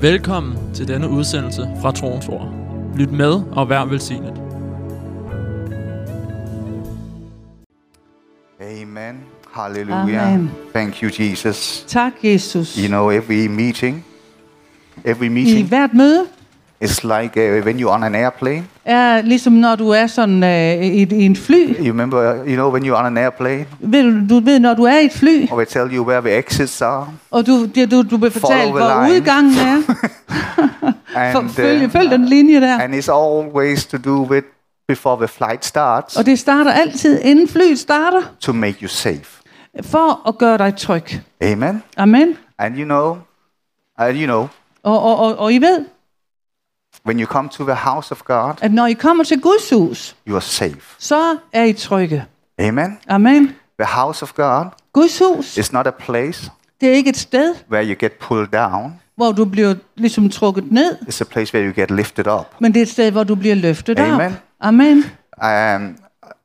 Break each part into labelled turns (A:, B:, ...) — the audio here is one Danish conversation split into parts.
A: Velkommen til denne udsendelse fra Troens Ord. Lyt med og vær velsignet.
B: Amen. Hallelujah.
C: Amen.
B: Thank you, Jesus.
C: Tak, Jesus.
B: You know, every meeting, every
C: I
B: meeting
C: hvert møde
B: is like uh, when you're on an airplane.
C: er ligesom når du er sådan øh, i, i en fly.
B: You remember, uh, you know, when you're on an airplane,
C: Ved du, du ved, når du er i et fly,
B: or they tell you where the exits are,
C: og du, det- du, du bliver fortalt,
B: Follow the
C: hvor
B: line.
C: udgangen er. For,
B: and
C: følg,
B: uh,
C: følg den linje der.
B: and it's always to do with before the flight starts
C: Og det starter altid, inden flyet starter,
B: to make you safe.
C: for at gøre dig tryg.
B: Amen.
C: Amen.
B: And you know, and you know,
C: Og, og, og, og I ved,
B: when you come to the house of God,
C: at når I kommer til Guds hus,
B: you are safe.
C: så er I trygge.
B: Amen.
C: Amen.
B: The house of God
C: Guds hus,
B: is not a place
C: det er ikke et sted,
B: where you get pulled down.
C: hvor du bliver ligesom trukket ned,
B: It's a place where you get lifted up.
C: men det er et sted, hvor du bliver løftet
B: Amen.
C: op. Amen.
B: Um,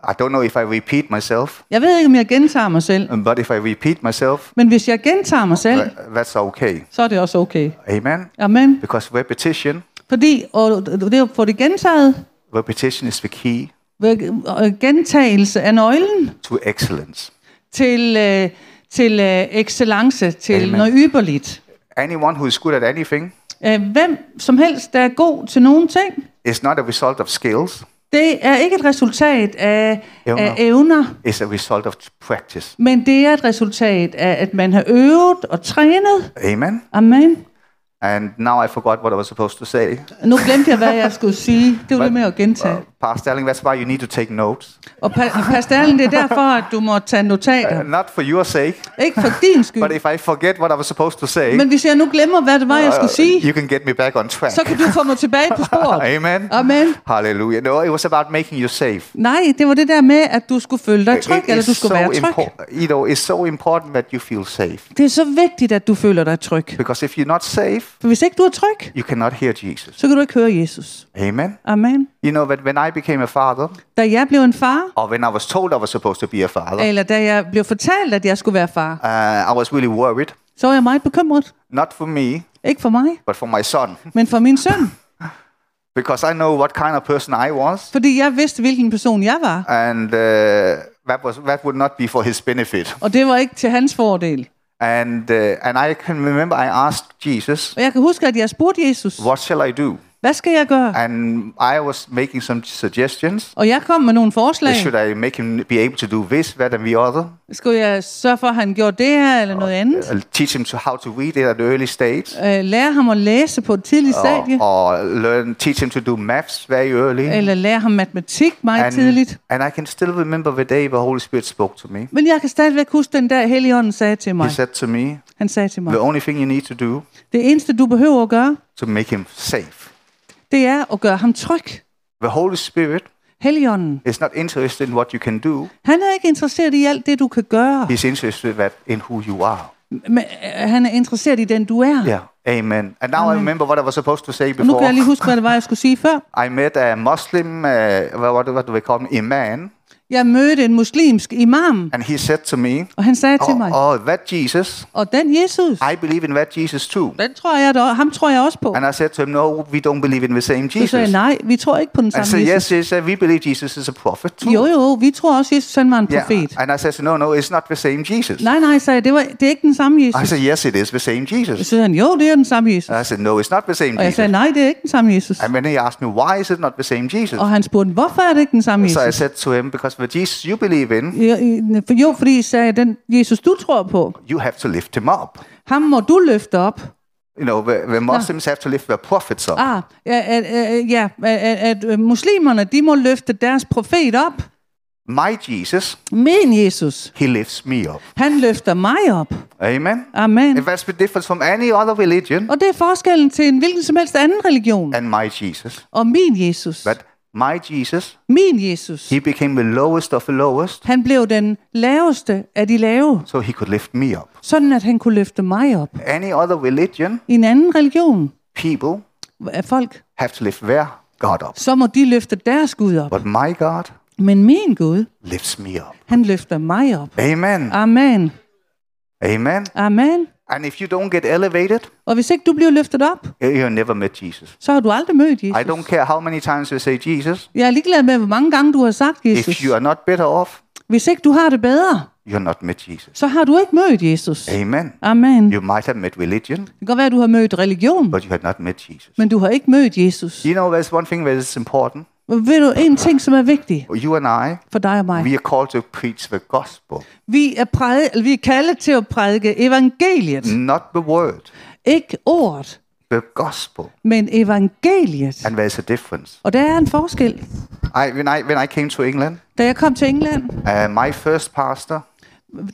B: I don't know if I repeat myself,
C: Jeg ved ikke, om jeg gentager mig selv,
B: but if I repeat myself,
C: men hvis jeg gentager mig selv,
B: tha- that's okay.
C: så er det også okay.
B: Amen.
C: Amen.
B: Because repetition,
C: Fordi og det at få det gentaget,
B: repetition is the key
C: og gentagelse er nøglen
B: to excellence.
C: til, øh, til øh, excellence, til
B: Amen.
C: Amen. noget ypperligt.
B: Anyone who is good at anything
C: Øh, Hvem som helst, der er god til nogen ting,
B: is not a result of skills,
C: det er ikke et resultat af
B: Evner.
C: evner, af evner
B: it's a result of practice.
C: men det er et resultat af, at man har øvet og trænet.
B: Amen.
C: Amen.
B: And now I forgot what I was supposed to say.
C: Nu glemte jeg, hvad jeg skulle sige. Det var det med at gentage.
B: Uh, Pastor Erling, that's why you need to take notes.
C: Og pa- Pastor Erling, det er derfor, at du må tage notater.
B: Uh, Not for your sake,
C: Ikke for din skyld.
B: but if I forget what I was supposed to say,
C: Men hvis jeg nu glemmer, hvad det var, jeg
B: uh,
C: skulle sige,
B: you can get me back on track.
C: så kan du få mig tilbage på sporet.
B: Amen.
C: Amen.
B: Hallelujah. No, it was about making you safe.
C: Nej, det var det der med, at du skulle føle dig tryg,
B: It
C: eller
B: is
C: du skulle
B: so
C: være tryg.
B: impor- you know, it's so important that you feel safe.
C: Det er så vigtigt, at du føler dig tryg.
B: Because if you're not safe,
C: For hvis ikke du er tryg,
B: you cannot hear Jesus.
C: så kan du ikke høre Jesus.
B: Amen.
C: Amen.
B: You know that when I became a father,
C: Da jeg blev en far,
B: or when I was told I was supposed to be a father,
C: eller da jeg blev fortalt, at jeg skulle være far,
B: uh, I was really worried.
C: så var jeg meget bekymret.
B: Not for me,
C: Ikke for mig,
B: but for my son.
C: men for min søn.
B: Because I know what kind of person I was,
C: Fordi jeg vidste, hvilken person jeg var.
B: and uh, that, was, that would not be for his benefit.
C: Og det var ikke til hans fordel.
B: And, uh, and I can remember I asked Jesus,
C: Og jeg kan huske, at jeg spurgte Jesus,
B: What shall I do?
C: hvad skal jeg gøre?
B: And I was making some suggestions.
C: Og jeg kom med nogle forslag.
B: Should I make him be able to do this, that, and the other?
C: Skulle jeg sørge for, at han gjorde det her eller noget andet?
B: Uh, Teach him to how to read it at an early stage,
C: Øh, lære ham at læse på et tidligt stadie?
B: or, or learn, teach him to do maths very early.
C: Eller lære ham matematik meget
B: and,
C: tidligt?
B: and I can still remember the day the Holy Spirit spoke to me.
C: Men jeg kan stadigvæk huske den dag, Helligånden sagde til mig.
B: He said to me,
C: Han sagde til mig,
B: "The only thing you need to do
C: det eneste du behøver at gøre,
B: to make him safe.
C: det er at gøre ham tryg.
B: The Holy Spirit
C: Helligånden,
B: is not interested in what you can do;
C: han er ikke interesseret i alt det, du kan gøre.
B: He's interested that in who you are."
C: Men øh, han er interesseret i den, du er.
B: Yeah, Amen. And now I remember what I was supposed to say
C: Og nu kan
B: before.
C: jeg lige huske, hvad det var, jeg skulle sige før.
B: I met a Muslim, uh, what, what do they call him, imam,
C: Jeg mødte en muslimsk imam,
B: and he said to me.
C: og han sagde til mig,
B: Oh, oh, that Jesus.
C: og den Jesus,
B: I believe in that Jesus too.
C: den tror jeg, da- ham tror jeg også på.
B: And I said to him, No, we don't believe in the same
C: Så
B: Jesus.
C: sagde jeg, nej, vi tror ikke på den
B: and
C: samme
B: so,
C: Jesus.
B: yes, yes, we believe Jesus is a prophet too.
C: Jo, jo, vi tror også, Jesus han var en
B: yeah.
C: profet.
B: And I said, No, no, it's not the same Jesus.
C: Nej, nej, sagde jeg, det, var, det er ikke den samme
B: I
C: Jesus.
B: said, Yes, it is the same
C: Så
B: Jesus.
C: sagde han, jo, det er den samme Jesus.
B: And Oh, I said, No, it's not the same
C: Og jeg
B: Jesus.
C: sagde, nej, det er ikke den samme Jesus.
B: and when he asked me, Why is it not the same Jesus?
C: Og han spurgte, hvorfor er det ikke den samme
B: so I
C: Jesus?
B: said to him, Because the Jesus you believe in,
C: Jo, i- for- Jo, fordi sagde jeg, den Jesus, du tror på,
B: you have to lift him up.
C: ham må du løfte op.
B: You know, the, the Muslims have to lift their prophets up.
C: Ah, ja, at, at, ja, at, at, at øh, muslimerne, de må løfte deres profet op.
B: My Jesus,
C: Men Jesus,
B: he lifts me up.
C: han løfter mig op.
B: Amen.
C: Amen.
B: If that's the difference from any other religion
C: Og det er forskellen til en hvilken som helst anden religion.
B: and my Jesus.
C: Og min Jesus,
B: But my Jesus,
C: min Jesus,
B: he became the lowest of the lowest,
C: Han blev den laveste af de lave,
B: so he could lift me up.
C: sådan at han kunne løfte mig op.
B: Any other religion,
C: I en anden religion
B: people
C: af folk,
B: have to lift their God up.
C: så må de løfte deres Gud op.
B: But my God
C: Men min Gud,
B: lifts me up.
C: han løfter mig op.
B: Amen.
C: Amen.
B: Amen.
C: Amen.
B: And if you don't get elevated,
C: Og hvis ikke du bliver løftet op,
B: you'll never meet Jesus.
C: så har du aldrig mødt Jesus.
B: I don't care how many times you say Jesus.
C: Jeg er ligeglad med, hvor mange gange du har sagt Jesus.
B: If you are not better off,
C: Hvis ikke du har det bedre,
B: you're not met Jesus.
C: så har du ikke mødt Jesus.
B: Amen.
C: Amen.
B: You might have met religion,
C: Det kan godt være, at du har mødt religion,
B: but you have not met Jesus.
C: men du har ikke mødt Jesus.
B: You know, there's one thing that is important.
C: Og Ved du en ting, som er vigtig
B: You and I,
C: for dig og mig?
B: we are called to preach the gospel,
C: Vi er, præd, eller vi er kaldet til at prædike evangeliet.
B: not the word,
C: Ikke ordet,
B: the gospel.
C: men evangeliet.
B: And there's a difference.
C: Og der er en forskel.
B: I, when, I, when I came to England,
C: Da jeg kom til England,
B: uh, my first pastor,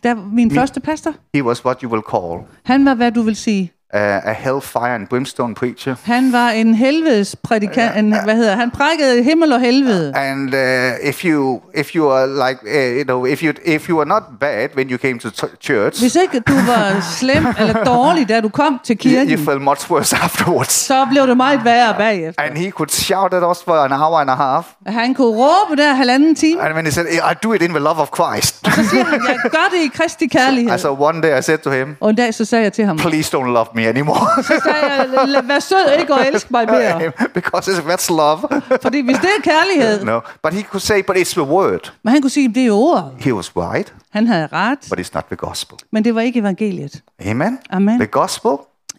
C: der min første pastor,
B: he was what you will call
C: han var, hvad du vil sige,
B: uh, a hellfire and brimstone preacher.
C: han var en helvedes prædikant, en, hvad hedder, han prædikede himmel og helvede.
B: And uh, if you if you are like uh, you know if you if you were not bad when you came to t- church,
C: Hvis ikke du var slem eller dårlig, da du kom til
B: you, you
C: kirken,
B: felt much worse afterwards.
C: så blev det meget værre bagefter.
B: And he could shout at us for an hour and a half.
C: Han kunne råbe der halvanden time,
B: And when he said, "I do it in the love of Christ,"
C: så siger han, jeg gør det i kristi kærlighed.
B: and so one day I said to him,
C: Og en dag så sagde jeg til ham,
B: "Please don't love me anymore,"
C: så sagde jeg, "Lad- vær sød ikke at elske mig mere.
B: because if that's love,
C: Fordi hvis det er kærlighed,
B: no. But he could say, "But it's the word."
C: men han kunne sige, det er ordet.
B: He was right,
C: Han havde ret,
B: but it's not the gospel.
C: men det var ikke evangeliet.
B: Amen.
C: Amen.
B: The gospel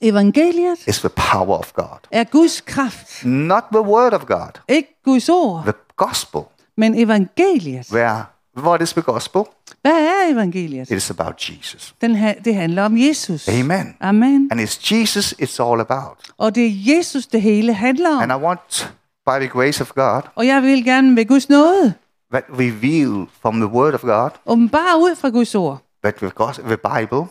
C: Evangeliet
B: is the power of God,
C: er Guds kraft.
B: not the word of God.
C: Ikke Guds ord,
B: The gospel.
C: men evangeliet.
B: Where what is the gospel?
C: Hvad er evangeliet?
B: It is about Jesus.
C: Den her, det handler om Jesus.
B: Amen.
C: Amen.
B: And it's Jesus it's all about.
C: Og det er Jesus, det hele handler om.
B: And I want, by the grace of God,
C: Og jeg vil gerne ved Guds nåde
B: that reveal from the Word of God
C: åbenbare ud fra Guds ord.
B: that the, gos- the Bible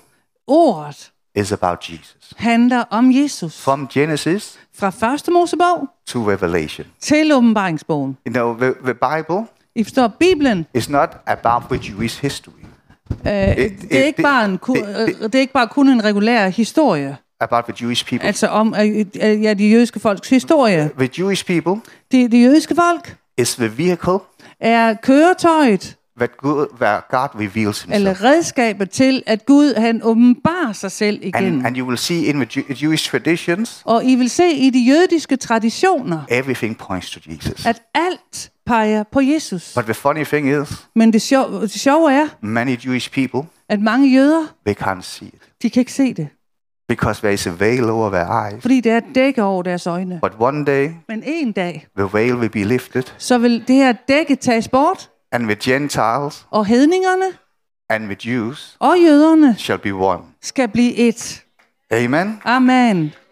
C: Ordet
B: is about Jesus.
C: handler om Jesus.
B: From Genesis
C: Fra første Mosebog
B: to Revelation.
C: til åbenbaringsbogen.
B: You know, the, the Bible
C: I forstår, Bibelen,
B: is not about the Jewish history,
C: øh,
B: det-
C: det, er ikke
B: det-
C: bare en, ku-
B: det- det-
C: øh, det er ikke bare kun en regulær historie.
B: about the Jewish people.
C: Altså om øh, øh, ja, de jødiske folks historie.
B: The Jewish people
C: Det, det jødiske folk
B: is the vehicle
C: er køretøjet
B: that God, where God reveals
C: eller
B: Himself.
C: redskabet til, at Gud han åbenbarer sig selv igen.
B: And, and you will see in the Jew- Jewish traditions,
C: Og I vil se i de jødiske traditioner,
B: everything points to Jesus.
C: at alt peger på Jesus.
B: But the funny thing is,
C: Men det sjove, det sjove er,
B: many Jewish people
C: at mange jøder,
B: they can't see it
C: de kan ikke se det,
B: because there is a veil over their eyes.
C: fordi det er et dække over deres øjne.
B: But one day
C: Men en dag,
B: the veil will be lifted,
C: så vil det her dække tages bort,
B: and the Gentiles
C: og hedningerne
B: and the Jews
C: og jøderne
B: shall be one.
C: skal blive et.
B: Amen.
C: Amen.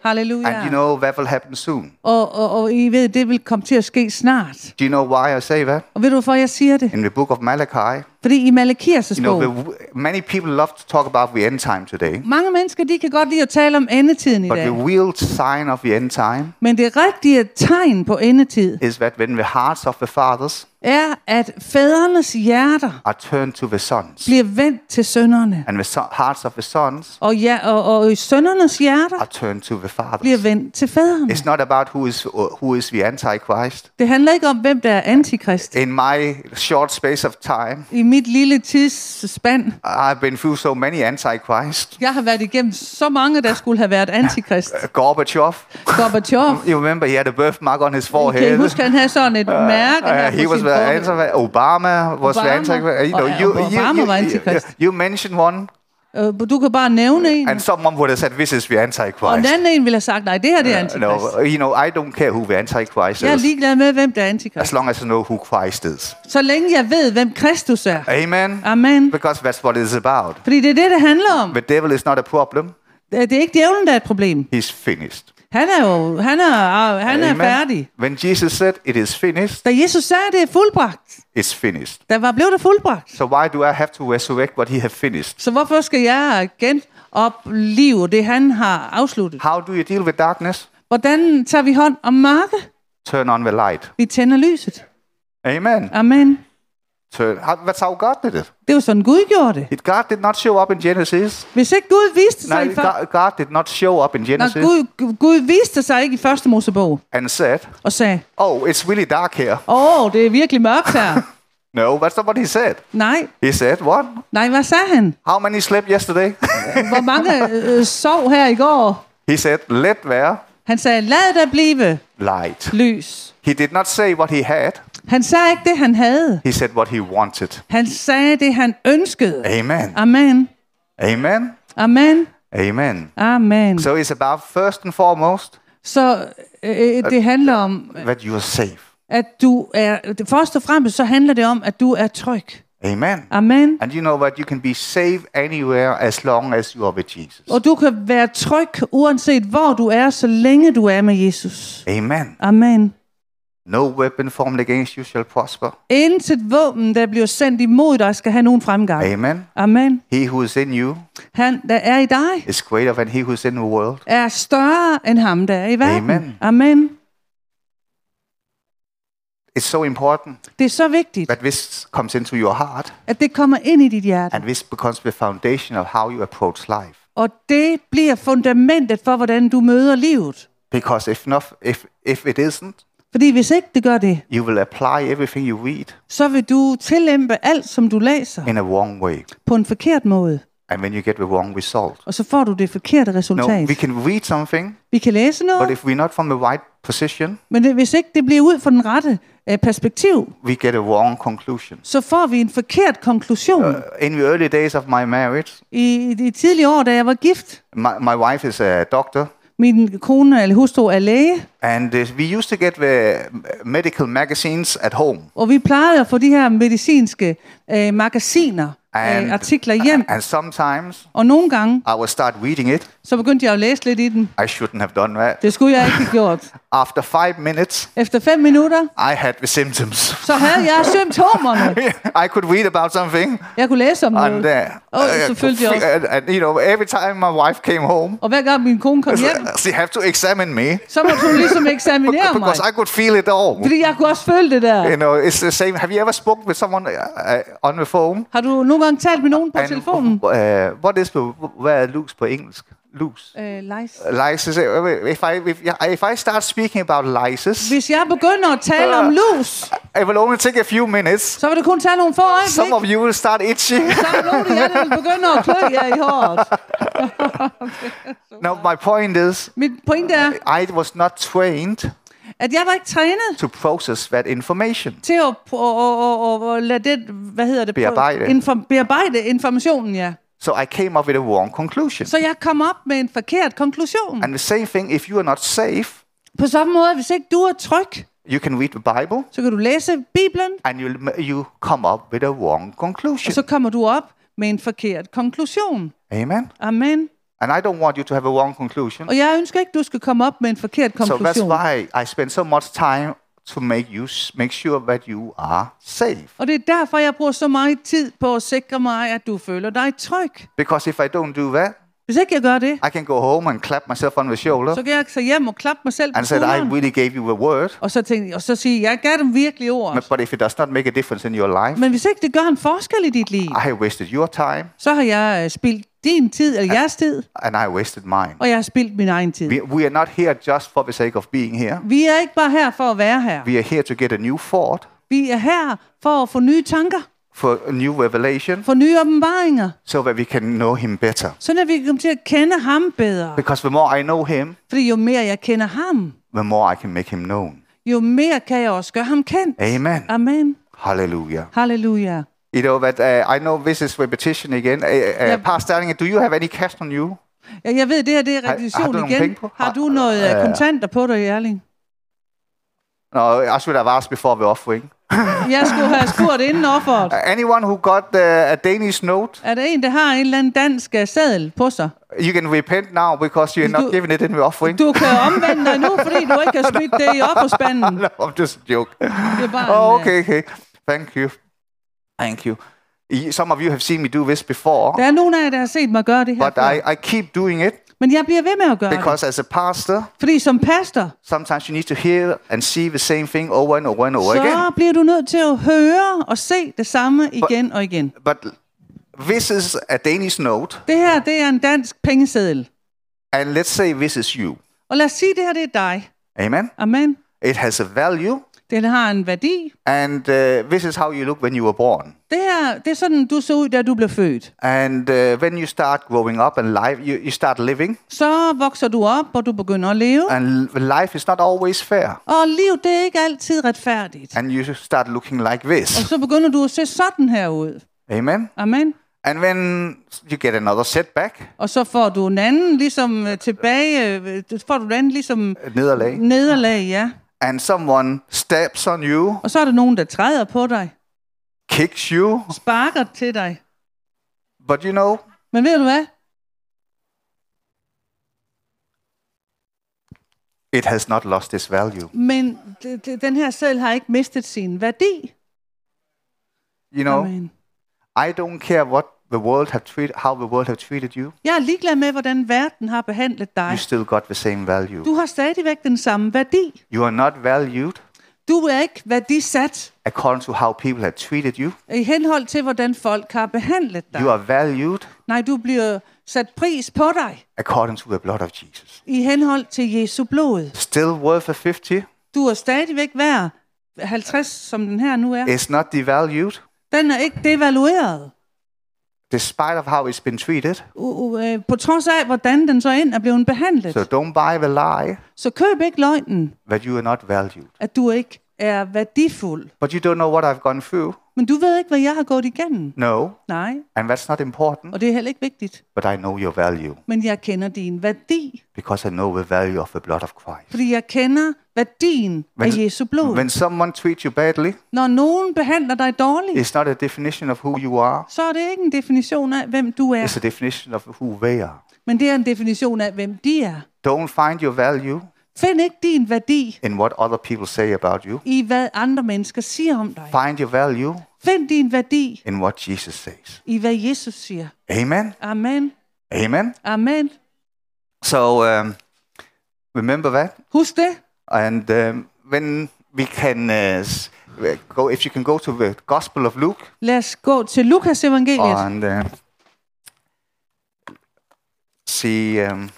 B: And you
C: Halleluja.
B: know that will happen soon.
C: Og, og, og I ved, det vil komme til at ske snart.
B: Do you know why I say that?
C: Og ved du, hvorfor jeg siger det?
B: In the book of Malachi,
C: Fordi i Malakias'
B: you know,
C: bog,
B: the, many people love to talk about the end time today,
C: mange mennesker, de kan godt lide at tale om endetiden i
B: but the
C: dag.
B: real sign of the end time
C: Men det rigtige tegn på endetid
B: is that when the hearts of the fathers
C: er, at fædrenes hjerter
B: are turned to the sons,
C: bliver vendt til sønderne.
B: and the so- hearts of the sons
C: Og, ja, og, og søndernes hjerter
B: are turned to the fathers.
C: bliver vendt til fædrene.
B: It's not about who is uh, who is the antichrist.
C: Det handler ikke om, hvem der er antikrist.
B: In my short space of time,
C: I mit lille tidsspand,
B: I've been through so many antichrists.
C: jeg har været igennem så mange, der skulle have været antikrist.
B: Gorbachev,
C: Gorbachev,
B: you remember he had a birthmark on his
C: kan I
B: forehead.
C: huske, han havde sådan et mærke her
B: Uh, he
C: på
B: was
C: sin
B: the
C: forhånd?
B: anti- Obama was the
C: Obama.
B: antichrist. You know,
C: Og-
B: you,
C: og
B: you,
C: Obama
B: you,
C: var
B: you,
C: antikrist.
B: you mentioned one,
C: Øh, Du kan bare nævne en.
B: and someone would have said, "This is the
C: Og en
B: antichrist."
C: anden en ville have sagt, nej, det her det er antikrist.
B: No, you know, I don't care who the antichrist
C: Jeg er
B: is,
C: ligeglad med, hvem der er
B: as
C: antikrist.
B: long as I know who Christ is.
C: Så længe jeg ved, hvem Kristus er.
B: Amen.
C: Amen.
B: Because that's what it is about.
C: Fordi det er det, det handler om.
B: The devil is not a problem.
C: Det er ikke djævlen, der er et problem.
B: He's finished.
C: Han er jo han er, ah, han er
B: Amen.
C: færdig.
B: When Jesus said, "It is finished,"
C: Da Jesus sagde, at det er fuldbragt,
B: it's finished.
C: der var, blev det fuldbragt.
B: So why do I have to resurrect what He has finished?
C: Så hvorfor skal jeg igen opleve det, han har afsluttet?
B: How do you deal with darkness?
C: Hvordan tager vi hånd om mørke?
B: Turn on the light.
C: Vi tænder lyset.
B: Amen.
C: Amen.
B: Turn. How, that's how God did it.
C: Det var sådan, Gud gjorde det.
B: it. God did not show up in Genesis.
C: Hvis ikke Gud viste sig,
B: No,
C: i før,
B: God, God did not show up in
C: når
B: Genesis
C: Gud, Gud viste sig ikke i første Mosebog
B: and said,
C: og sagde,
B: "Oh, it's really dark here."
C: åh, det er virkelig mørkt her.
B: No, that's not what he said.
C: Nej,
B: He said, What?
C: nej, hvad sagde han?
B: How many slept yesterday?
C: Hvor mange øh, sov her i går?
B: he said, Let there
C: Han sagde, lad der blive
B: light.
C: lys.
B: He did not say what he had,
C: Han sagde ikke det, han havde.
B: he said what he wanted.
C: Han sagde det, han ønskede.
B: Amen.
C: Uh. Amen.
B: Amen.
C: Amen.
B: Amen.
C: Amen.
B: So it's about first and foremost
C: Så øh, det handler om,
B: that you are safe.
C: at du er... Først og fremmest så handler det om, at du er tryg. Uh.
B: Amen.
C: Amen.
B: And you know that you can be safe anywhere as long as you are with Jesus.
C: Og du kan være tryg, uanset hvor du er, så længe du er med Jesus.
B: Amen.
C: Amen.
B: No weapon formed against you shall prosper.
C: Intet våben, der bliver sendt imod dig, skal have nogen fremgang.
B: Amen.
C: Amen.
B: He who is in you
C: Han, der er i dig,
B: is greater than he who is in the world.
C: er større end ham, der er i verden.
B: Amen.
C: Amen.
B: It's so important
C: Det er så vigtigt,
B: that this comes into your heart
C: at det kommer ind i dit hjerte.
B: and this becomes the foundation of how you approach life.
C: Og det bliver fundamentet for, hvordan du møder livet.
B: Because if not, if if it isn't,
C: Fordi hvis ikke det gør det,
B: you will apply everything you read
C: så vil du tillæmpe alt, som du læser,
B: in a wrong way,
C: på en forkert måde.
B: and then you get the wrong result.
C: Og så får du det forkerte
B: No,
C: resultat.
B: we can read something,
C: Vi kan læse
B: but
C: noget,
B: if we're not from the right position,
C: men det- hvis ikke det bliver ud fra den rette øh, perspektiv,
B: we get a wrong conclusion.
C: så får vi en forkert konklusion.
B: In the early days of my marriage,
C: I de tidlige år, da jeg var gift,
B: my, my wife is a doctor,
C: min kone eller hustru er læge,
B: and uh, we used to get the uh, medical magazines at home,
C: og vi plejede at få de her medicinske øh, magasiner, øh, artikler hjem.
B: and sometimes
C: Og nogle gange,
B: I would start reading it.
C: så begyndte jeg at læse lidt i dem.
B: I shouldn't have done that.
C: Det skulle jeg ikke have gjort.
B: After five minutes,
C: Efter fem minutter,
B: I had the symptoms.
C: så havde jeg symptomerne.
B: I could read about something,
C: Jeg kunne læse om
B: And
C: noget.
B: uh,
C: Oh,
B: uh,
C: selvfølgelig også.
B: and, and, you know, every time my wife came home,
C: Og hver gang min kone kom hjem,
B: she had to examine me
C: så måtte hun ligesom eksaminere mig.
B: because I could feel it all.
C: Fordi jeg kunne også føle det der.
B: You know, it's the same. Have you ever spoken with someone uh, uh, on the phone?
C: Har du nogle gange talt med nogen på telefonen?
B: uh, what is the word loose på engelsk? Loose.
C: Øh, Leis.
B: Lysis. uh, If I if, if I start speaking about lysis,
C: Hvis jeg begynder at tale om lus,
B: it will only take a few minutes.
C: så vil det kun tage nogle få
B: Some
C: øjeblikke.
B: of you will start itching.
C: Så er der nogen af jer, der vil begynde at klø jer i håret.
B: no, my point is,
C: Mit pointe er,
B: I was not trained
C: at jeg var ikke trænet
B: to process that information.
C: til at, at, at, at, at lade det, hvad hedder det,
B: Bearbejde.
C: Inform, bearbejde informationen, ja.
B: So I came up with a wrong conclusion.
C: Så jeg kom op med en forkert konklusion.
B: And the same thing, if you are not safe,
C: På samme måde, hvis ikke du er tryg,
B: you can read the Bible
C: så kan du læse Bibelen,
B: and you you come up with a wrong conclusion.
C: og så kommer du op med en forkert konklusion.
B: Amen.
C: Amen.
B: And I don't want you to have a wrong conclusion.
C: Og jeg ønsker ikke, du skal komme op med en forkert
B: So that's
C: konklusion.
B: why I spend so much time to make you s- make sure that you are safe.
C: Og det er derfor, jeg bruger så meget tid på at sikre mig, at du føler dig tryg.
B: Because if I don't do that,
C: Hvis ikke jeg gør det,
B: I can go home and clap myself on the shoulder
C: så kan jeg tage hjem og klappe mig selv på
B: and say that I
C: skulderen.
B: really gave you a word.
C: Og så, tænke, og så sige, jeg gav dem virkelig ord.
B: But if it does not make a difference in your life,
C: Men hvis ikke det gør en forskel i dit liv,
B: I have wasted your time
C: så har jeg øh, spildt din tid, eller jeres tid,
B: and I wasted mine.
C: og jeg har spildt min egen tid.
B: We, we are not here just for the sake of being here.
C: Vi er ikke bare her for at være her.
B: We are here to get a new thought,
C: Vi er her for at få nye tanker,
B: for a new revelation,
C: få nye åbenbaringer,
B: so that we can know him better.
C: sådan at vi kan komme til at kende ham bedre.
B: Because the more I know him,
C: Fordi jo mere jeg kender ham,
B: the more I can make him known.
C: jo mere kan jeg også gøre ham kendt.
B: Amen.
C: Amen.
B: Hallelujah.
C: Halleluja.
B: You know, but uh, I know this is repetition again. Uh, uh,
C: Yep.
B: Pastor Erling, do you have any cash on you?
C: Ja, jeg ved, det her det er repetition
B: har du nogle penge
C: igen.
B: på?
C: Har
B: Har-
C: du noget øh, kontanter på dig, Erling?
B: No, I should have asked before the offering.
C: Jeg skulle have spurgt inden offeret.
B: Uh, anyone who got uh, a Danish note,
C: Er der en, der har en eller anden dansk øh, seddel på sig?
B: you can repent now because you're
C: Du-
B: not giving it in the offering.
C: Du kan omvende dig nu, fordi du ikke har smidt det i offerspanden.
B: no, I'm just joking.
C: Det er bare
B: Oh,
C: en,
B: okay,
C: øh,
B: okay. Thank you. Thank you. Y- Some of you have seen me do this before,
C: Der er nogen af jer, der har set mig gøre det her.
B: but I, I keep doing it
C: Men jeg bliver ved med at gøre det.
B: because as a pastor,
C: Fordi som pastor,
B: sometimes you need to hear and see the same thing over and over and over again.
C: så bliver du nødt til at høre og se det samme igen og igen.
B: But this is a Danish note,
C: Det her, det er en dansk pengeseddel.
B: and let's say this is you.
C: Og lad os sige, det her, det er dig.
B: Amen.
C: Amen.
B: It has a value,
C: Den har en værdi.
B: And uh, this is how you look when you were born.
C: Det, her, det er sådan, du så ud, da du blev født.
B: And uh, when you start growing up and life, you, you start living,
C: Så vokser du op, og du begynder at leve.
B: and l- life is not always fair.
C: Og liv, det er ikke altid retfærdigt.
B: And you start looking like
C: Og
B: this.
C: så begynder du at se sådan her ud.
B: Amen.
C: Amen.
B: And when you get another setback,
C: Og så får du en anden ligesom øh, tilbage, øh, så får du en anden ligesom
B: nederlag,
C: nederlag, ja.
B: and someone steps on you,
C: Og så er der nogen, der træder på dig,
B: kicks you,
C: sparker til dig.
B: but you know,
C: Men ved du hvad?
B: it has not lost its value.
C: Men det- det- den her selv har ikke mistet sin værdi.
B: You know,
C: Amen.
B: I don't care what the world have treat, how the world have treated you.
C: Jeg er ligeglad med, hvordan verden har behandlet dig.
B: You still got the same value.
C: Du har stadigvæk den samme værdi.
B: You are not valued
C: Du er ikke værdisat
B: according to how people have treated you.
C: i henhold til, hvordan folk har behandlet dig.
B: You are valued
C: Nej, du bliver sat pris på dig
B: according to the blood of Jesus.
C: i henhold til Jesu blod.
B: Still worth a 50
C: Du er stadigvæk værd 50, som den her nu er.
B: It's not devalued
C: Den er ikke devalueret.
B: despite of how it's been treated.
C: U- u- øh, På trods af, hvordan den så ind er blevet behandlet.
B: So don't buy the lie
C: Så køb ikke løgnen,
B: that you are not valued.
C: at du ikke er værdifuld.
B: But you don't know what I've gone through.
C: Men du ved ikke, hvad jeg har gået igennem.
B: No,
C: Nej,
B: and that's not important.
C: og det er heller ikke vigtigt.
B: But I know your value
C: Men jeg kender din værdi,
B: because I know the value of the blood of Christ.
C: fordi jeg kender værdien af
B: Men-
C: Jesu blod.
B: When someone treats you badly,
C: Når nogen behandler dig dårligt,
B: it's not a definition of who you are.
C: så er det ikke en definition af, hvem du
B: It's
C: er,
B: a definition of who they are.
C: men det er en definition af, hvem de er.
B: Don't find your value
C: Find ikke din værdi
B: in what other people say about you.
C: i, hvad andre mennesker siger om dig.
B: Find your value
C: Find din værdi
B: in what Jesus says.
C: i, hvad Jesus siger.
B: Amen.
C: Amen.
B: Amen.
C: Amen.
B: So um, remember that.
C: Husk det.
B: And um, when we can uh, s- go, if you can go to the Gospel of Luke
C: Lad os gå til Lukas evangeliet.
B: and uh, see, um,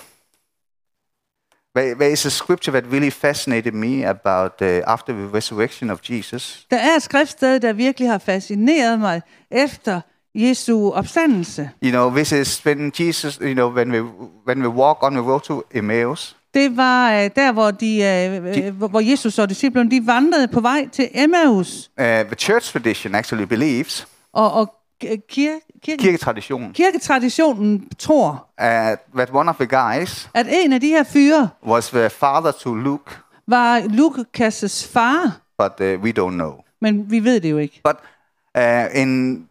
B: there, there is a scripture that really fascinated me about uh, after the resurrection of Jesus.
C: Der er et skriftsted, der virkelig har fascineret mig efter Jesu opstandelse.
B: You know, this is when Jesus, you know, when we when we walk on the road to Emmaus,
C: Det var øh, der, hvor, de, øh,
B: De-
C: øh, hvor- hvor Jesus og disciplene de vandrede på vej til Emmaus
B: uh, the church tradition actually believes,
C: og, og k- kirke, kirke,
B: kirketradition,
C: kirketraditionen tror,
B: uh, that one of the guys
C: at en af de her fyre
B: was the father to Luke,
C: var Lukas' far,
B: but uh, we don't know.
C: men vi ved det jo ikke.
B: But uh, in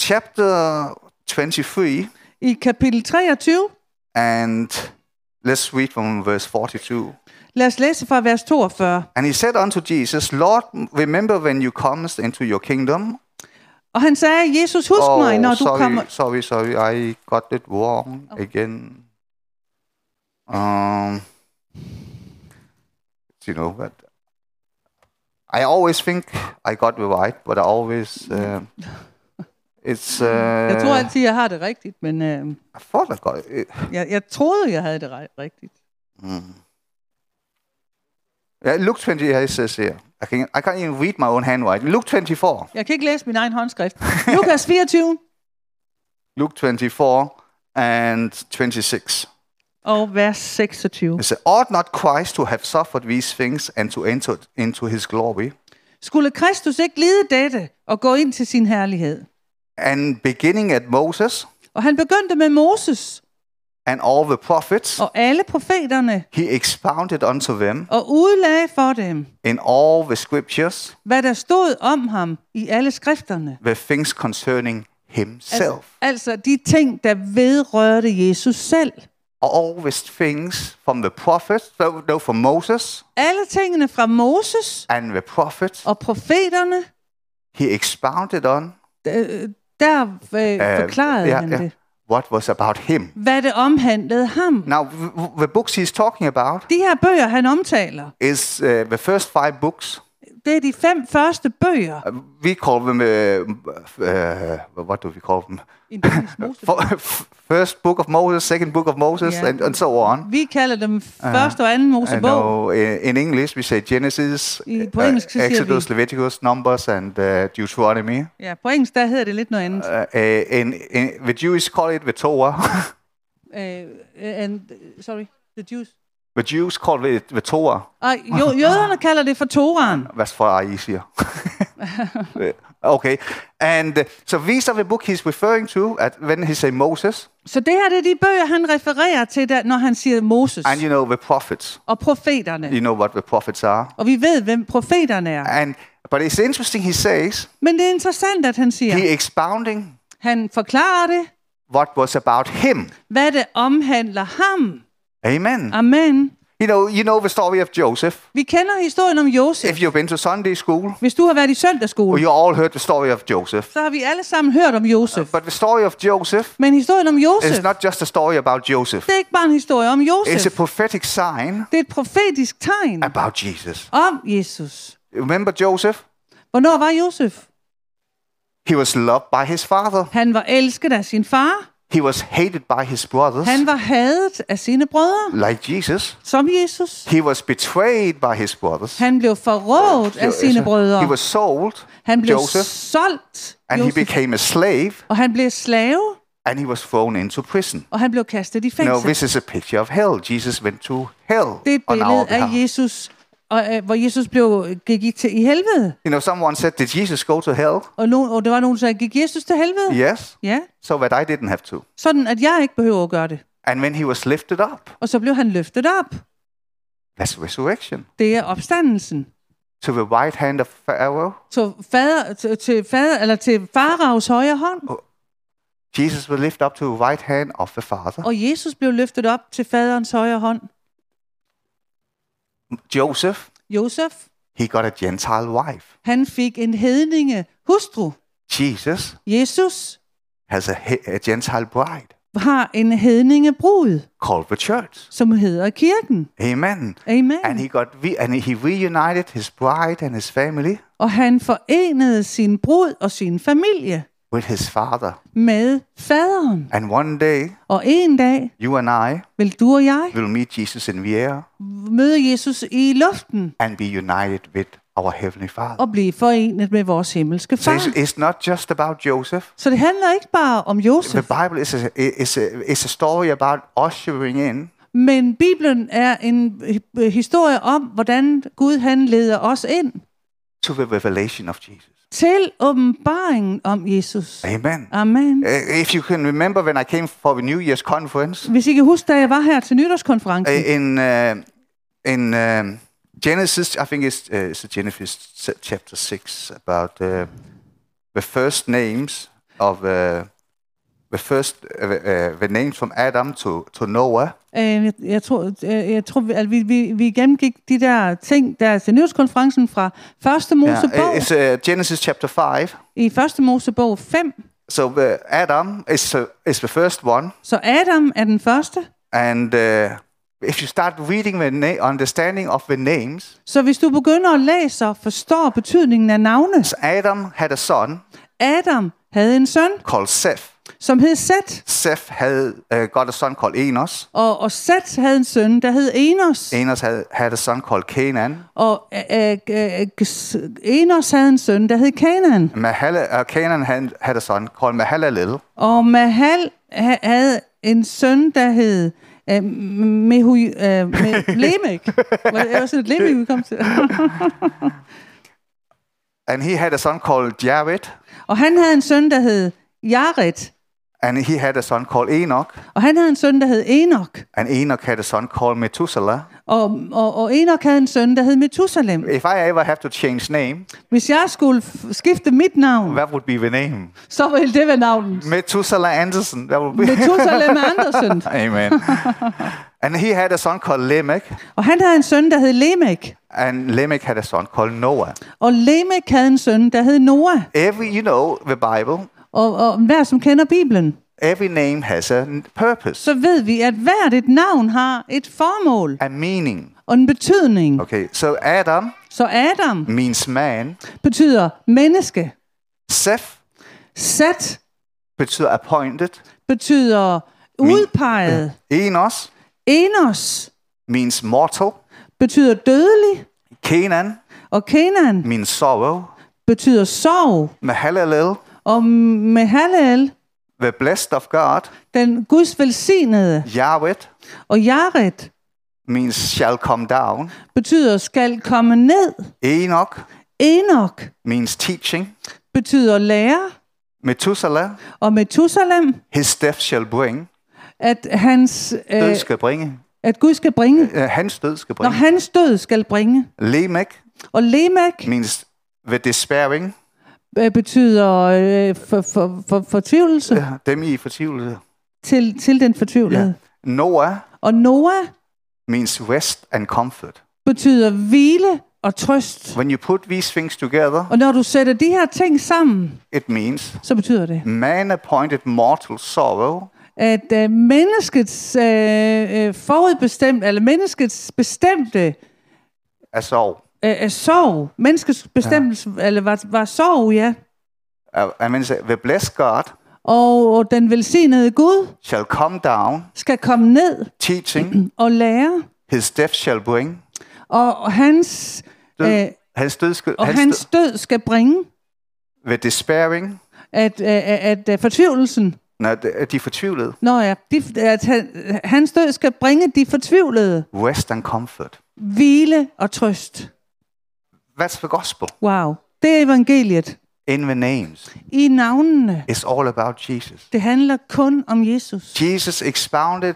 B: chapter 23,
C: I kapitel 23,
B: and let's read from verse 42.
C: lad os læse fra vers 42.
B: And he said unto Jesus, Lord, remember when you comest into your kingdom.
C: Og han sagde, Jesus, husk oh, mig, når du
B: sorry,
C: kommer...
B: sorry, sorry, I got it wrong again. Um, you know, but I always think I got it right, but I always. Uh, it's. Uh,
C: Jeg tror altid, jeg har det rigtigt, men øh,
B: I thought I got it.
C: jeg, jeg troede, jeg havde det re- rigtigt.
B: Yeah, Luke 20 yeah, it says here. I can I can't even read my own handwriting. Luke 24.
C: Jeg kan ikke læse min egen håndskrift. Lukas 24
B: Luke 24 and 26.
C: og vers 26.
B: It says, Ought not Christ to have suffered these things and to enter into his glory?
C: Skulle Kristus ikke lide dette og gå ind til sin herlighed?
B: And beginning at Moses
C: Og han begyndte med Moses
B: and all the prophets,
C: og alle profeterne
B: he expounded unto them
C: og udlagde for dem,
B: in all the scriptures
C: hvad der stod om ham i alle skrifterne.
B: the things concerning himself.
C: Altså de ting, der vedrørte Jesus selv.
B: All these things from the prophets, though, though from Moses
C: Alle tingene fra Moses
B: and the prophets,
C: og profeterne,
B: he expounded on
C: øh, der øh,
B: Uh,
C: forklarede
B: yeah,
C: han
B: yeah.
C: det.
B: What was about him?
C: Hvad det omhandlede ham.
B: Now, w- w- the books he's talking about
C: De her bøger, han omtaler,
B: is uh, the first five books
C: det er de fem første bøger
B: Uh, we call them, uh, uh, what do we call them?
C: i Bibelens Mosebog.
B: For- First book of Moses, second book of Moses,
C: Yeah.
B: and, and so on.
C: Vi kalder dem første og anden
B: I
C: Mosebog.
B: know in, in English we say Genesis,
C: I- på
B: uh,
C: engelsk så siger
B: Exodus, Leviticus, Numbers, and uh, Deuteronomy.
C: Ja, på engelsk, der hedder det lidt noget andet.
B: Uh, in, in, the Jewish call it the Torah.
C: Uh, and, sorry, the Jews.
B: the Jews call it the Torah.
C: Og jo, jøderne kalder det for Toraen.
B: That's for I easier. okay, and uh, so these are the book he's referring to at, when he say Moses,
C: Så det her det er de bøger, han refererer til, der, når han siger Moses
B: and you know the prophets.
C: og profeterne.
B: You know what the prophets are.
C: Og vi ved, hvem profeterne er.
B: And but it's interesting he says
C: Men det er interessant, at han siger,
B: he expounding
C: han forklarer det,
B: what was about him.
C: hvad det omhandler ham. Uh.
B: Amen.
C: Amen.
B: You know, you know the story of Joseph.
C: Vi kender historien om Josef.
B: If you've been to Sunday school,
C: Hvis du har været i
B: well,
C: søndagsskole,
B: you all heard the story of Joseph.
C: så har vi alle sammen hørt om Josef.
B: But the story of Joseph
C: Men historien om Josef,
B: is not just a story about Joseph.
C: det er ikke bare en historie om
B: It's a
C: Josef.
B: prophetic sign
C: Det er et profetisk tegn
B: about Jesus.
C: om Jesus.
B: Remember Joseph?
C: Hvornår var Josef?
B: He was loved by his father.
C: Han var elsket af sin far.
B: He was hated by his brothers,
C: Han var hadet af sine brødre,
B: like Jesus.
C: som Jesus.
B: He was betrayed by his brothers.
C: Han blev forrådt af sine
B: He
C: brødre.
B: was sold,
C: Han blev
B: Joseph,
C: solgt,
B: and he
C: Josef,
B: became a slave,
C: og han blev slave,
B: and he was thrown into prison.
C: og han blev kastet i
B: Now,
C: fængsel.
B: this is a picture of hell. Jesus went to hell
C: Det er et
B: on our
C: billede af
B: behalf.
C: Jesus, og, øh, hvor Jesus blev, gik i, til, i helvede.
B: You know, someone said, Did Jesus go to hell?
C: Og, no, og der var nogen, der sagde, gik Jesus til helvede?
B: Yes,
C: Ja.
B: so that I didn't have to.
C: Sådan, at jeg ikke behøver at gøre det.
B: And when he was lifted up,
C: Og så blev han løftet op.
B: that's resurrection,
C: Det er opstandelsen.
B: to the right hand of Pharaoh,
C: Så fader, til, til, fader, eller til faraos højre hånd,
B: Oh, Jesus was lifted up to the right hand of the Father.
C: og Jesus blev løftet op til faderens højre hånd.
B: Joseph,
C: Josef,
B: he got a Gentile wife.
C: han fik en hedninge hustru.
B: Jesus
C: Jesus
B: has a, he- a Gentile bride
C: har en hedninge brud,
B: called the church.
C: som hedder kirken.
B: Amen. And
C: Amen.
B: he got re- and he reunited his bride and his family
C: Og han forenede sin brud og sin familie
B: with his father.
C: med faderen.
B: And one day,
C: Og en dag
B: you and I
C: vil du og jeg
B: will meet Jesus in the air
C: møde Jesus i luften
B: and be united with our heavenly Father.
C: og blive forenet med vores himmelske
B: So it's,
C: far.
B: it's not just about Joseph.
C: Så det handler ikke bare om
B: The
C: Josef,
B: Bible is a, is a, is a story about ushering in
C: men Bibelen er en øh, historie om, hvordan Gud han leder os ind
B: to the revelation of Jesus.
C: til åbenbaringen om Jesus.
B: Amen.
C: Amen.
B: Uh, If you can remember when I came for the New Year's conference
C: Hvis I kan huske, da jeg var her til
B: uh,
C: nytårskonferencen,
B: in uh, in um, Genesis, I think it's, uh, it's Genesis s- chapter six about uh, the first names of uh, the first uh, uh, the names from Adam to to Noah.
C: øh, jeg, jeg tror, øh, jeg tror at vi, vi, vi gennemgik de der ting, der er til nytårskonferencen fra Første
B: Yeah,
C: Mosebog,
B: it's uh, Genesis chapter five.
C: i Første Mosebog 5.
B: So the Adam is uh, is the first one,
C: Så Adam er den første.
B: and uh, if you start reading the na- understanding of the names,
C: Så hvis du begynder at læse og forstår betydningen af navne,
B: so Adam had a son
C: Adam havde en søn,
B: called Seth.
C: som hed Set,
B: Seth had uh, got a son called Enos.
C: og, og Set havde en søn, der hed Enos,
B: Enos had, had a son called Canaan.
C: og øh, øh, øh, Enos havde en søn, der hed Kanan,
B: Mahal- uh, Canaan had, had a son called Mahalalel.
C: og Mahal ha- havde en søn, der hed øh, Mehu, øh, Me- Lemek. Var det var sådan et Lemek, vi kom til.
B: And he had a son called Jared.
C: og han havde en søn, der hed Jaret,
B: And he had a son called Enoch.
C: og han havde en søn, der hed Enoch.
B: And Enoch had a son called Methuselah.
C: Og, og, og Enoch havde en søn, der hed Methusalem.
B: If I ever have to change name,
C: Hvis jeg skulle f- skifte mit navn,
B: that would be the name.
C: så ville det være navnet.
B: Methuselah Anderson. That would be.
C: Methusalem Andersen.
B: Amen. and he had a son called Lamech.
C: Og han havde en søn, der hed Lemek.
B: And Lamech had a son called Noah.
C: Og Lemek havde en søn, der hed Noah.
B: Every, you know, the Bible,
C: Og, og hver som kender Bibelen,
B: every name has a n- purpose,
C: så ved vi, at hvert et navn har et formål
B: a meaning.
C: og en betydning.
B: Okay, so Adam
C: Så Adam
B: means man.
C: betyder menneske.
B: Seth
C: Sat
B: betyder appointed.
C: betyder udpeget.
B: Enos
C: Enos
B: means mortal.
C: betyder dødelig.
B: Kenan
C: Og Kenan
B: means sorrow.
C: betyder sorg.
B: Mahalalel,
C: Og Mehalel,
B: the blessed of God.
C: den Guds velsignede.
B: Yahweh
C: Og Jared
B: means shall come down.
C: betyder skal komme ned.
B: Enoch
C: Enoch
B: means teaching.
C: betyder lærer.
B: Methuselah,
C: Og Methuselam,
B: his death shall bring.
C: at, hans,
B: Død
C: øh,
B: skal bringe.
C: at Gud skal bringe.
B: Øh, hans død skal
C: Når
B: bringe.
C: hans død skal bringe.
B: Lamech
C: Og Lemak
B: means the despairing.
C: øh, betyder øh, for, for, for, fortvivlelse
B: Ja, Dem i fortvivlelse.
C: til, til den fortvivlede.
B: Noah
C: Og Noah
B: means rest and comfort.
C: betyder hvile og trøst.
B: When you put these things together,
C: Og når du sætter de her ting sammen,
B: it means
C: så betyder det,
B: man appointed mortal sorrow
C: at øh, menneskets øh, øh, forudbestemt, eller menneskets bestemte
B: er sorg.
C: øh, er sorg, menneskets bestemmelse, ja. eller var, var sorg, ja,
B: Uh, I mean, the blessed God
C: og, og den velsignede Gud
B: shall come down,
C: skal komme ned
B: teaching,
C: og lære,
B: his death shall bring.
C: og, og hans,
B: Død,
C: øh,
B: hans død skal,
C: og
B: hans
C: hans død skal bringe,
B: død, ved despairing,
C: at, øh, at, at fortvivlelsen,
B: når de, at de er fortvivlede,
C: Nå ja, de, at han, hans død skal bringe de fortvivlede
B: rest and comfort.
C: hvile og trøst.
B: That's the gospel.
C: Wow. Det er evangeliet.
B: In the names,
C: I navnene.
B: it's all about Jesus.
C: Det handler kun om Jesus.
B: Jesus expounded,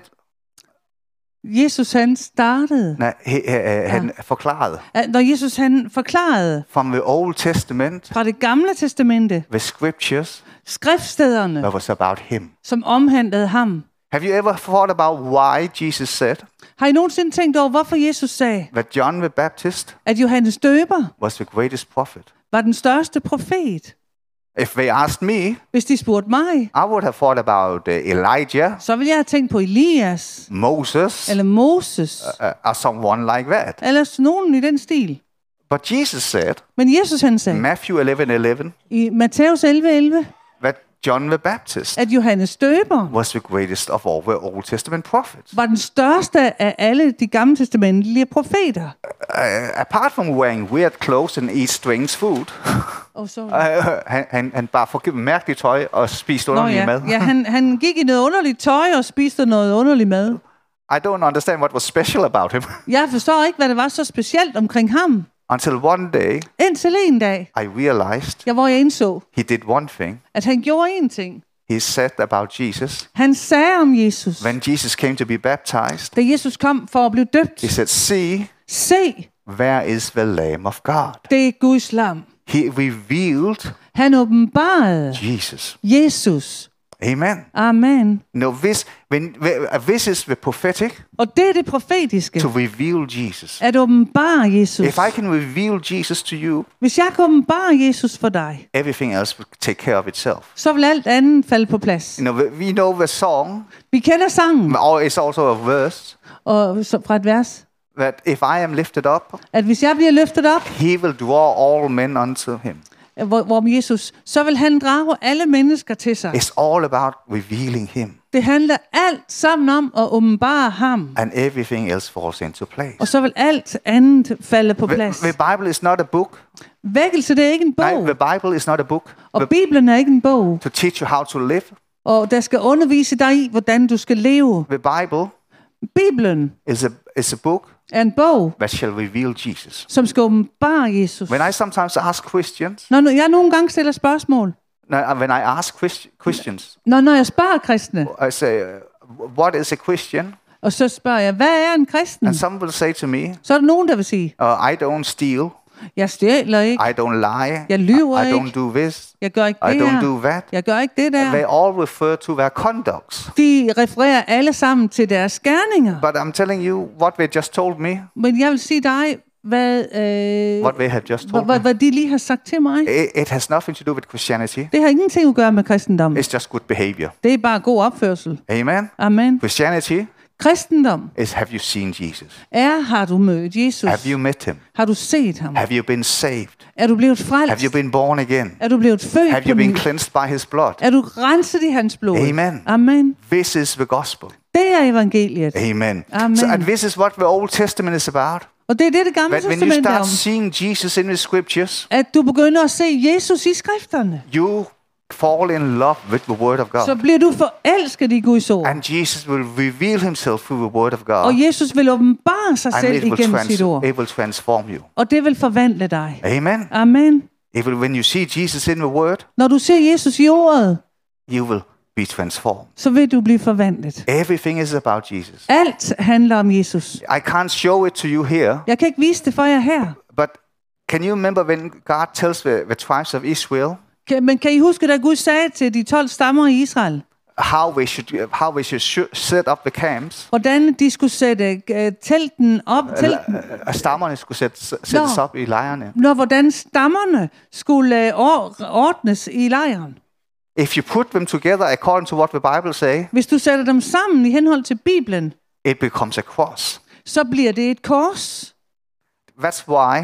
C: Jesus han startede.
B: nej, he, he, he, han forklarede
C: at Når Jesus han forklarede
B: from the Old Testament,
C: fra det gamle testamente,
B: the scriptures
C: skriftstederne,
B: that was about him.
C: som omhandlede ham.
B: Have you ever thought about why Jesus said
C: Har I nogensinde tænkt over, hvorfor Jesus sagde,
B: that John the Baptist
C: at Johannes døber
B: was the greatest prophet?
C: var den største profet?
B: If they asked me,
C: Hvis de spurgte mig,
B: I would have thought about uh, Elijah,
C: så ville jeg have tænkt på Elias,
B: Moses,
C: eller Moses,
B: uh, or someone like that.
C: eller nogen i den stil.
B: But Jesus said,
C: Men Jesus han sagde
B: Matthew 11 11,
C: i Matthæus 11.11, 11,
B: that John the Baptist
C: at Johannes døber
B: was the greatest of all the Old Testament prophets.
C: var den største af alle de gamle testamentlige profeter.
B: Uh, apart from wearing weird clothes and eat strange food,
C: Oh, sorry.
B: uh, han, han, han bare får mærkeligt tøj og spiste
C: Nå,
B: underlig mad.
C: ja. ja han, han gik i noget underligt tøj og spiste noget underligt mad.
B: I don't understand what was special about him
C: Jeg forstår ikke, hvad det var så specielt omkring ham.
B: until one day
C: Indtil en dag,
B: I realized
C: ja, hvor jeg indså,
B: he did one thing.
C: at han gjorde én ting.
B: He said about Jesus,
C: Han sagde om Jesus,
B: when Jesus came to be baptized,
C: da Jesus kom for at blive døbt,
B: he said, See,
C: se,
B: there is the Lamb of God.
C: det er Guds lam.
B: He revealed
C: Han åbenbarede
B: Jesus.
C: Jesus.
B: Amen.
C: Amen.
B: No, this, when, uh, this is the prophetic
C: Og det er det profetiske.
B: to reveal Jesus.
C: at åbenbare Jesus.
B: If I can reveal Jesus to you,
C: Hvis jeg kan åbenbare Jesus for dig,
B: everything else will take care of itself.
C: så vil alt andet falde på plads.
B: You know, we- we know the song,
C: Vi kender sangen
B: or it's also a verse,
C: og, så- fra et vers,
B: that if I am lifted up,
C: at hvis jeg bliver løftet op,
B: he will draw all men unto him.
C: hvor, hvor Jesus, så vil han drage alle mennesker til sig.
B: It's all about revealing him,
C: Det handler alt sammen om at åbenbare ham,
B: and everything else falls into place.
C: og så vil alt andet falde på
B: The,
C: plads.
B: the Bible is not a book.
C: Vækkelse, det er ikke en
B: Nej, the
C: bog,
B: Bible is not a book
C: og Bibelen er ikke en bog,
B: to teach you how to live.
C: og der skal undervise dig i, hvordan du skal leve.
B: The Bible
C: Bibelen
B: is a is a book
C: er en bog,
B: that shall reveal Jesus.
C: som skal åbenbare Jesus.
B: When I sometimes ask Christians,
C: Når nu- jeg nogle gange stiller spørgsmål,
B: no, uh, when I ask Christ, Christians,
C: Når, når jeg spørger kristne,
B: I say, uh, "What is a Christian?"
C: og så spørger jeg, hvad er en kristen?
B: And some will say to me,
C: Så er der nogen, der vil sige,
B: uh, "I don't steal.
C: jeg stjæler ikke,
B: I don't lie.
C: Jeg lyver
B: I, I
C: ikke.
B: don't do this.
C: jeg gør ikke
B: I
C: det
B: don't
C: her,
B: do that."
C: jeg gør ikke det
B: They
C: der.
B: all refer to their conducts.
C: De refererer alle sammen til deres gerninger.
B: But I'm telling you what they just told me,
C: Men jeg vil sige dig, hvad, øh,
B: what they have just
C: hvad,
B: told
C: hvad,
B: me.
C: hvad de lige har sagt til mig.
B: It, it has nothing to do with Christianity.
C: Det har ingenting at gøre med kristendommen.
B: It's just good behavior.
C: Det er bare god opførsel.
B: Amen.
C: Amen.
B: Christianity
C: Kristendom
B: is have you seen Jesus?
C: er, har du mødt Jesus?
B: Have you met him?
C: Har du set ham?
B: Have you been saved?
C: Er du blevet
B: Have you
C: frelst?
B: been born again?
C: Er du blevet født
B: Have
C: på
B: you been
C: ny?
B: cleansed by his blood?
C: Er du renset i hans blod?
B: Amen.
C: Amen.
B: This is the gospel.
C: Det er evangeliet.
B: Amen.
C: Amen.
B: So, and this is what the Old Testament is about.
C: Og det er det, det gamle
B: But when you
C: testament er
B: start
C: om.
B: seeing Jesus in the scriptures,
C: At du begynder at se Jesus i skrifterne.
B: you fall in love with the Word of
C: Så
B: God.
C: bliver du forelsket i Guds ord.
B: And Jesus will reveal himself through the Word of God.
C: Og Jesus vil åbenbare sig
B: And
C: selv
B: it will,
C: igennem
B: trans-
C: sit ord.
B: it will transform you.
C: Og det vil forvandle dig.
B: Amen.
C: Amen.
B: It will, when you see Jesus in the Word,
C: Når du ser Jesus i ordet,
B: you will be transformed.
C: så vil du blive forvandlet.
B: Everything is about Jesus.
C: Alt handler om Jesus.
B: I can't show it to you here,
C: Jeg kan ikke vise det for jer her.
B: but can you remember when God tells the, the tribes of Israel
C: Kan- Men kan I huske, da Gud sagde til de 12 stammer i Israel,
B: how they should how they should sh- set up the camps?
C: hvordan de skulle sætte øh, telten op, telten,
B: Uh, Stammerne skulle sættes, sættes
C: Nå.
B: op i lejrene.
C: når hvordan stammerne skulle øh, or- ordnes i lejren?
B: If you put them together according to what the Bible say,
C: Hvis du sætter dem sammen i henhold til Bibelen,
B: it becomes a cross.
C: så bliver det et kors.
B: That's why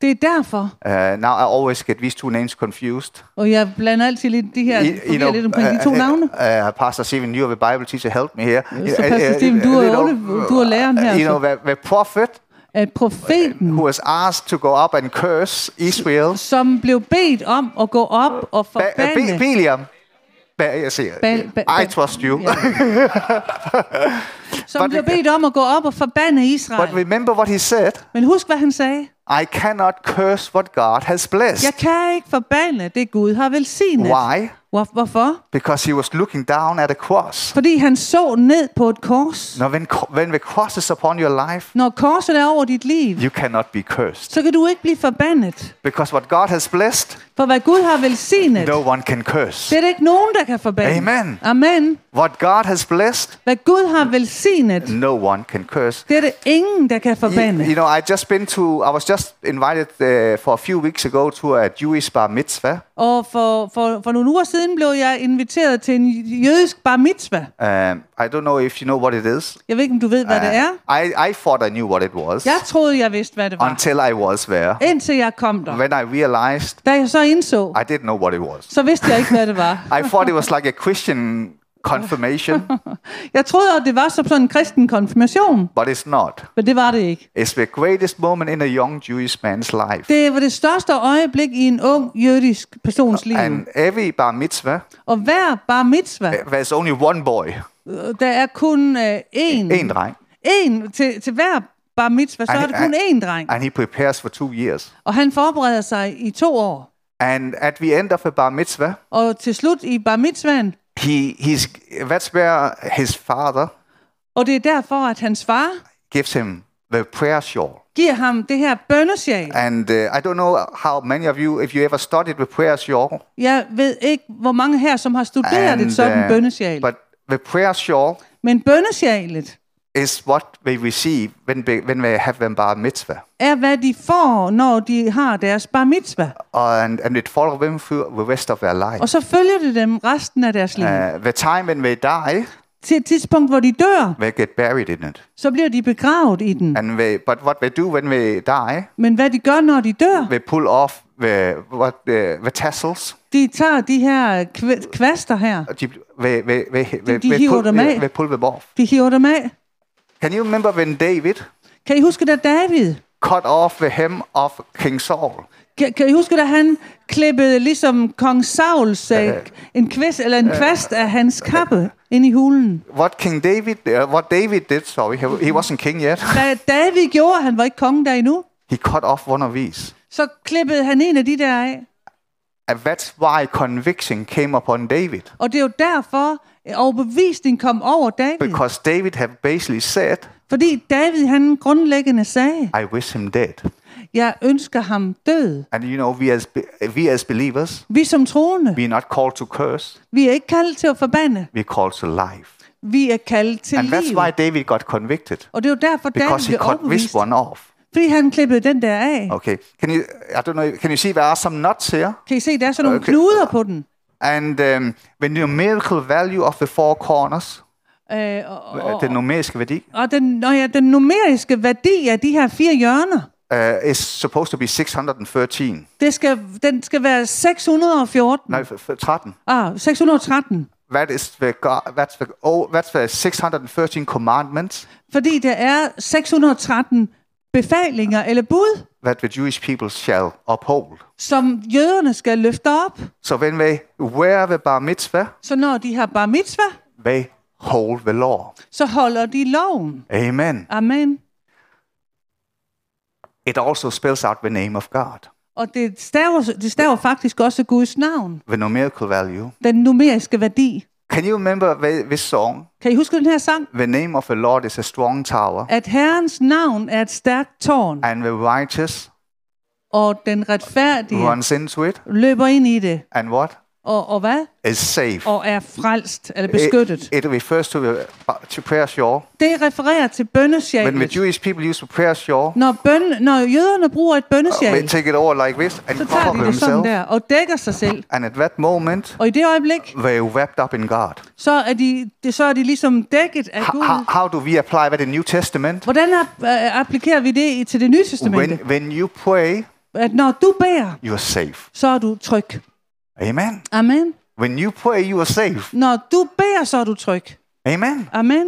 C: Det er derfor,
B: uh, now I always get these two names confused.
C: og jeg blander altid lidt de her,
B: You-
C: forvirrer
B: you know,
C: lidt omkring de to
B: uh,
C: navne.
B: Uh, Pastor Stephen, you are the Bible teacher. Help me here. Uh,
C: Så Pastor Stephen, du er Ole- du er læreren her,
B: You know, the, the prophet
C: At profeten,
B: who was asked to go up and curse Israel,
C: som blev bedt om at gå op og
B: Ba- uh, Be-
C: forbande
B: Biliam. Ba- jeg siger,
C: Ba- ba-
B: uh, I
C: ba-
B: trust you.
C: som blev bedt om at gå op og forbande
B: But
C: Israel.
B: remember what he said.
C: Men husk, hvad han sagde.
B: I cannot curse what God has blessed.
C: Jeg kan ikke forbande det, Gud har velsignet.
B: Why?
C: Hvor- Hvorfor?
B: Because he was looking down at a cross.
C: Fordi han så ned på et kors.
B: Now, when, co- when the cross is upon your life,
C: Når korset er over dit liv,
B: you cannot be cursed.
C: så kan du ikke blive forbandet.
B: Because what God has blessed,
C: For hvad Gud har velsignet,
B: no one can curse.
C: det er der ikke nogen, der kan forbande.
B: Amen.
C: Amen.
B: What God has blessed,
C: Hvad Gud har velsignet,
B: no one can curse.
C: det er det ingen, der kan
B: You,
C: forbande.
B: you know, I just been to. I was just invited uh, for a few weeks ago to a Jewish bar mitzvah,
C: Og for, for, for nogle uger siden blev jeg inviteret til en jødisk bar mitzvah.
B: Um, I don't know if you know what it is.
C: Jeg ved ikke, om du ved, hvad det er.
B: I, I thought I knew what it was
C: Jeg troede, jeg vidste, hvad det var,
B: until I was there.
C: indtil jeg kom der.
B: When I realized,
C: Da jeg så indså,
B: I didn't know what it was.
C: så vidste jeg ikke, hvad det var.
B: I thought it was like a Christian confirmation,
C: Jeg troede, at det var som sådan en kristen konfirmation,
B: but it's not.
C: men det var det ikke.
B: It's the greatest moment in a young Jewish man's life.
C: Det var det største øjeblik i en ung jødisk persons liv.
B: And every bar mitzvah,
C: Og hver bar mitzvah,
B: there's only one boy,
C: øh, der er kun øh, én,
B: en dreng,
C: én til, til hver bar mitzvah, så
B: Ej,
C: er det kun
B: ej.
C: én dreng.
B: and he prepares for two years.
C: Og han forbereder sig i to år.
B: And at the end of a bar mitzvah,
C: Og til slut i bar mitzvahen,
B: he, he's, that's where his father
C: og det er derfor, at hans far
B: gives him the prayer shawl.
C: giver ham det her bønnesjal.
B: And uh, I don't know how many of you, if you ever studied the prayer shawl,
C: Jeg ved ikke, hvor mange her, som har studeret
B: and,
C: et sådan
B: uh,
C: bønnesjal.
B: but the prayer shawl
C: Men bønnesjalet
B: is what they receive when they, when they have them bar mitzvah,
C: er, hvad de får, når de har deres bar mitzvah.
B: and and it follows them through the rest of their life.
C: Og så følger det dem resten af deres liv.
B: Uh, the time when they die,
C: Til et tidspunkt, hvor de dør,
B: they get buried in it.
C: så bliver de begravet i den.
B: And they, but what they do when they die,
C: Men hvad de gør, når de dør,
B: they pull off the what the, the tassels.
C: de tager de her kv- kvaster her.
B: They, they, they, they, they,
C: de
B: they,
C: hiver
B: pull,
C: dem
B: they,
C: af.
B: they pull them off.
C: De hiver dem af.
B: Can you remember when David
C: Kan I huske, da David,
B: cut off the hem of King Saul?
C: kan, kan I huske, da han klippede ligesom kong Sauls øh, en, kvist, eller en kvast af hans kappe ind i hulen?
B: what King David, uh, what David did, sorry, he, he wasn't king yet.
C: Hvad David gjorde, han var ikke konge der endnu,
B: He cut off one of these,
C: så klippede han en af de der af.
B: and that's why conviction came upon David,
C: Og det er jo derfor, at overbevisningen kom over David.
B: because David had basically said,
C: Fordi David, han grundlæggende sagde,
B: "I wish him dead."
C: jeg ønsker ham død.
B: And you know, we as be- we as believers,
C: Vi som troende,
B: we're not called to curse;
C: vi er ikke kaldet til at forbande.
B: we're called to life.
C: Vi er kaldet til
B: And that's
C: liv.
B: why David got convicted,
C: Og det er jo derfor,
B: because
C: David
B: he
C: blev
B: cut this
C: overbevist.
B: one off.
C: Fordi han klippede den der af.
B: Okay, can you? I don't know. Can you see there are some nuts here?
C: Kan I se, der er sådan nogle
B: Okay.
C: knuder på den.
B: And um, the numerical value of the four corners
C: Øh, og, og,
B: Den numeriske værdi
C: og den, når ja, den numeriske værdi af de her fire hjørner,
B: uh, is supposed to be 613.
C: det skal, den skal være 614.
B: No, f- er f- 13.
C: Ah, 613.
B: That is the God, that's the oh, that's the 613 commandments
C: Fordi der er 613 befalinger eller bud,
B: that the er Jewish people shall uphold.
C: som jøderne skal løfte op.
B: So when they wear the er bar mitzvah,
C: Så når de har bar mitzvah,
B: they hold the law.
C: så holder de loven.
B: Amen.
C: Amen.
B: It also spells out the name of God,
C: Og det staver, det staver faktisk også Guds navn,
B: the numerical value.
C: den numeriske værdi.
B: Can you remember the, this song?
C: Kan I huske den her sang?
B: The name of the Lord is a strong tower,
C: At Herrens navn er et stærkt tårn,
B: and the righteous
C: og den retfærdige
B: runs into it,
C: løber ind i det.
B: and what
C: Og, og hvad?
B: is safe.
C: Og er frelst, eller
B: Øh,
C: beskyttet.
B: It, it refers to the to prayer shawl.
C: Det refererer til
B: When the
C: bønnesjælet.
B: Jewish people use the prayer shawl,
C: Når, bøn, når jøderne bruger et
B: they
C: bønnesjæl,
B: take it over like this and
C: så tager
B: cover
C: de det sådan
B: themselves.
C: der, og dækker sig selv.
B: And at that moment,
C: Og i det øjeblik,
B: they are wrapped up in God.
C: så er de, det- så er de ligesom dækket af
B: H- How,
C: Gud.
B: how do we apply that in New Testament?
C: Hvordan ap- øh, applikerer vi det i- til det nye testamente?
B: When, when you pray,
C: At når du beder,
B: you are safe.
C: så er du tryg.
B: Amen.
C: Amen.
B: When you pray, you are safe.
C: Når du beder, så er du tryg.
B: Amen.
C: Amen.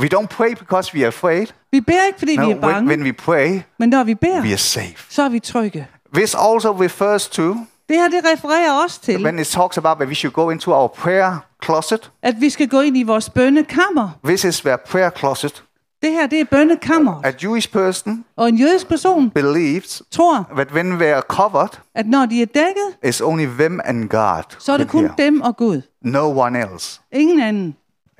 B: We don't pray because we are afraid.
C: Vi beder ikke, fordi no,
B: No,
C: vi er
B: when,
C: bange,
B: when we pray,
C: men når vi beder,
B: we are safe.
C: så er vi trygge.
B: This also refers to
C: Det her, det refererer også til,
B: when it talks about that we should go into our prayer closet.
C: at vi skal gå ind i vores bønnekammer.
B: This is their prayer closet.
C: Det her, det er bønnekammer.
B: A Jewish person
C: Og en jødisk person
B: believes
C: tror,
B: that when they are covered,
C: at når de er dækket,
B: it's only them and God.
C: så er det
B: in
C: kun
B: here.
C: dem og Gud.
B: no one else.
C: Ingen anden.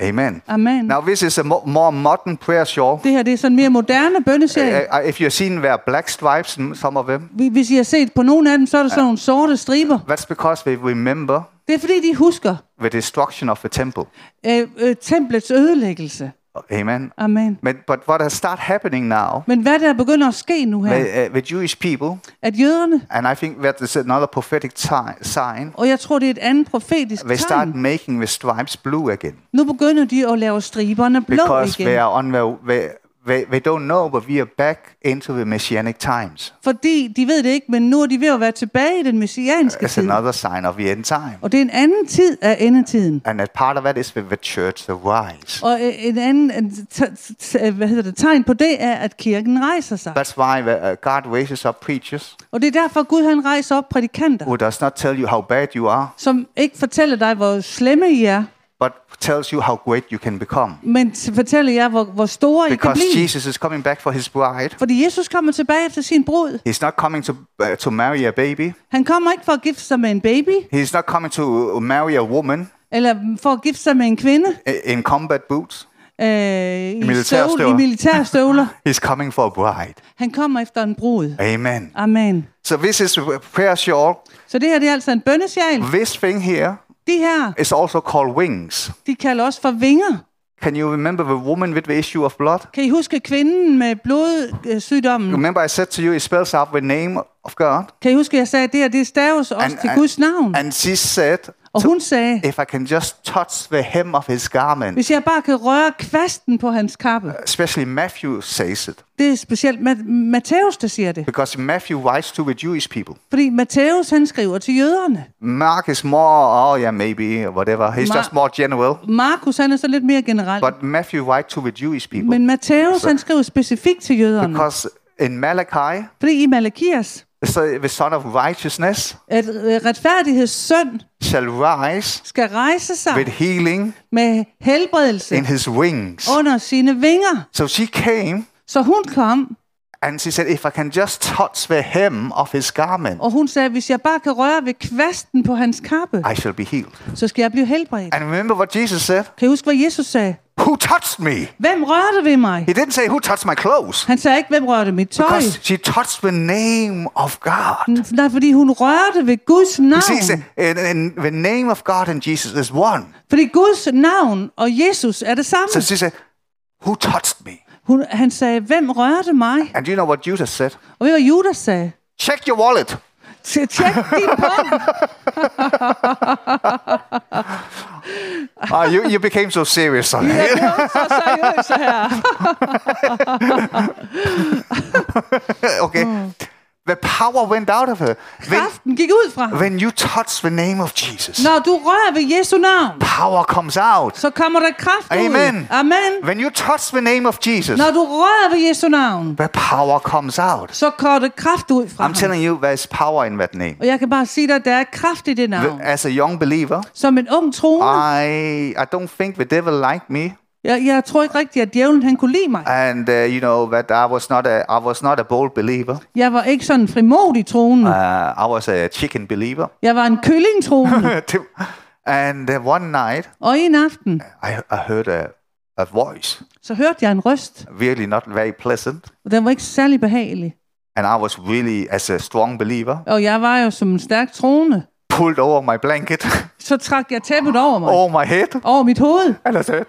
B: Amen.
C: Amen.
B: Now, this is a mo- more modern prayer shawl.
C: Det her, det er sådan mere moderne bønnesjæl.
B: Uh, if you've seen their black stripes, in some of them,
C: Hvi- Hvis I har set på nogle af dem, så er der sådan nogle sorte striber.
B: that's because they remember
C: Det er fordi, de husker
B: the destruction of the temple.
C: øh, øh, templets ødelæggelse.
B: Amen.
C: Amen.
B: But, but what has started happening now,
C: Men hvad der begynder at ske nu her,
B: the, uh, the Jewish people,
C: at jøderne,
B: and I think that is another prophetic ti- sign,
C: og jeg tror, det er et andet profetisk
B: they start
C: tegn,
B: making the stripes blue again.
C: nu begynder de at lave striberne blå
B: because they
C: igen.
B: are on their they, they, they don't know, but we are back into the messianic times.
C: Fordi de ved det ikke, men nu er de ved at være tilbage i den messianske
B: It's
C: tid.
B: another sign of the end time.
C: Og det er en anden tid af endetiden.
B: And that part of that is with the church, the rise.
C: Og øh, en anden en t- t- t- hvad hedder det, tegn på det er, at kirken rejser sig.
B: That's why the, uh, God raises up preachers
C: Og det er derfor, Gud han rejser op prædikanter,
B: who does not tell you how bad you are,
C: som ikke fortæller dig, hvor slemme I er,
B: but tells you how great you can become.
C: men s- fortæller jer, hvor, hvor store I kan
B: Because
C: blive.
B: Jesus is coming back for his bride.
C: Fordi Jesus kommer tilbage efter sin brud.
B: He's not coming to uh, to marry a baby.
C: Han kommer ikke for at gifte sig med en baby,
B: He's not coming to marry a woman
C: eller for at gifte sig med en kvinde
B: i- in combat boots.
C: øh, i,
B: militærstøvler.
C: i militærstøvler.
B: He's coming for a bride.
C: Han kommer efter en brud.
B: Amen.
C: Amen.
B: So this is uh, prayer shawl.
C: Så det her det er altså en bønnesjal.
B: This thing here
C: De her,
B: It's also called wings.
C: de kalder også for vinger.
B: Can you remember the woman with the issue of blood?
C: Kan I huske kvinden med blodsygdommen?
B: Remember, I said to you, it spells out the name of God.
C: Kan I huske, jeg sagde, at det her det staves også
B: And-
C: til
B: and-
C: Guds navn?
B: And she said,
C: Og hun sagde,
B: if I can just touch the hem of his garment,
C: hvis jeg bare kan røre kvasten på hans kappe.
B: especially Matthew says it,
C: Det er specielt Ma- Matthæus, der siger det.
B: because Matthew writes to the Jewish people.
C: Fordi Matthæus, han skriver til jøderne.
B: Mark is more, oh yeah, maybe, or whatever. He's
C: Ma-
B: just more general.
C: Markus, han er så lidt mere generelt.
B: But Matthew writes to the Jewish people.
C: Men Matthæus, han skriver specifikt til jøderne.
B: Because in Malachi,
C: Fordi i Malakias,
B: so the son of righteousness
C: at øh, retfærdigheds søn
B: shall rise
C: skal rejse sig
B: with healing
C: med helbredelse
B: in his wings.
C: under sine vinger.
B: So she came
C: Så hun kom,
B: And she said, if I can just touch the hem of his garment,
C: og hun sagde, hvis jeg bare kan røre ved kvasten på hans kappe,
B: I shall be healed.
C: så skal jeg blive helbredt.
B: And remember what Jesus said?
C: Kan I huske, hvad Jesus sagde?
B: Who touched me?
C: Hvem rørte ved mig?
B: He didn't say, who touched my clothes?
C: Han sagde ikke, hvem rørte mit tøj.
B: Because she touched the name of God.
C: Nej, fordi hun rørte ved Guds
B: See,
C: navn.
B: see, and, and the name of God and Jesus is one.
C: Fordi Guds navn og Jesus er det samme.
B: So she said, who touched me?
C: Hun, han sagde, hvem rørte mig?
B: And do you know what Judas said?
C: Og ved du, hvad Judas sagde?
B: Check your wallet.
C: Så Tjek din pung.
B: Ah, you, you became so serious.
C: Jeg blev så seriøs her.
B: okay. The power went out of her. When,
C: Kraften gik ud fra ham.
B: when you touch the name of Jesus,
C: Når du rører ved Jesu navn,
B: power comes out.
C: så kommer der kraft ud.
B: Amen.
C: Amen.
B: When you touch the name of Jesus,
C: Når du rører ved Jesu navn,
B: the power comes out.
C: så kommer der kraft ud fra
B: I'm
C: ham.
B: telling you, there's power in that name.
C: Og jeg kan bare sige dig, at der er kraft i det
B: The-
C: navn.
B: As a young believer,
C: Som en ung
B: Ah.
C: troende.
B: I I don't think the devil liked me,
C: Jeg, jeg tror ikke rigtigt, at djævlen han kunne lide mig.
B: and uh, you know that I was not a I was not a bold believer.
C: Jeg var ikke sådan en frimodig troende.
B: Uh, I was a chicken believer.
C: Jeg var en kylling troende.
B: and uh, one night,
C: Og en aften,
B: I, I heard a a voice,
C: så hørte jeg en røst.
B: really not very pleasant,
C: Og den var ikke særlig behagelig.
B: and I was really as a strong believer
C: Og jeg var jo som en stærk troende.
B: pulled over my blanket,
C: Så trak jeg tæppet over mig.
B: over my head,
C: Over mit hoved.
B: and I said,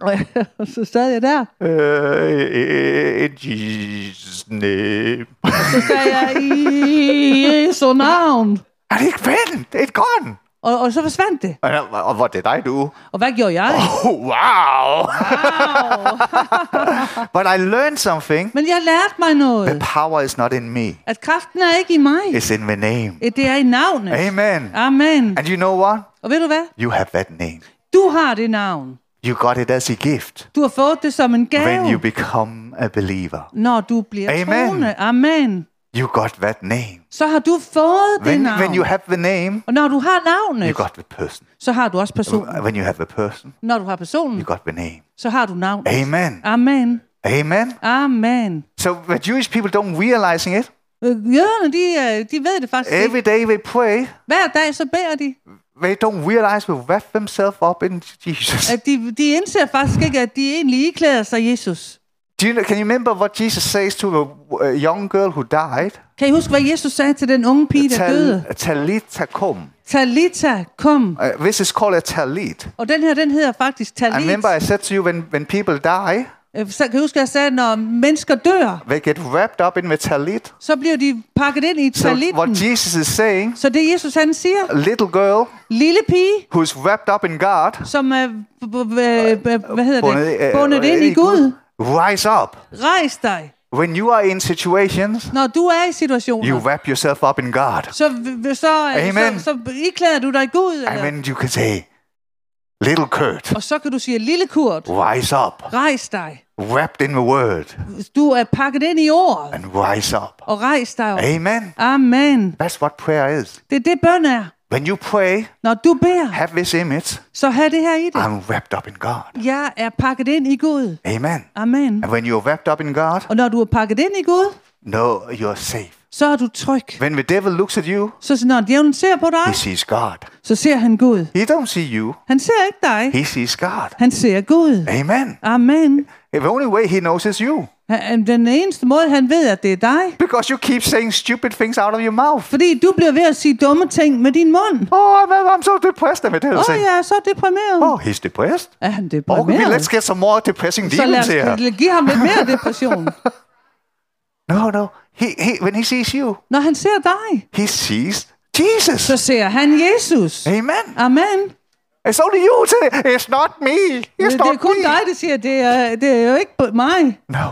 C: Og jeg- Og så sad jeg der.
B: uh, "In Jesus' name."
C: Så sagde jeg, i Jesu navn.
B: And it went, it gone.
C: Og, og så forsvandt det.
B: And I, uh, what did I do?
C: Og hvad gjorde jeg?
B: Oh, wow.
C: Au.
B: but I learned something.
C: Men jeg lærte mig
B: The
C: noget.
B: power is not in me,
C: At kraften er ikke i mig.
B: it's in the name.
C: Eh, Det er i navnet.
B: Amen.
C: Amen.
B: And you know what?
C: Og ved du hvad?
B: You have that name.
C: Du har det navn.
B: You got it as a gift
C: Du har fået det som en
B: when you
C: gave,
B: become a believer.
C: når du bliver
B: Amen.
C: troende. Amen.
B: You got that name.
C: Så har du fået det
B: When,
C: navn.
B: when you have the name,
C: Og når du har
B: you
C: navnet,
B: got the person.
C: så har du også personen.
B: When you have the person,
C: Når du har personen,
B: you got the name.
C: så har du navnet.
B: Amen.
C: Amen.
B: Amen.
C: Amen.
B: So the Jewish people don't realizing it.
C: Øh, Jøderne, de, øh, de ved det faktisk ikke.
B: Every day they pray,
C: Hver dag så beder de.
B: they don't realize they wrap themselves up in Jesus.
C: At de, de indser faktisk ikke, at de egentlig iklæder sig Jesus.
B: Do you know, can you remember what Jesus says to the uh, young girl who died?
C: Kan I huske, hvad Jesus sagde til den unge pige, der døde?
B: Talita cum.
C: Talita, kom.
B: Uh, this is called a talit.
C: Og den her, den hedder faktisk
B: And
C: Talit.
B: remember I said to you, when, when people die,
C: Øh, Så kan I huske, at jeg sagde, at når mennesker dør,
B: they get wrapped up in the talit.
C: så bliver de pakket ind i
B: So what
C: talitten.
B: Jesus is saying,
C: Så det Jesus han siger,
B: a little girl
C: lille pige,
B: who's wrapped up in God,
C: som er, b- b- b- b- hvad hedder
B: Øh, bundet,
C: det, er
B: uh,
C: bundet ind
B: i
C: i Gud,
B: rise up.
C: rejs dig.
B: When you are in situations,
C: Når du er i
B: you
C: situationer,
B: wrap yourself up in God.
C: så, v- så,
B: Amen.
C: så, så iklæder du dig Gud.
B: And
C: Eller,
B: then you can say, little Kurt,
C: og så kan du sige, lille Kurt,
B: rise up,
C: rejs dig.
B: wrapped in the word,
C: Du er pakket ind i ordet,
B: and rise up.
C: og rejs dig op.
B: Amen.
C: Amen.
B: That's what prayer is.
C: Det er det, bøn er.
B: When you pray,
C: Når du beder,
B: have this image,
C: så have det her i det.
B: I'm wrapped up in God.
C: Jeg er pakket ind i Gud.
B: Amen.
C: Amen.
B: And when you're wrapped up in God,
C: Og når du er pakket ind i Gud,
B: no, you're safe.
C: så er du tryg.
B: When the devil looks at you,
C: Så når djævlen ser på dig,
B: he sees God.
C: så ser han Gud.
B: He don't see you.
C: Han ser ikke dig.
B: He sees God.
C: Han ser Gud.
B: Amen.
C: Amen.
B: The only way he knows is you.
C: Han- Den eneste måde, han ved, at det er dig,
B: Because you keep saying stupid things out of your mouth.
C: fordi du bliver ved at sige dumme ting med din mund.
B: Oh, I'm, I'm so depressed. I'm
C: Åh,
B: oh,
C: oh, jeg er så deprimeret.
B: oh, he's depressed?
C: Er han
B: Okay, let's
C: deprimeret?
B: get some more depressing
C: Så lad
B: demons here.
C: os give ham lidt mere depression.
B: No, no. He, he, when he sees you,
C: Når han ser dig,
B: he sees Jesus.
C: så ser han Jesus.
B: Amen.
C: Amen.
B: It's only you. Today. It's not me. It's
C: Det er
B: not
C: kun
B: me.
C: dig, der siger, det er, det er jo ikke mig.
B: No,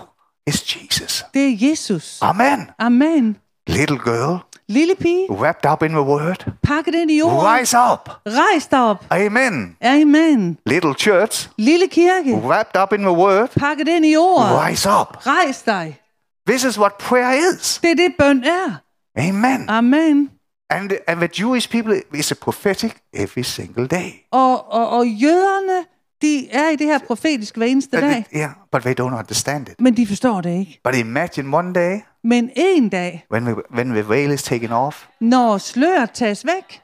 B: it's Jesus.
C: Det er Jesus.
B: Amen.
C: Amen.
B: Little girl,
C: Lille pige,
B: wrapped up in the word,
C: pakket ind i jorden.
B: Uh. rise up.
C: Rejs dig op.
B: Amen.
C: Amen.
B: Little church,
C: Lille kirke,
B: wrapped up in the word,
C: pakket ind i ordet.
B: Uh. rise up.
C: Rejs dig.
B: This is what prayer is.
C: Det er det, bøn er.
B: Amen.
C: Amen.
B: And, and the Jewish people is a prophetic every single day.
C: Og, og, og jøderne, de er i det her profetiske hver eneste
B: And
C: dag,
B: it- yeah, but they don't understand it.
C: men de forstår det ikke.
B: But imagine one day
C: Men en dag,
B: when, we, when the veil is taken off.
C: når sløret tages væk,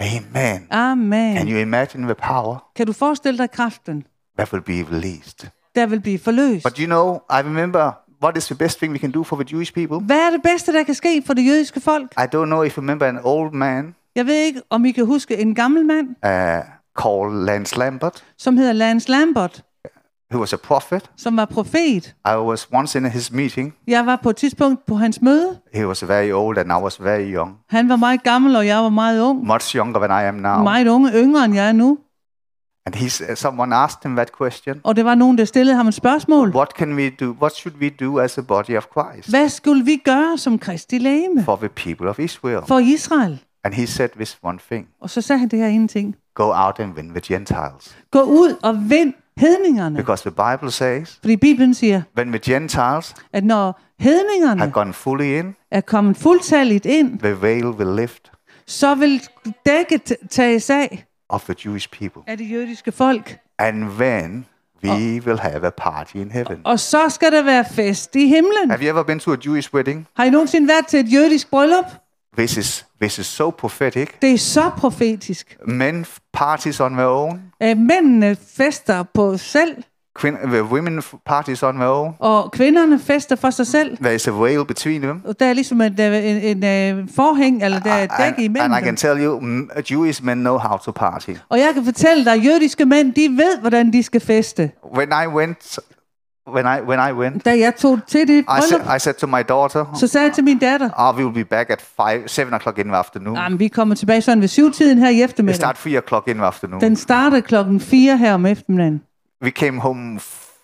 B: Amen. Can
C: amen,
B: you imagine the power
C: kan du forestille dig kraften,
B: that will be released?
C: der vil blive forløst.
B: But you know, I remember what is the best thing we can do for the Jewish people?
C: Hvad er det bedste, der kan ske for det jødiske folk?
B: I don't know if you remember an old man
C: Jeg ved ikke, om I kan huske en gammel mand,
B: uh, called Lance Lambert.
C: som hedder Lance Lambert.
B: who was a prophet.
C: som var profet.
B: I was once in his meeting.
C: Jeg var på et tidspunkt på hans møde.
B: He was very old and I was very young,
C: Han var meget gammel, og jeg var meget ung.
B: much younger than I am now.
C: Meget unge, yngre end jeg er nu.
B: and he's, uh, someone asked him that question.
C: Og det var nogen, der stillede ham et spørgsmål.
B: What can we do? What should we do as the body of Christ
C: Hvad skulle vi gøre som kristi lægeme
B: for the people of Israel?
C: for Israel?
B: And he said this one thing:
C: Og så sagde han det her ene ting.
B: Go out and win the Gentiles,
C: Gå ud og vind hedningerne.
B: because the Bible says
C: Fordi Bibelen siger,
B: when the Gentiles
C: at når
B: have
C: hedningerne
B: gone fully in,
C: er kommet fuldtalligt ind,
B: the veil will lift
C: så vil dækket t- tages af
B: of the Jewish people,
C: af det jødiske folk.
B: and then we will have a party in heaven.
C: Og så skal der være fest i himlen.
B: Have you ever been to a Jewish wedding?
C: Har I nogensinde været til et jødisk bryllup?
B: This is this is so prophetic.
C: Det er så profetisk.
B: men f- parties on their own,
C: Øh, Mændene fester på selv,
B: Quin- the uh, women f- parties on their own.
C: og kvinderne fester for sig selv.
B: There is a veil between them.
C: Og der er ligesom en, øh, en, en, øh, forhæng, eller der er et dæk
B: And,
C: imellem
B: and I can
C: dem.
B: tell you, m- Jewish men know how to party.
C: Og jeg kan fortælle dig, at jødiske mænd, de ved, hvordan de skal feste.
B: When I went, when I when I went,
C: Da jeg tog til det
B: I said
C: bryllup,
B: I said to my daughter,
C: så sagde jeg til min datter,
B: "Ah, we will be back at five, seven o'clock in the afternoon.
C: Jamen, vi kommer tilbage sådan ved syvtiden her i
B: we
C: eftermiddag.
B: start three o'clock in the afternoon.
C: Den starter klokken 4 her om eftermiddagen.
B: we came home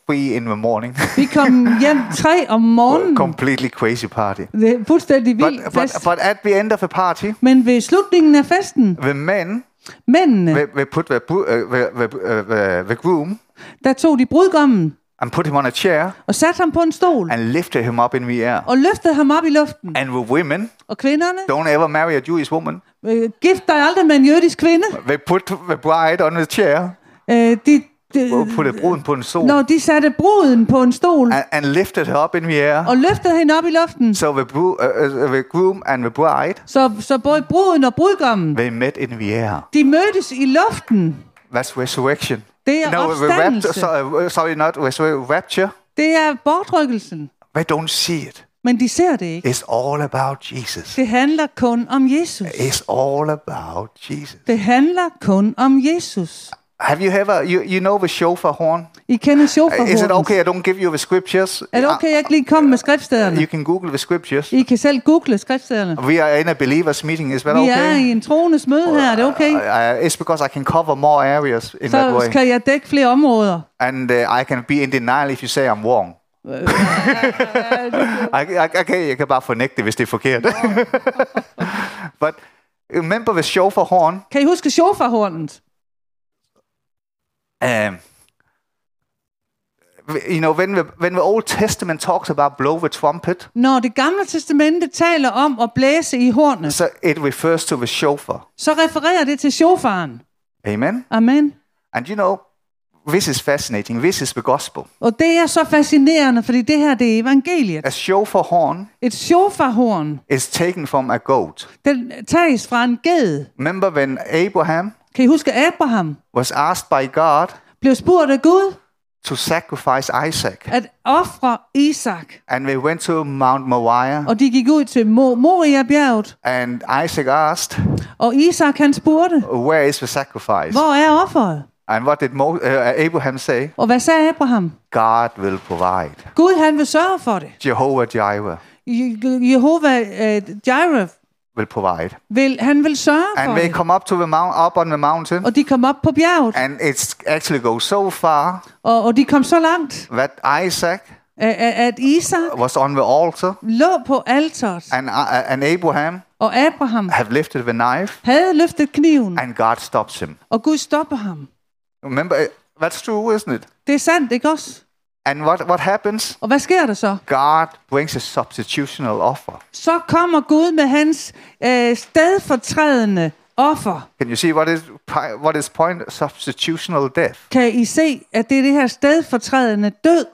B: three in the morning.
C: Vi kom hjem 3 om morgenen.
B: Completely crazy party.
C: Det er fuldstændig
B: But,
C: vild
B: but
C: fest.
B: but at the end of the party,
C: Men ved slutningen af festen,
B: the men
C: mændene,
B: they, they put the, bu- uh, the, the, uh, the, the groom
C: der tog de brudgommen
B: and put him on a chair
C: og satte ham på en stol
B: and lifted him up in the air.
C: og løftede ham op i luften.
B: And with women,
C: Og kvinderne,
B: don't ever marry a Jewish woman.
C: øh, gift dig aldrig med en jødisk kvinde.
B: They put the bride on the chair,
C: Øh, de, de,
B: og put bruden på en stol,
C: når de satte bruden på en stol
B: and, and lifted her up in the air.
C: og løftede hende op i luften,
B: So the, bru- uh, uh, the groom and the bride,
C: så, så både bruden og brudgommen,
B: they met in the air.
C: de mødtes i luften.
B: That's resurrection.
C: Det er
B: No, the rapture,
C: opstandelse.
B: so, uh, sorry, not resur- rapture.
C: Det er bortrykkelsen.
B: They don't see it.
C: Men de ser det ikke.
B: It's all about Jesus.
C: Det handler kun om Jesus.
B: It's all about Jesus.
C: Det handler kun om Jesus.
B: Have you ever, you, you know the shofar horn?
C: I kender
B: Is it
C: sjovforhånden.
B: okay I don't give you the scriptures?
C: Er det okay, jeg ikke lige kommer med skriftstederne?
B: You can Google the scriptures.
C: I kan selv google skriftstederne.
B: We are in a believers meeting. Is that
C: Vi er
B: okay?
C: i en troendes møde her, er det okay?
B: Uh, it's because I can cover more areas in that
C: Så
B: way,
C: kan jeg dække flere områder.
B: and uh, I can be in denial if you say I'm wrong. I, I, okay, jeg kan bare fornægte det, hvis det er forkert. But remember the shofar horn.
C: Kan I huske sjovforhånden?
B: Um, you know, when the, when the Old Testament talks about blow the trumpet,
C: Når det gamle testamente taler om at blæse i hornet,
B: so it refers to the shofar.
C: så refererer det til sjovfaren.
B: Amen?
C: Amen.
B: And you know, this is fascinating. This is the gospel.
C: Og det er så fascinerende, fordi det her det er evangeliet.
B: A shofar horn
C: Et sjovfarhorn,
B: is taken from a goat.
C: den tages fra en ged.
B: Remember when Abraham
C: Kan I huske Abraham?
B: was asked by God
C: Blev spurgt af Gud
B: to sacrifice Isaac,
C: at ofre Isak.
B: and they went to Mount Moriah,
C: Og de gik ud til Mo- Moria-bjerget.
B: and Isaac asked,
C: Og Isak han spurgte,
B: "Where is the sacrifice?"
C: hvor er offeret?
B: And what did Mo- uh, Abraham say?
C: Og hvad sagde Abraham?
B: God will provide.
C: Gud han vil sørge for det.
B: Jehovah Jireh
C: Je- Je- Jehova øh, Jireh,
B: will provide.
C: vil, han vil sørge for
B: And they
C: det.
B: come up to the mount, up on the mountain,
C: Og de kom op på bjerget,
B: and it actually goes so far
C: og, og de kom så langt,
B: that Isaac
C: at, at- at Isak
B: was on the altar,
C: lå på alteret,
B: and uh, and Abraham
C: og Abraham
B: have lifted the knife,
C: havde løftet kniven,
B: and God stops him.
C: og Gud stopper ham.
B: Remember, uh, that's true, isn't it?
C: Det er sandt, ikke også?
B: And what, what happens?
C: Og hvad sker der så?
B: God brings a substitutional offer.
C: Så kommer Gud med hans øh, stedfortrædende offer.
B: Can you see what is pi- what is point? Substitutional death.
C: Kan I se, at det er det her stedfortrædende død?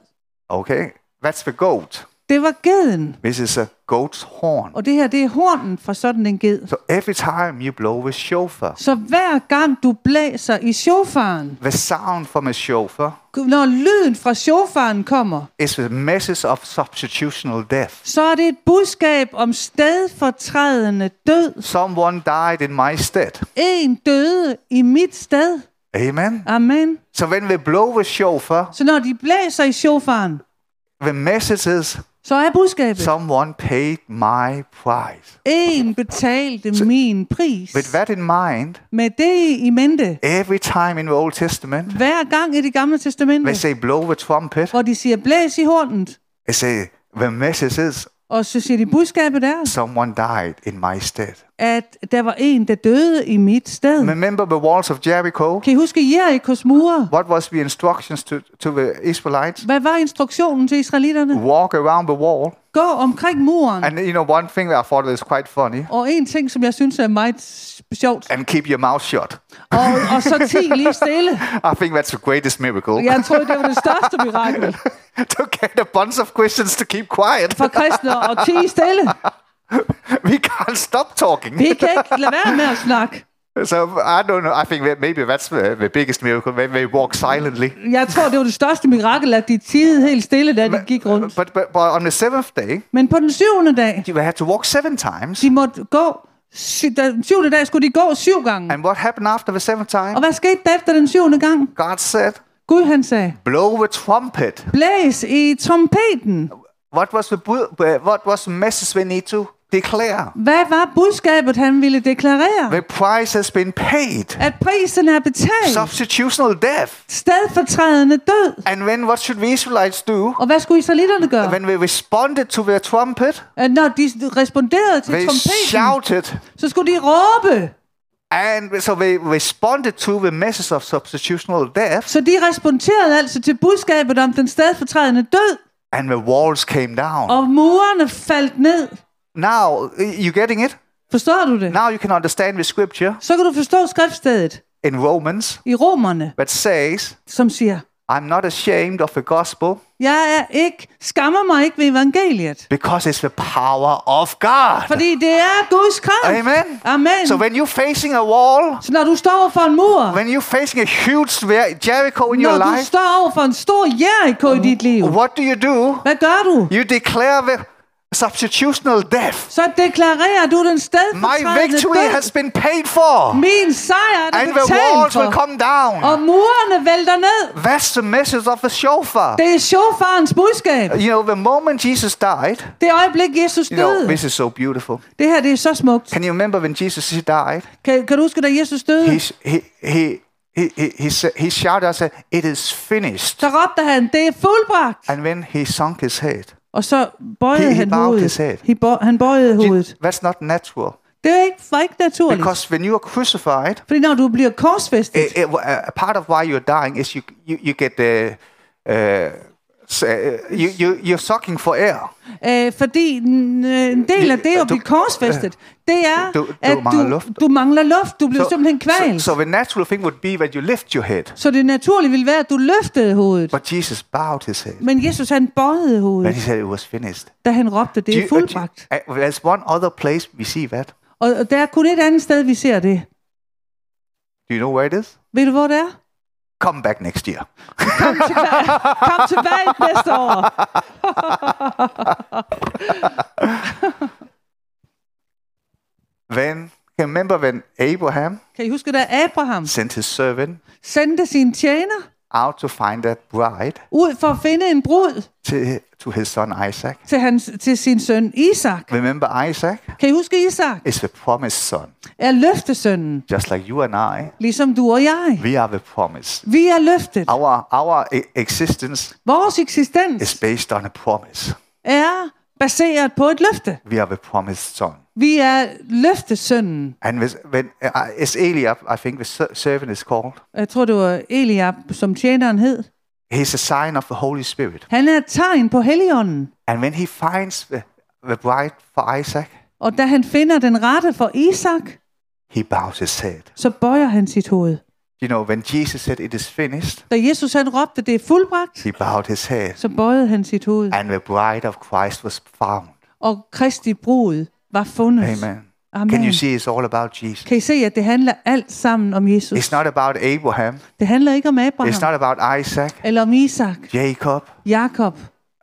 B: Okay, that's the goat.
C: Det var geden.
B: This is a goat's horn.
C: Og det her, det er hornen fra sådan en ged.
B: So every time you blow with shofar,
C: Så hver gang du blæser i shofaren,
B: the sound from a shofar
C: når lyden fra shofaren kommer,
B: is the message of substitutional death.
C: så er det et budskab om stedfortrædende død.
B: Someone died in my stead.
C: En døde i mit sted.
B: Amen.
C: Amen.
B: Så when they blow the shofar,
C: Så når de blæser i shofaren,
B: the message is
C: så er budskabet, så.
B: someone paid my price.
C: en betalte så. min pris.
B: With that in mind,
C: Med det i mente,
B: every time in the Old Testament
C: hver gang i det gamle testamente,
B: they say blow the trumpet,
C: hvor de siger, blæs i hornet,
B: they say the message is
C: og så siger de, budskabet er,
B: someone died in my stead.
C: at der var en, der døde i mit sted. Men.
B: Remember the walls of Jericho?
C: Kan I huske Jerikos mure?
B: What was the instructions to, to the Israelites?
C: Hvad var instruktionen til israelitterne?
B: Walk around the wall.
C: Gå omkring muren.
B: And you know, one thing that I thought was quite funny.
C: Og en ting, som jeg synes er meget s- sjovt,
B: And keep your mouth shut.
C: og, og så ti lige stille.
B: I think that's the greatest miracle.
C: Jeg troede, det var det største mirakel
B: to get a bunch of Christians to keep quiet.
C: for kristne og ti stille.
B: we can't stop talking.
C: Vi kan ikke lade være med at snakke.
B: So I don't know. I think that maybe that's the, the biggest miracle. Maybe they walk silently.
C: Jeg tror, det var det største mirakel, at de tiede helt stille, da de gik rundt.
B: But, but, but on the seventh day,
C: Men på den syvende dag,
B: they had to walk seven times.
C: de måtte gå, sy- den syvende dag skulle de gå syv gange.
B: And what happened after the seventh
C: Og
B: time?
C: hvad skete der efter den syvende gang?
B: God said,
C: Gud han sagde,
B: blow the trumpet.
C: blæs i trompeten.
B: What was the, bu- uh, what was the message we need to declare?
C: Hvad var budskabet, han ville deklarere?
B: The price has been paid.
C: At prisen er betalt.
B: Substitutional death.
C: Stedfortrædende død.
B: And then what should the Israelites do?
C: Og hvad skulle israelitterne gøre?
B: When they responded to their trumpet,
C: Øh, Når de responderede til
B: they
C: trompeten,
B: shouted.
C: så skulle de råbe.
B: And so they responded to the message of substitutional death,
C: Så de responderede altså til budskabet om den stedfortrædende død,
B: and the walls came down.
C: og murene faldt ned.
B: Now, you getting it?
C: Forstår du det?
B: Now you can understand the scripture
C: Så kan du forstå skriftstedet
B: in Romans
C: i romerne,
B: that says,
C: som siger,
B: I'm not ashamed of the gospel
C: jeg er ikke, skammer mig ikke ved evangeliet,
B: because it's the power of God.
C: fordi det er Guds kraft.
B: Amen.
C: Amen.
B: So when you're facing a wall,
C: Så når du står for en mur,
B: when you're facing a huge ver- Jericho in your
C: når du
B: life,
C: står over for en stor Jericho i dit liv,
B: what do you do?
C: hvad gør du?
B: You declare the substitutional death.
C: Så deklarerer du den
B: My
C: stedfortrædende
B: victory
C: død.
B: has been paid for.
C: Min sejr er der
B: and the
C: betalt
B: walls will
C: for.
B: come down.
C: Og murene vælter ned.
B: That's the message of the shofar.
C: Det er shofarens budskab.
B: You know, the moment Jesus died,
C: Det øjeblik, Jesus
B: you know,
C: døde.
B: this is so beautiful.
C: Det her, det er så smukt.
B: Can you remember when Jesus he died?
C: Kan, kan du huske, da Jesus døde?
B: He he he he he he, sa- he shouted and said, "It is finished."
C: Så råbte han, det er fuldbragt.
B: And when he sunk his head,
C: Og så
B: He-
C: bøjede
B: he
C: han
B: bowed
C: hovedet.
B: his head.
C: He bo, han bøjede hovedet.
B: that's not natural
C: Det er ikke, var ikke naturligt.
B: because Eh, when you are crucified,
C: Fordi når du bliver korsfæstet,
B: it, it, a a part of why you're dying is you you, you get the. Uh, s- uh, you, you, you're sucking for air.
C: øh, fordi en, øh, en del af det at
B: Du-
C: blive korsfæstet, det er,
B: du- du
C: at
B: mangler
C: du,
B: luft.
C: du mangler luft. Du bliver simpelthen
B: so,
C: kvalt.
B: so the natural thing would be that you lift your head.
C: Så det naturlige ville være, at du løftede hovedet.
B: But Jesus bowed his head.
C: Men Jesus han bøjede
B: When
C: hovedet,
B: he said it was finished.
C: da han råbte,
B: Do
C: det
B: you-
C: er fuldbragt.
B: uh, there's one other place we see that.
C: Og og der er kun et andet sted, vi ser det.
B: Do you know where it is?
C: Ved du, hvor det er?
B: Come back next year.
C: Kom tilbage næste år.
B: Then, remember when Abraham
C: Kan I huske, da Abraham
B: sent his servant
C: sendte sin tjener
B: out to find that bride
C: ud for at finde en brud
B: to, to his son Isaac?
C: til, hans, til sin søn Isak?
B: Remember, Isaac
C: Kan I huske, Isak
B: is the promised son.
C: er løftesønnen,
B: Just like you and I,
C: ligesom du og jeg.
B: we are the promise.
C: Vi er løftet.
B: Our, our e- existence
C: Vores eksistens
B: is based on a promise.
C: er baseret på et løfte.
B: We are the promised son.
C: Vi er løftesønnen.
B: And with, when uh, it's Eliab, I think the ser- servant is called.
C: Jeg tror, det var Eliab, som tjeneren hed.
B: He's a sign of the Holy Spirit.
C: Han er et tegn på Helligånden.
B: And when he finds the, the bride for Isaac,
C: Og da han finder den rette for Isak,
B: he bows his head.
C: så bøjer han sit hoved.
B: You know, when Jesus said, It is finished,
C: Da Jesus han råbte, det er fuldbragt,
B: he bowed his head.
C: så bøjede han sit hoved.
B: And the bride of Christ was found.
C: Og Kristi brud var fundet.
B: Amen. Can
C: Amen.
B: you see it's all about Jesus?
C: Kan I se, at det handler alt sammen om Jesus?
B: It's not about Abraham,
C: Det handler ikke om Abraham,
B: it's not about Isaac,
C: eller om Isak,
B: Jacob,
C: Jakob,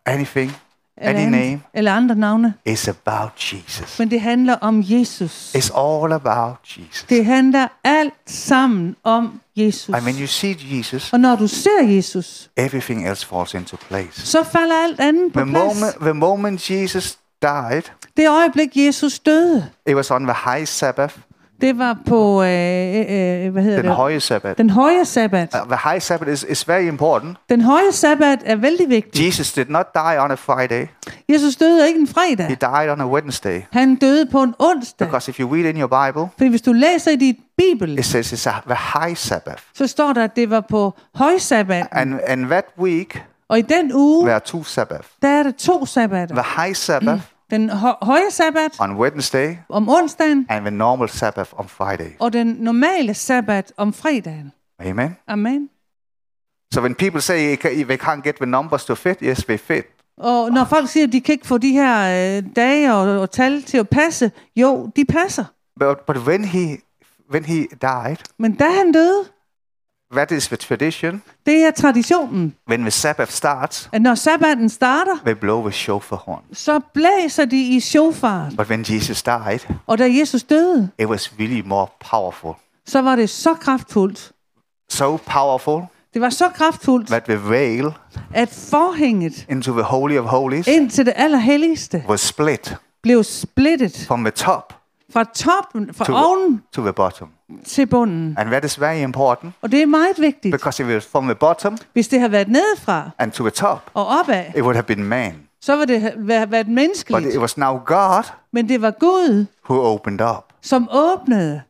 B: anything.
C: eller,
B: Any
C: andet,
B: name.
C: eller andre navne.
B: is about Jesus.
C: Men det handler om Jesus.
B: It's all about Jesus.
C: Det handler alt sammen om Jesus.
B: And when you see Jesus,
C: Og når du ser Jesus,
B: everything else falls into place.
C: så falder alt andet på
B: The
C: plads.
B: moment, the moment Jesus died,
C: Det øjeblik, Jesus døde,
B: it was on the high Sabbath,
C: det var på, øh, øh, øh, hvad hedder
B: den
C: det?
B: høje Sabbath.
C: Den høje sabbat.
B: Uh, the high Sabbath is, is very important.
C: Den høje sabbat er vældig vigtig.
B: Jesus did not die on a Friday.
C: Jesus døde ikke en
B: He
C: fredag.
B: died on a Wednesday.
C: Han døde på en onsdag.
B: Because if you read in your Bible,
C: Fordi hvis du læser i dit bibel,
B: it says it's a, the high Sabbath.
C: så står der, at det var på højsabbat.
B: And, and that week,
C: Og i den uge,
B: there are two Sabbaths.
C: der er der to sabbater.
B: The high Sabbath
C: Den hø- høje sabbat
B: on Wednesday
C: om onsdagen,
B: and the normal Sabbath on Friday.
C: og den normale sabbat om fredagen.
B: Amen.
C: Amen.
B: So when people say "I ca- I- they can't get the numbers to fit, yes, they fit.
C: Og når folk siger, at de kan ikke få de her øh, dage og, og tal til at passe, jo, de passer.
B: But but when he when he died,
C: Men da han døde,
B: that is the tradition.
C: det er traditionen,
B: When the Sabbath starts,
C: at når sabbaten starter,
B: they blow the shofar horn.
C: så blæser de i shofaren.
B: But when Jesus died,
C: Og da Jesus døde,
B: it was really more powerful.
C: så var det så kraftfuldt.
B: So powerful
C: Det var så kraftfuldt,
B: that the veil
C: at forhænget
B: into the holy of holies
C: ind til det allerhelligste
B: was split
C: blev splittet
B: from the top
C: fra toppen, fra
B: to
C: oven
B: to the bottom,
C: til bunden.
B: and that is very important
C: Og det er meget vigtigt.
B: because if it was from the bottom
C: Hvis det havde været nedefra
B: and to the top,
C: og opad,
B: it would have been man.
C: så ville det have været været
B: But
C: menneskeligt.
B: it was now God
C: Men det var Gud,
B: who opened up.
C: som åbnede.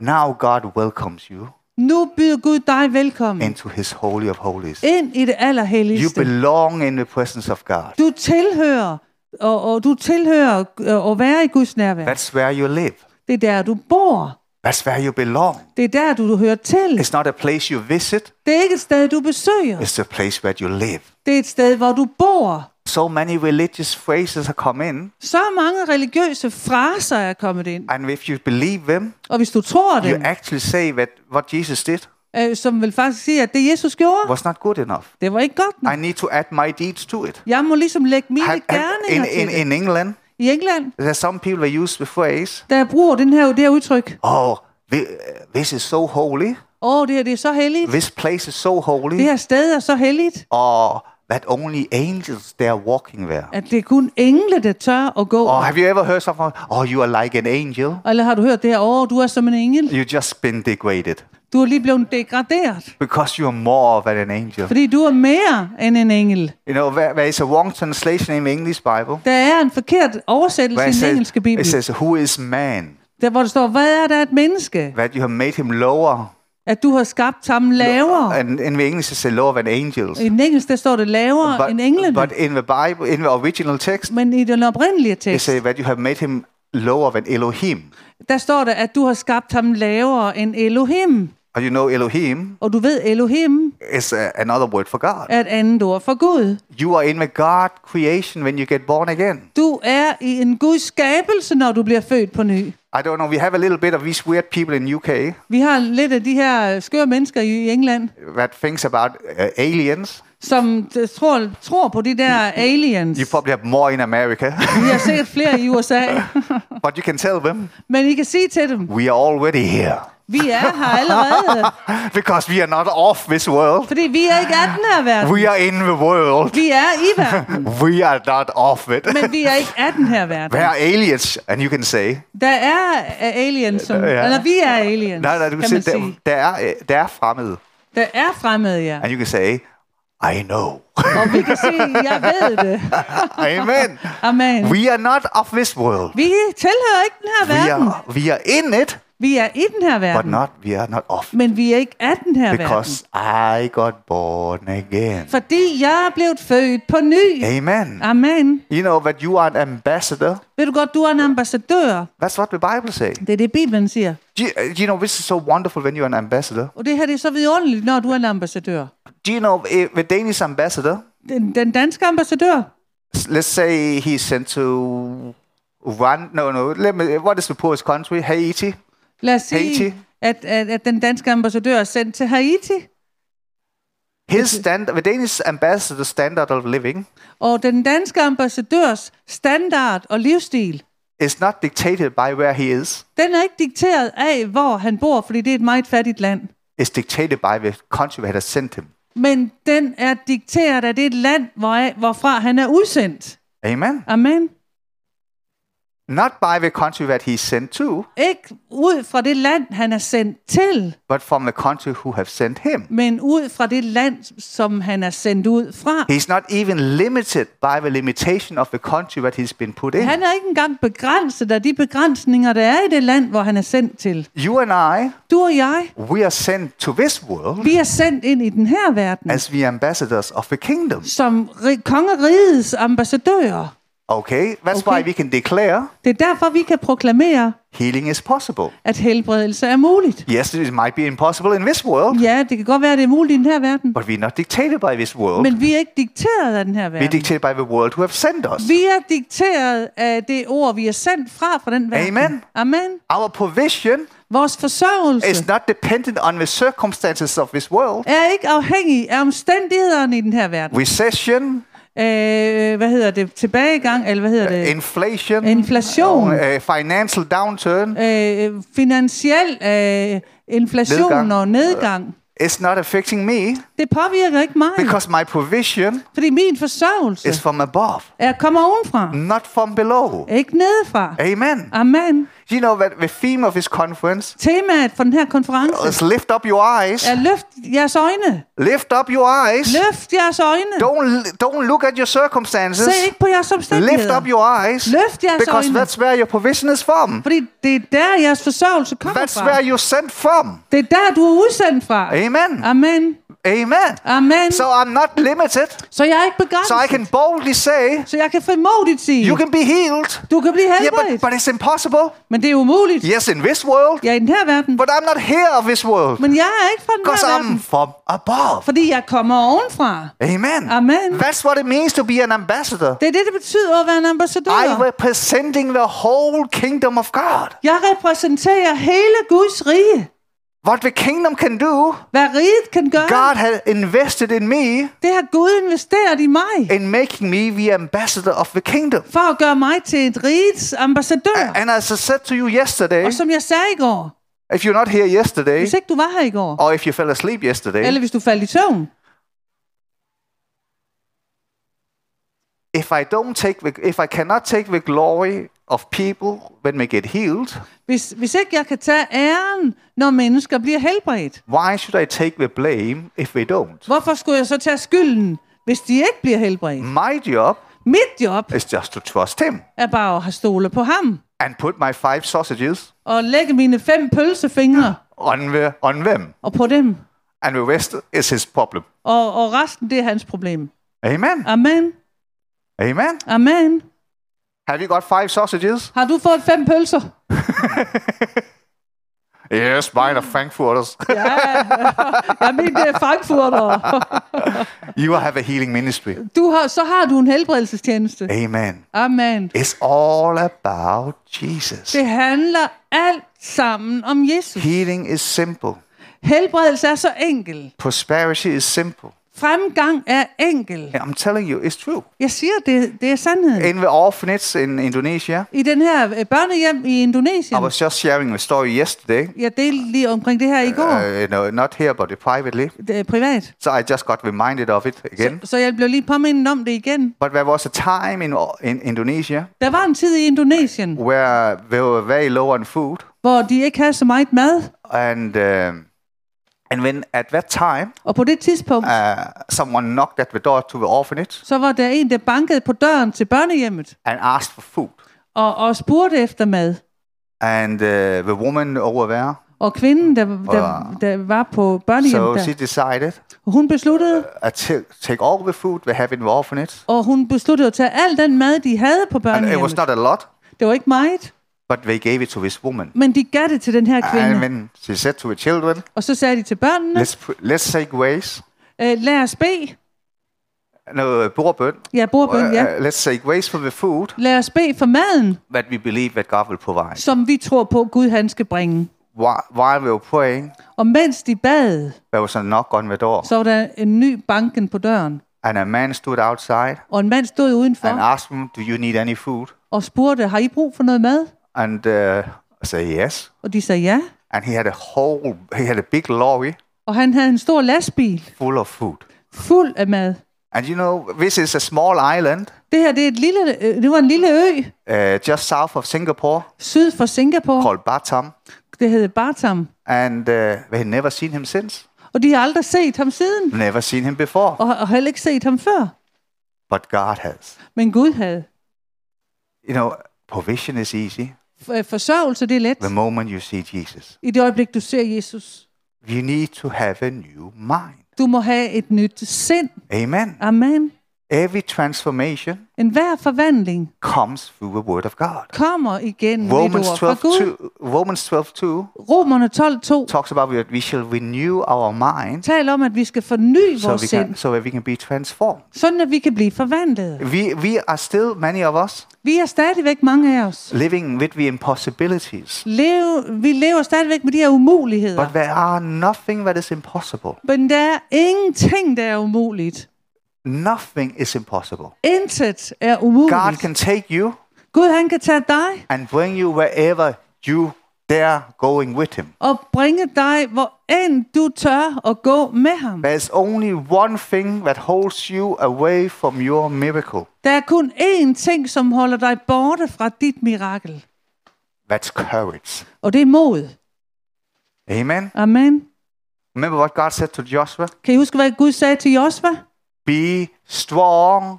B: Now God welcomes you
C: Nu byder Gud dig velkommen
B: into his holy of holies.
C: ind i det
B: You
C: allerhelligste.
B: belong in the presence of God.
C: Du tilhører, og, og du tilhører øh, at være i Guds nærvær.
B: That's where you live.
C: Det er der, du bor.
B: That's where you belong.
C: Det er der, du hører til.
B: It's not a place you visit,
C: Det er ikke et sted, du besøger.
B: it's a place where you live.
C: Det er et sted, hvor du bor.
B: So many religious phrases have come in,
C: Så mange religiøse fraser er kommet ind.
B: and if you believe them,
C: Og hvis du tror
B: you
C: det,
B: actually say that what Jesus did
C: øh, som vil faktisk sige, at det Jesus gjorde,
B: was not good enough.
C: det var ikke godt nok.
B: I need to add my deeds to it.
C: Jeg må ligesom lægge mine
B: Have- have- In,
C: gerninger
B: in,
C: til det.
B: in England,
C: I England,
B: there's some people that use the phrase,
C: der bruger den her, det her udtryk,
B: oh, thi- uh, this is so holy,
C: åh, det her det er så helligt,
B: this place is so
C: det
B: holy,
C: her sted er så helligt,
B: or that only angels they are walking there.
C: at det er kun engle, der tør at gå.
B: Or have you ever heard someone, oh, you are like an angel?
C: Eller har du hørt det her, åh, du er som en engel.
B: You've just been degraded
C: Du er lige blevet degraderet,
B: because you are more than an angel.
C: fordi du er mere end en engel.
B: You know, there, there is a wrong translation in the English Bible
C: Der er en forkert oversættelse
B: where
C: i
B: it
C: den
B: says,
C: engelske bibel,
B: it says, Who is man
C: der hvor der står, hvad er der et menneske,
B: that you have made him lower?
C: at du har skabt ham lavere.
B: And in the English, it says lower than angels.
C: I den engelske, der står det lavere
B: But,
C: end englene.
B: but in the Bible, in the original text,
C: Men i den oprindelige
B: it
C: tekst,
B: says that you have made him lower than Elohim.
C: der står der, at du har skabt ham lavere end Elohim.
B: And you know, Elohim
C: Og du ved, Elohim
B: is uh, another word for God.
C: er et andet ord for Gud.
B: You are in the God creation when you get born again.
C: Du er i en Guds skabelse, når du bliver født på ny.
B: I don't know. We have a little bit of these weird people in UK
C: Vi har lidt af de her øh, skøre mennesker i i England,
B: that thinks about uh, aliens.
C: som øh, tror, tror på de der aliens.
B: You probably have more in America,
C: Vi har sikkert flere i USA.
B: but you can tell them
C: Men I kan sige til dem,
B: we are already here
C: vi er her allerede.
B: because we are not off this world.
C: Fordi vi er ikke af den her verden.
B: We are in the world.
C: Vi er i verden,
B: We are not off it.
C: men vi er ikke af den her verden.
B: There are aliens, and you can say
C: Der er øh, aliens, som,
B: Ja.
C: eller vi er aliens,
B: no, no, du
C: kan
B: kan
C: man
B: se,
C: sige.
B: der, der er øh, der er fremmede,
C: Der er fremmede, ja.
B: and you can say I know.
C: Og vi kan sige, jeg ved det.
B: Amen.
C: Amen.
B: We are not of this world.
C: Vi tilhører ikke den her
B: We
C: verden.
B: are we are in it,
C: Vi er i den her
B: but
C: verden,
B: not we are not off.
C: men vi er ikke af den her verden.
B: Because I got born again.
C: Fordi jeg er blevet født på ny.
B: Amen.
C: Ah. Amen.
B: You know that you are an ambassador.
C: Ved du godt, du er en ambassadør.
B: That's what the Bible says.
C: Det er det, Bibelen siger.
B: Do you, uh, you know, this is so wonderful when you're an ambassador.
C: Og det her det er så vidunderligt, når du er en ambassadør.
B: Do you know if the Danish ambassador,
C: Den, den danske ambassadør,
B: s- let's say he's sent to Rwanda, no, no, let me, what is the poorest country? Haiti?
C: lad os sige,
B: Haiti.
C: at, at, at den danske ambassadør er sendt til Haiti.
B: His standard, the Danish ambassador's standard of living
C: Og den danske ambassadørs standard og livsstil,
B: is not dictated by where he is.
C: den er ikke dikteret af, hvor han bor, fordi det er et meget fattigt land.
B: It's dictated by the country that has sent him.
C: Men den er dikteret af det land, hvoraf, hvorfra han er udsendt.
B: Amen.
C: Amen.
B: Not by the country that he's sent to,
C: Ikke ud fra det land, han er sendt til,
B: but from the country who have sent him.
C: men ud fra det land, som han er sendt ud fra.
B: He's not even limited by the limitation of the country that he's been put in.
C: Han er ikke engang begrænset af de begrænsninger, der er i det land, hvor han er sendt til.
B: You and I,
C: Du og jeg,
B: we are sent to this world
C: vi er sendt ind i den her verden,
B: as the ambassadors of the kingdom.
C: som ri- kongerigets ambassadører.
B: Okay? That's why
C: Okay.
B: we can declare
C: Det er derfor, vi kan proklamere,
B: healing is possible.
C: at helbredelse er muligt.
B: Yes, it might be impossible in this world,
C: Ja, det kan godt være, at det er muligt i den her verden,
B: but we're not dictated by this world.
C: men vi er ikke dikteret af den her
B: We're
C: verden.
B: dictated by the world who have sent us.
C: Vi er dikteret af det ord, vi er sendt fra fra den verden.
B: Amen.
C: Amen.
B: Our provision
C: Vores
B: is
C: forsørgelse
B: not dependent on the circumstances of this world.
C: er ikke afhængig af omstændighederne i den her verden.
B: Recession,
C: Øh, hvad hedder det? Tilbagegang, eller hvad hedder det?
B: inflation,
C: Eh. Inflation.
B: uh, financial downturn
C: Øh, finansiel øh, inflation
B: Nedgang.
C: og nedgang.
B: is not affecting me
C: Det påvirker ikke mig,
B: because my provision
C: fordi min forsørgelse
B: is from above,
C: er kommer ovenfra,
B: not from below.
C: ikke nedefra. Ah.
B: Amen.
C: Amen.
B: You know that the theme of this conference
C: Temaet for den her konference
B: is lift up your eyes.
C: er løft jeres øjne.
B: Lift up your eyes.
C: Løft jeres øjne.
B: Don't don't look at your circumstances.
C: Se ikke på jeres
B: Lift up
C: omstændigheder.
B: your eyes
C: Løft jeres
B: because
C: øjne.
B: that's where your provision is from.
C: Fordi det er der, jeres forsørgelse kommer
B: That's where
C: fra.
B: you're sent from.
C: Det er der, du er udsendt fra.
B: Amen.
C: Amen.
B: Amen.
C: Amen.
B: So I'm not limited.
C: Så jeg er ikke
B: So I
C: begrænset.
B: can boldly say,
C: Så jeg kan frimodigt sige,
B: you can be healed.
C: du kan blive
B: Yeah, but,
C: helbredt.
B: but it's impossible.
C: Men det er umuligt.
B: Yes, in this world.
C: Jeg er i den her verden.
B: But I'm not here of this world.
C: Men jeg er ikke fra den
B: Because
C: her
B: I'm
C: verden.
B: from above.
C: Fordi jeg kommer ovenfra.
B: Amen.
C: Amen.
B: That's what it means to be an ambassador.
C: Det er det, det betyder at være en ambassadør.
B: I representing the whole kingdom of God.
C: Jeg repræsenterer hele Guds rige.
B: What the kingdom can do,
C: Hvad riget kan gøre,
B: God has invested in me
C: det har Gud investeret i mig.
B: in making me the ambassador of the kingdom.
C: For at gøre mig til et rigets ambassadør.
B: And as I said to you yesterday,
C: Og som jeg sagde i går,
B: if you're not here yesterday,
C: hvis ikke du var her i går,
B: or if you fell asleep
C: eller
B: yesterday,
C: hvis du faldt i søvn,
B: if I don't take the, if I cannot take the glory of people when they get healed,
C: hvis, hvis ikke jeg kan tage æren, når mennesker bliver helbredt,
B: why should I take the blame if they don't?
C: hvorfor skulle jeg så tage skylden, hvis de ikke bliver helbredt?
B: My job
C: Mit job
B: is just to trust him
C: er bare at have stole på ham,
B: and put my five sausages
C: og lægge mine fem pølsefingre
B: on the on them,
C: og på dem.
B: and the rest is his problem.
C: Og, og resten, det er hans problem.
B: Amen.
C: Amen.
B: Amen.
C: Amen.
B: Have you got five sausages?
C: Har du fået fem pølser?
B: Yes, mine are Frankfurters.
C: Ja, jeg mener, det er frankfurter.
B: you will have a healing ministry.
C: Du har, så har du en helbredelsestjeneste.
B: Amen.
C: Amen.
B: It's all about Jesus.
C: Det handler alt sammen om Jesus.
B: Healing is simple.
C: Helbredelse er så enkel.
B: Prosperity is simple.
C: Fremgang er enkel.
B: I'm telling you, it's true.
C: Jeg siger, det, det er sandheden.
B: In the orphanage in Indonesia,
C: I den her øh, børnehjem i
B: I
C: Indonesien,
B: was just sharing a story yesterday.
C: jeg delte lige omkring det her i går,
B: Uh, no, not here, but privately.
C: øh, privat.
B: So I just got reminded of it again.
C: Så, så jeg blev lige påmindet om det igen.
B: But there was a time in, in Indonesia
C: Der var en tid i Indonesien,
B: where they were very low on food.
C: hvor de ikke havde så meget mad.
B: And, um, and when at that time,
C: Og på det tidspunkt,
B: uh, someone knocked at the door to the orphanage
C: så var der en, der bankede på døren til børnehjemmet
B: and asked for food.
C: og, og spurgte efter mad.
B: And uh, the woman over there,
C: Og kvinden, der, der,
B: Wow.
C: der var på børnehjemmet,
B: so she
C: der,
B: decided
C: hun besluttede,
B: uh, to take all the food they have in the orphanage.
C: og hun besluttede at tage al den mad, de havde på
B: And Øh. Altså, it was
C: børnehjemmet.
B: not a lot,
C: Det var ikke meget,
B: but they gave it to this woman.
C: men de gav det til den her
B: And
C: kvinde.
B: when she said to the children,
C: Og så sagde de til børnene,
B: let's, pr- let's take ways.
C: øh, lad os bede.
B: No, uh, bordbøn.
C: Ja, bordbøn, ja.
B: Uh, let's take ways for the food
C: Lad os bede for maden,
B: that we believe that God will provide.
C: som vi tror på, Gud han skal bringe.
B: While, while we were praying,
C: Og mens de bad,
B: there was a knock on the door,
C: så var der en ny banken på døren.
B: and a man stood outside
C: Og en mand stod udenfor
B: and asked him, "Do you need any food?"
C: og spurgte, har I brug for noget mad?
B: And uh, I said, "Yes."
C: Og de sagde ja.
B: And he had a whole, he had a big lorry
C: Og han havde en stor lastbil
B: full of food.
C: fuld af mad.
B: And you know, this is a small island
C: Det her, det, er et lille, øh, det var en lille ø
B: uh, just south of Singapore
C: syd for Singapore.
B: called Batam,
C: Det hed Batam.
B: and uh, they had never seen him since,
C: Og de har aldrig set ham siden.
B: never seen him before,
C: Og har og heller ikke set ham før.
B: but God has.
C: Men Gud havde.
B: You know, provision is easy
C: F- øh, Forsørgelse, det er let.
B: the moment you see Jesus.
C: I det øjeblik, du ser Jesus.
B: You need to have a new mind.
C: Du må have et nyt sind.
B: Amen.
C: Amen.
B: Every transformation
C: En hver forvandling
B: comes through the Word of God.
C: kommer igen ved et
B: Romans
C: ord fra
B: 12,
C: Gud.
B: 2, Romans 12 2
C: Romerne 12.2
B: talks about that we shall renew our mind
C: taler om, at vi skal forny
B: so,
C: vores
B: we
C: sind,
B: can, so that we can be transformed.
C: sådan at vi kan blive forvandlet.
B: We, we are still, many of us,
C: Vi er stadigvæk mange af os.
B: living with the impossibilities.
C: Leve, vi lever stadigvæk med de her umuligheder.
B: But there are nothing that is impossible.
C: Men der er ingenting, der er umuligt.
B: Nothing is impossible.
C: Intet er umuligt.
B: God can take you
C: Gud han kan tage dig
B: and bring you wherever you dare going with Him.
C: og bringe dig, hvor end du tør at gå med ham.
B: There's only one thing that holds you away from your miracle.
C: Der er kun én ting, som holder dig borte fra dit mirakel.
B: That's courage.
C: Og det er mod.
B: Amen.
C: Amen.
B: Remember what God said to Joshua?
C: Kan I huske, hvad Gud sagde til Josva?
B: Be strong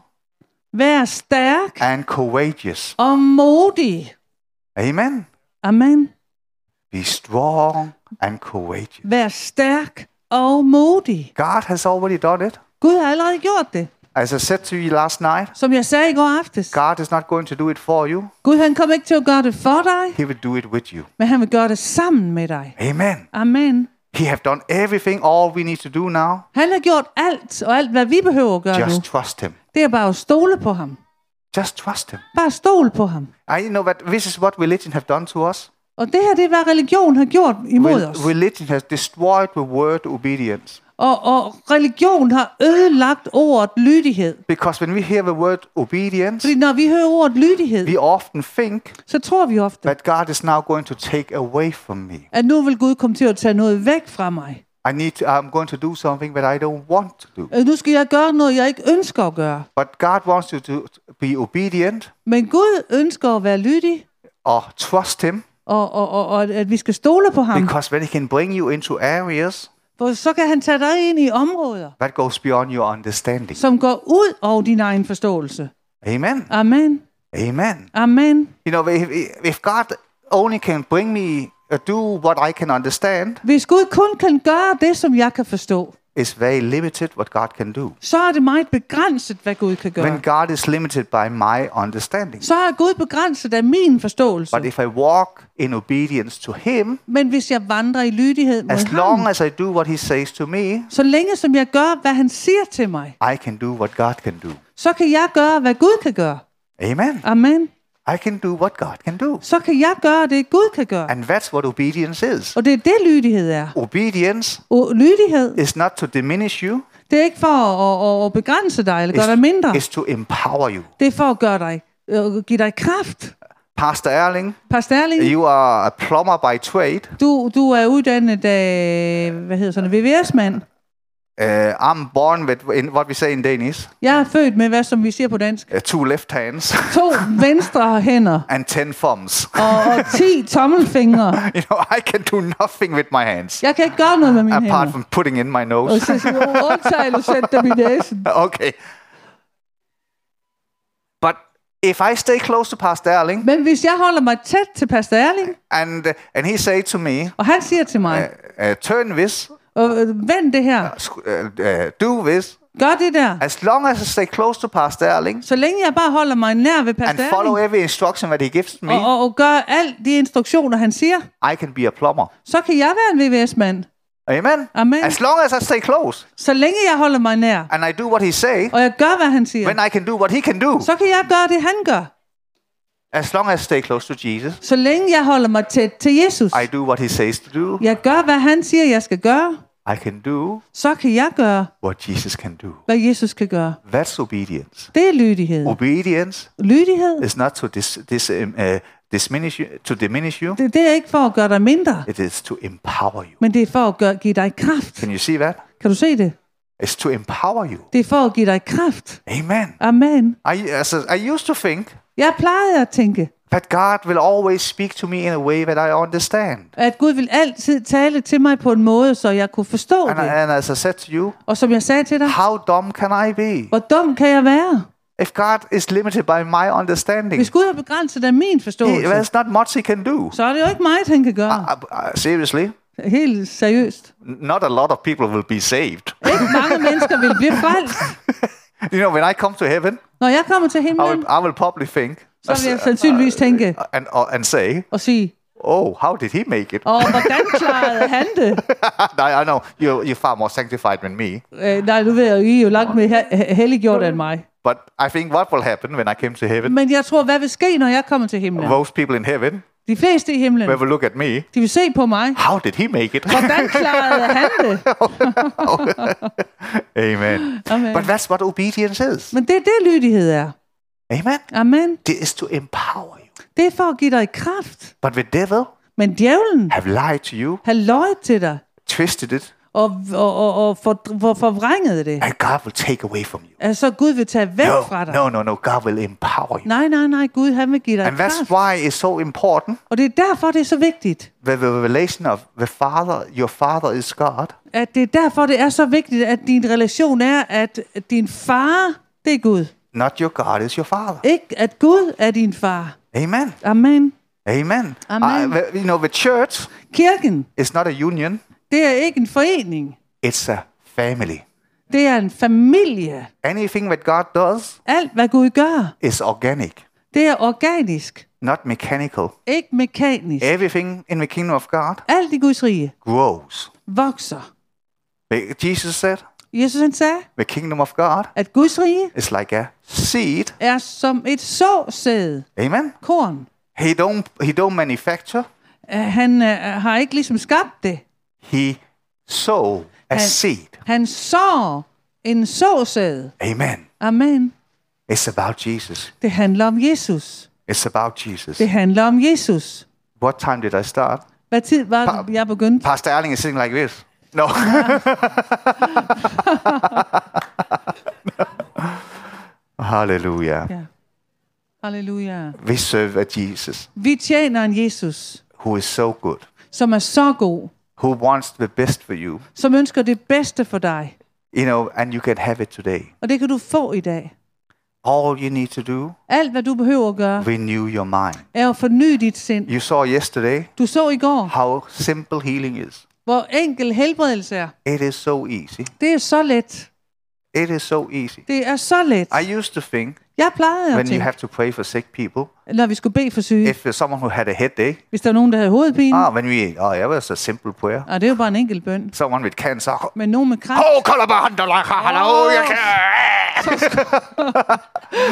C: Vær stærk
B: and courageous.
C: og modig.
B: Amen.
C: Amen.
B: Be strong and courageous.
C: Vær stærk og modig.
B: God has already done it.
C: Gud har allerede gjort det.
B: As I said to you last night,
C: Som jeg sagde i går aftes.
B: God is not going to do it for you.
C: Gud han kommer ikke til at gøre det for dig,
B: He will do it with you.
C: men han vil gøre det sammen med dig.
B: Amen.
C: Amen.
B: He have done everything. All we need to do now,
C: Han har gjort alt, og alt hvad vi behøver at gøre
B: just
C: nu,
B: trust him.
C: det er bare at stole på ham.
B: Just trust him.
C: Bare stol på ham.
B: I know that this is what religion have done to us.
C: Og det her, det er hvad religion har gjort imod
B: Re-
C: os.
B: religion has destroyed the word obedience.
C: Og, og religion har ødelagt ordet lydighed.
B: Because when we hear the word obedience,
C: Fordi når vi hører ordet lydighed,
B: we often think
C: så tror vi ofte,
B: that God is now going to take away from me.
C: at nu vil Gud komme til at tage noget væk fra mig.
B: I need. To, I'm going to do something that I don't want to do.
C: Øh, Nu skal jeg gøre noget, jeg ikke ønsker at gøre.
B: But God wants you to be obedient
C: Men Gud ønsker at være lydig,
B: or trust Him,
C: og, og, og, og at vi skal stole på ham.
B: because then He can bring you into areas
C: For så kan han tage dig ind i områder,
B: that goes beyond your understanding.
C: som går ud over din egen forståelse.
B: Amen.
C: Amen.
B: Amen.
C: Amen.
B: You know, if, if God only can bring me uh, do what I can understand,
C: Hvis Gud kun kan gøre det, som jeg kan forstå,
B: it's very limited what God can do.
C: så er det meget begrænset, hvad Gud kan gøre.
B: When God is limited by my understanding.
C: så er Gud begrænset af min forståelse.
B: But if I walk in obedience to Him,
C: Men hvis jeg vandrer i lydighed mod
B: as
C: ham,
B: long as I do what He says to me,
C: så længe som jeg gør, hvad han siger til mig,
B: I can do what God can do.
C: så kan jeg gøre, hvad Gud kan gøre.
B: Amen.
C: Amen.
B: I can do what God can do.
C: Så kan jeg gøre det, Gud kan gøre.
B: And that's what obedience is.
C: Og det er det, lydighed er.
B: Obedience
C: Og lydighed,
B: is not to diminish you,
C: det er ikke for at, at, at begrænse dig eller gøre dig mindre.
B: it's to empower you.
C: Det er for at gøre dig, øh, give dig kraft.
B: Pastor Erling,
C: Pastor Erling,
B: you are a plumber by trade.
C: du, du er uddannet af, hvad hedder sådan, en VVS-mand.
B: Uh, I'm born with in what we say in Danish,
C: Jeg er født med, hvad som vi siger på dansk,
B: uh, two left hands
C: to venstre hænder
B: and ten thumbs.
C: og, og 10 tommelfingre.
B: you know, I can do nothing with my hands
C: Jeg kan ikke gøre noget med mine
B: apart
C: hænder.
B: from putting in my
C: Og
B: nose.
C: så siger jeg, undtale og sætte dem i næsen.
B: okay. But if I stay close to Pastor Erling
C: Men hvis jeg holder mig tæt til Pastor Erling,
B: and uh, and he say to me,
C: og han siger til mig,
B: uh, turn this,
C: øh, øh, vend det her,
B: sc- uh, uh, do this,
C: gør det der.
B: as long as I stay close to Pastor Erling
C: Så længe jeg bare holder mig nær ved
B: and
C: Pastor
B: follow
C: Erling, Oh,
B: every instruction that he gives me,
C: og, og, og gør alle de instruktioner, han siger,
B: I can be a plumber.
C: så kan jeg være en VVS-mand.
B: Amen.
C: Amen.
B: As long as I stay close
C: Så længe jeg holder mig nær,
B: and I do what he say,
C: og jeg gør, hvad han siger,
B: when I can do what he can do.
C: så kan jeg gøre det, han gør.
B: As long as I stay close to Jesus,
C: Så længe jeg holder mig tæt til Jesus,
B: I do what he says to do,
C: jeg gør, hvad han siger, jeg skal gøre,
B: I can do
C: så kan jeg gøre,
B: what Jesus can do.
C: hvad Jesus kan gøre.
B: That's obedience.
C: Det er lydighed.
B: Oh. Obedience
C: Lydighed,
B: is not to dis, dis, um, uh, diminish you, to diminish you.
C: det, det er ikke for at gøre dig mindre,
B: It is to empower you.
C: men det er for at gøre, give dig kraft.
B: Can you see that?
C: Kan du se det?
B: It's to empower you.
C: Det er for at give dig kraft.
B: Amen.
C: Amen.
B: I, as I I used to think
C: Jeg plejede at tænke,
B: that God will always speak to me in a way that I understand.
C: at Gud vil altid tale til mig på en måde, så jeg kunne forstå
B: And,
C: det.
B: I- and as I said to you,
C: Og som jeg sagde til dig,
B: how dumb can I be?
C: hvor dum kan jeg være?
B: If God is limited by my understanding,
C: Hvis Gud er begrænset af min
B: he,
C: forståelse,
B: there's not much he can do.
C: så er det jo ikke meget, han kan gøre.
B: I- I- Ah, uh, seriously,
C: Helt seriøst.
B: not a lot of people will be saved.
C: Ikke mange mennesker vil blive frelst.
B: you know, when I come to heaven,
C: Når jeg kommer til
B: I
C: himlen,
B: will, I will probably think
C: så vil jeg sandsynligvis tænke
B: and, uh, and say,
C: og sige,
B: oh, how did he make it?
C: og hvordan klarede han det?
B: I, I know, you're, you're far more sanctified than me.
C: Øh, nej, nu ved jeg jo, I er jo langt mere he- he- helliggjort end mig.
B: But I think what will happen when I came to heaven,
C: Men jeg tror, hvad vil ske, når jeg kommer til himlen?
B: those people in heaven,
C: De fleste i himlen,
B: they will look at me,
C: de vil se på mig.
B: how did he make it?
C: Hvordan klarede han det?
B: Amen.
C: Amen.
B: But that's what obedience is.
C: Men det er det, lydighed er.
B: Amen.
C: Amen.
B: It is to empower you.
C: Det er for at give dig kraft.
B: But the devil
C: Men djævlen
B: have lied to you,
C: har løjet til dig
B: twisted it,
C: og, og, og, og for, for, forvrænget det.
B: and God will take away from you.
C: Altså, Gud vil tage væk fra
B: No,
C: dig.
B: no, no, no. God will empower you.
C: Nej, nej, nej, Gud, han vil give dig
B: And
C: kraft.
B: that's why it's so important
C: Og det er derfor, det er så vigtigt.
B: that the revelation of the Father, your Father is God,
C: At det er derfor, det er så vigtigt, at din relation er, at din far, det er Gud.
B: not your God is your Father.
C: Ikke at Gud er din far.
B: Amen.
C: Amen.
B: Amen.
C: Amen.
B: I- you know, the church
C: Kirken,
B: is not a union,
C: det er ikke en forening.
B: it's a family.
C: Det er en familie.
B: Anything that God does
C: Alt, hvad Gud gør,
B: is organic,
C: det er organisk,
B: not mechanical.
C: ikke mekanisk.
B: Everything in the kingdom of God
C: Alt i Guds rige
B: grows.
C: vokser.
B: The- Jesus said,
C: Jesus han sagde,
B: the kingdom of God
C: at Guds rige
B: is like a seed.
C: er som et såsæde,
B: Amen.
C: korn.
B: He don't he don't manufacture.
C: Øh, Han øh, har ikke ligesom skabt det.
B: He sow a
C: Han-
B: seed.
C: Han sår en såsæde.
B: Amen.
C: Amen.
B: It's about Jesus.
C: Det handler om Jesus.
B: It's about Jesus.
C: Det handler om Jesus.
B: What time did I start?
C: Hvad tid var det, jeg begyndte?
B: Pastor Erling is sitting like this. No. Hallelujah.
C: Ja. Halleluja.
B: We serve a Jesus
C: Vi tjener en Jesus,
B: who is so good,
C: som er så god,
B: who wants the best for you.
C: som ønsker det bedste for dig.
B: You know, and you can have it today.
C: Og det kan du få i dag.
B: All you need to do,
C: Alt, hvad du behøver at gøre,
B: renew your mind.
C: er at forny dit sind.
B: You saw yesterday
C: Du så i går,
B: how simple healing is.
C: hvor enkel helbredelse er.
B: It is so easy.
C: Det er så let.
B: It is so easy.
C: Det er så let.
B: I used to think
C: Jeg plejede at
B: when you
C: tænke,
B: have to pray for sick people,
C: når vi skulle bede for syge,
B: if there's someone who had a headache,
C: hvis der var nogen, der havde hovedpine,
B: ah, when we, oh, yeah, it was a simple prayer.
C: og det er jo bare en enkelt bøn,
B: Someone with cancer, oh,
C: men nogen med kræft,
B: oh, kalabahanda la ha- hallelujah,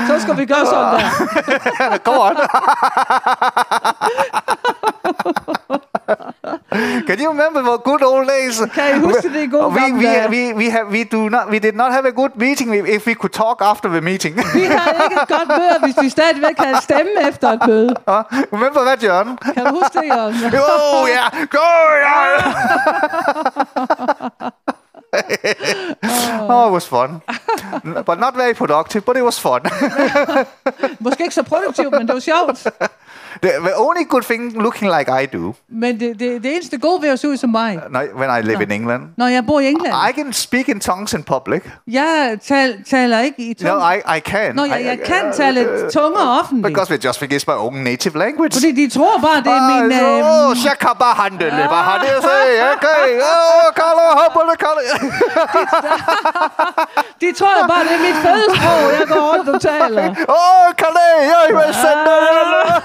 C: så skal vi gøre sådan der.
B: ca- go on. Can you remember the good old days?
C: Kan I huske det i gode
B: We,
C: gamle
B: we,
C: dage?
B: we, we, have, we, do not, we did not have a good meeting if we could talk after the meeting.
C: Vi har ikke et godt møde, hvis vi stadigvæk kan stemme efter et møde.
B: Huh? Remember that, John?
C: Kan du huske det, Jørgen?
B: oh yeah, go yeah. oh, it was fun, but not very productive. But it was fun.
C: Måske ikke så produktivt, men det var sjovt.
B: the, the only good thing, looking like I do,
C: Men det, det, det eneste gode ved at se ud som mig,
B: and I- when I live in England,
C: når jeg bor i England,
B: I can speak in tongues in public.
C: jeg tal, taler ikke i tunge.
B: No, I, I can.
C: Nå,
B: I,
C: jeg, jeg
B: I-
C: kan
B: øh,
C: tale tunger offentligt.
B: because we just speak my own native language.
C: Fordi de tror bare, det er
B: Ah,
C: min...
B: so-
C: Øh,
B: oh, shakabahandele, bahadele, say, okay, oh, kalo, hoppele, kalo.
C: de tror jo bare, det er mit fødesprog, jeg går rundt og taler.
B: Åh, Kalle, jeg vil sende dig.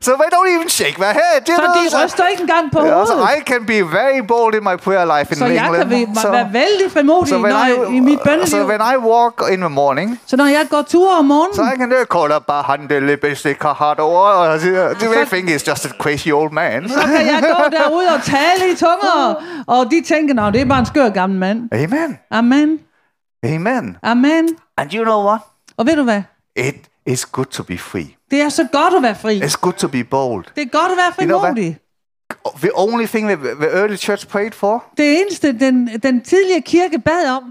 B: So they don't even shake my head. You
C: Så
B: know,
C: de ryster ikke engang på
B: Yeah, also,
C: hovedet.
B: I can be very bold in my prayer life in
C: Så jeg
B: England.
C: kan være, være vældig frimodig
B: so
C: når
B: when
C: jeg,
B: I,
C: i mit
B: so
C: bønneliv.
B: when I walk in the morning,
C: Så når jeg går ture om morgenen,
B: so I can uh, call up a handle basic hard over. ah, Do you think he's just a crazy old man?
C: så kan jeg gå derude og tale i tunger. Og de tænker, nå, det er bare en skør gammel mand.
B: Amen.
C: Amen.
B: Amen.
C: Amen.
B: And you know what?
C: Og ved du hvad?
B: It is good to be free.
C: Det er så godt at være fri.
B: It's good to be bold.
C: Det er godt at være
B: You know hvad?
C: frimodig.
B: The only thing that the early church prayed for,
C: Det eneste, den, den tidligere kirke bad om,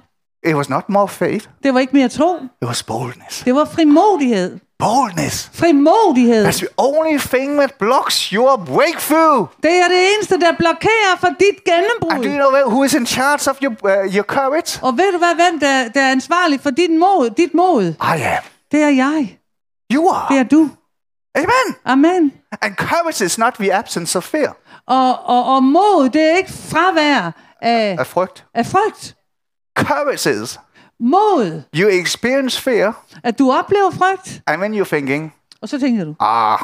B: it was not more faith.
C: det var ikke mere tro.
B: It was boldness.
C: Det var frimodighed.
B: Boldness.
C: Frimodighed.
B: That's the only thing that blocks your breakthrough.
C: Det er det eneste, der blokerer for dit
B: And do you
C: gennembrud.
B: know who is in charge of your uh, your courage?
C: Og ved du hvad, hvem der, der er ansvarlig for dit mod? Dit mod?
B: I am.
C: Det er jeg.
B: You are.
C: Det er du.
B: Amen.
C: Amen.
B: And courage is not the absence of fear.
C: Og, og, og mod, det er ikke fravær af,
B: Af frygt.
C: af frygt.
B: Courage is
C: Mod,
B: you experience fear,
C: at du oplever frygt,
B: and then you're thinking,
C: og så tænker du,
B: ah,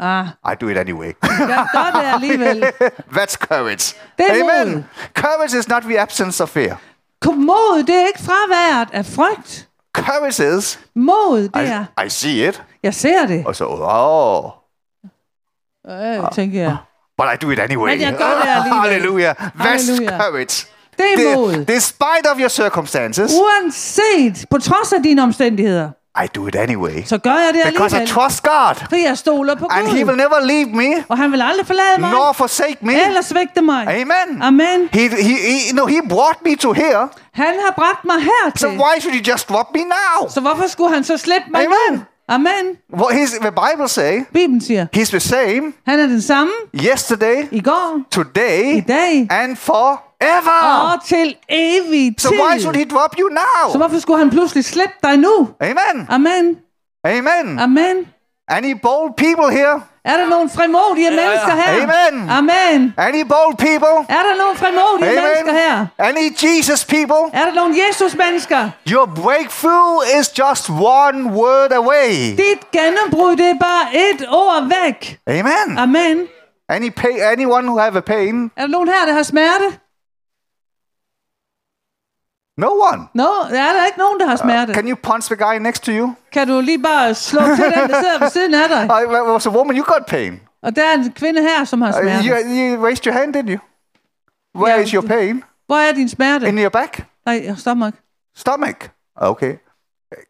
C: ah,
B: I do it anyway.
C: jeg gør det alligevel.
B: That's courage.
C: Det er
B: Amen.
C: mod.
B: Courage is not the absence of fear.
C: Kom- Mod, det er ikke fraværet af frygt.
B: Courage is
C: Mod, det er,
B: I, I see it,
C: jeg ser det,
B: og så, oh,
C: øh, tænker jeg.
B: but I do it anyway.
C: Men jeg gør det alligevel.
B: Hallelujah. That's
C: Halleluja.
B: courage.
C: Det er mod.
B: Di- despite of your circumstances,
C: Uanset, på trods af dine omstændigheder,
B: I do it anyway.
C: så gør jeg det
B: Because I
C: alligevel.
B: trust God.
C: For jeg stoler på
B: And he will
C: Gud.
B: never leave me
C: Og han vil aldrig forlade mig,
B: nor forsake me.
C: eller svigte mig.
B: Amen.
C: Amen.
B: He, he, he, no, he brought me to here.
C: Han har bragt mig
B: So
C: hertil.
B: why should he just drop me now?
C: Så hvorfor skulle han så slippe mig
B: Amen.
C: nu? Amen.
B: What his, the Bible say,
C: Bibelen siger,
B: he's the same
C: han er den samme
B: yesterday,
C: i går, i
B: today,
C: dag
B: and forever.
C: og til evig
B: so why
C: tid.
B: should he drop you
C: Så
B: now?
C: hvorfor skulle han pludselig slippe dig nu?
B: Amen.
C: Amen.
B: Uh, Amen.
C: Amen.
B: Any bold people here?
C: Er der nogle frimodige mennesker her?
B: Amen.
C: Amen.
B: Any bold people?
C: Er der nogle frimodige mennesker her?
B: Amen. Any Jesus people?
C: Er der nogle Jesus-mennesker?
B: Your breakthrough is just one word away.
C: Dit gennembrud, det er bare et ord væk.
B: Amen.
C: Amen.
B: Any pain, anyone who have a pain?
C: Er der nogen her, der har smerte?
B: No one.
C: Nå, no, er der ikke nogen, der har smerte?
B: Can you punch the guy next to you?
C: Kan du lige bare slå til den, der sidder ved siden af dig?
B: I I was a woman. You got pain.
C: Og der er en kvinde her, som har
B: Uh,
C: smerte.
B: you, you raised your hand, didn't you? Where is
C: Yeah.
B: your pain?
C: Hvor er din smerte?
B: In your back,
C: Nej, stomach.
B: stomach. Okay.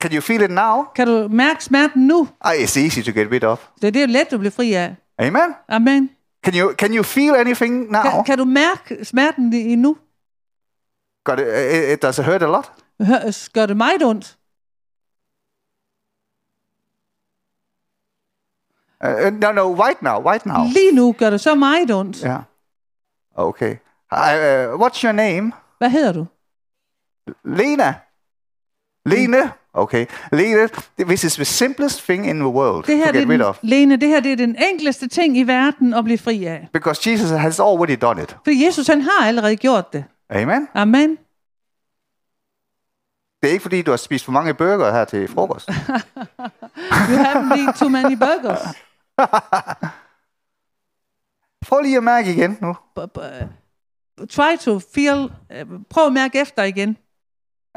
B: Can you feel it now?
C: Kan du mærke smerten nu?
B: Ah, it's easy to get rid of.
C: Det er det jo let, du bliver fri af.
B: Amen.
C: Amen.
B: Can you can you feel anything now?
C: Kan, kan du mærke smerten i i nu?
B: God, it, it, it does it hurt a lot.
C: Hør, gør det meget ondt?
B: Uh, uh, no, no, right now, right now.
C: Lige nu gør det så meget ondt.
B: Yeah. Okay. I, uh, what's your name?
C: Hvad hedder du?
B: Lena. Lene. Okay. Lene, this is the simplest thing in the world
C: Det her,
B: to
C: det
B: get rid
C: er
B: of.
C: den, Lene, det her det er den enkleste ting i verden at blive fri af.
B: Because Jesus has already done it.
C: For Jesus, han har allerede gjort det.
B: Amen.
C: Amen.
B: Det er ikke fordi, du har spist for mange burger her til frokost.
C: You haven't eaten too many burgers.
B: Prøv lige at mærke igen nu.
C: B- b- Try to feel... øh, Prøv at mærke efter igen.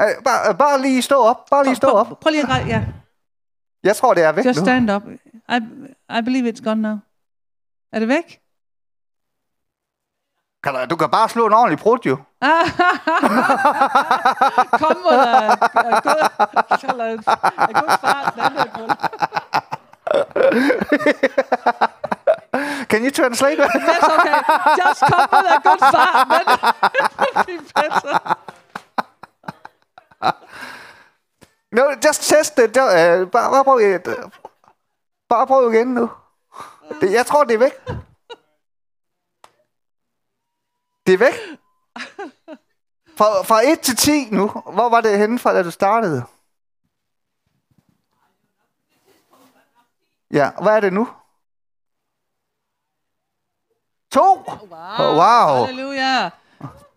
B: Øh, Bare, bare lige stå op. Bare lige stå op.
C: Prøv, prøv lige at... græ- Ja,
B: Jeg tror, det er væk
C: just
B: nu.
C: stand up. I, I believe it's gone now. Er det væk?
B: Kan du, du kan bare slå en ordentlig brud, jo.
C: Kom, hvor der er er god, så der er- er god fart. den her gulv.
B: Can you translate that?
C: That's okay. Just come with a good fart. Den bliver bedre.
B: No, just test it. Uh, bare, bare, prøv, uh, bare prøv igen nu. Det, jeg tror, det er væk. Det er væk. Fra, fra 1 til 10 nu. Hvor var det henne fra, da du startede? Ja, hvad er det nu? To. Wow. Oh, wow.
C: Hallelujah.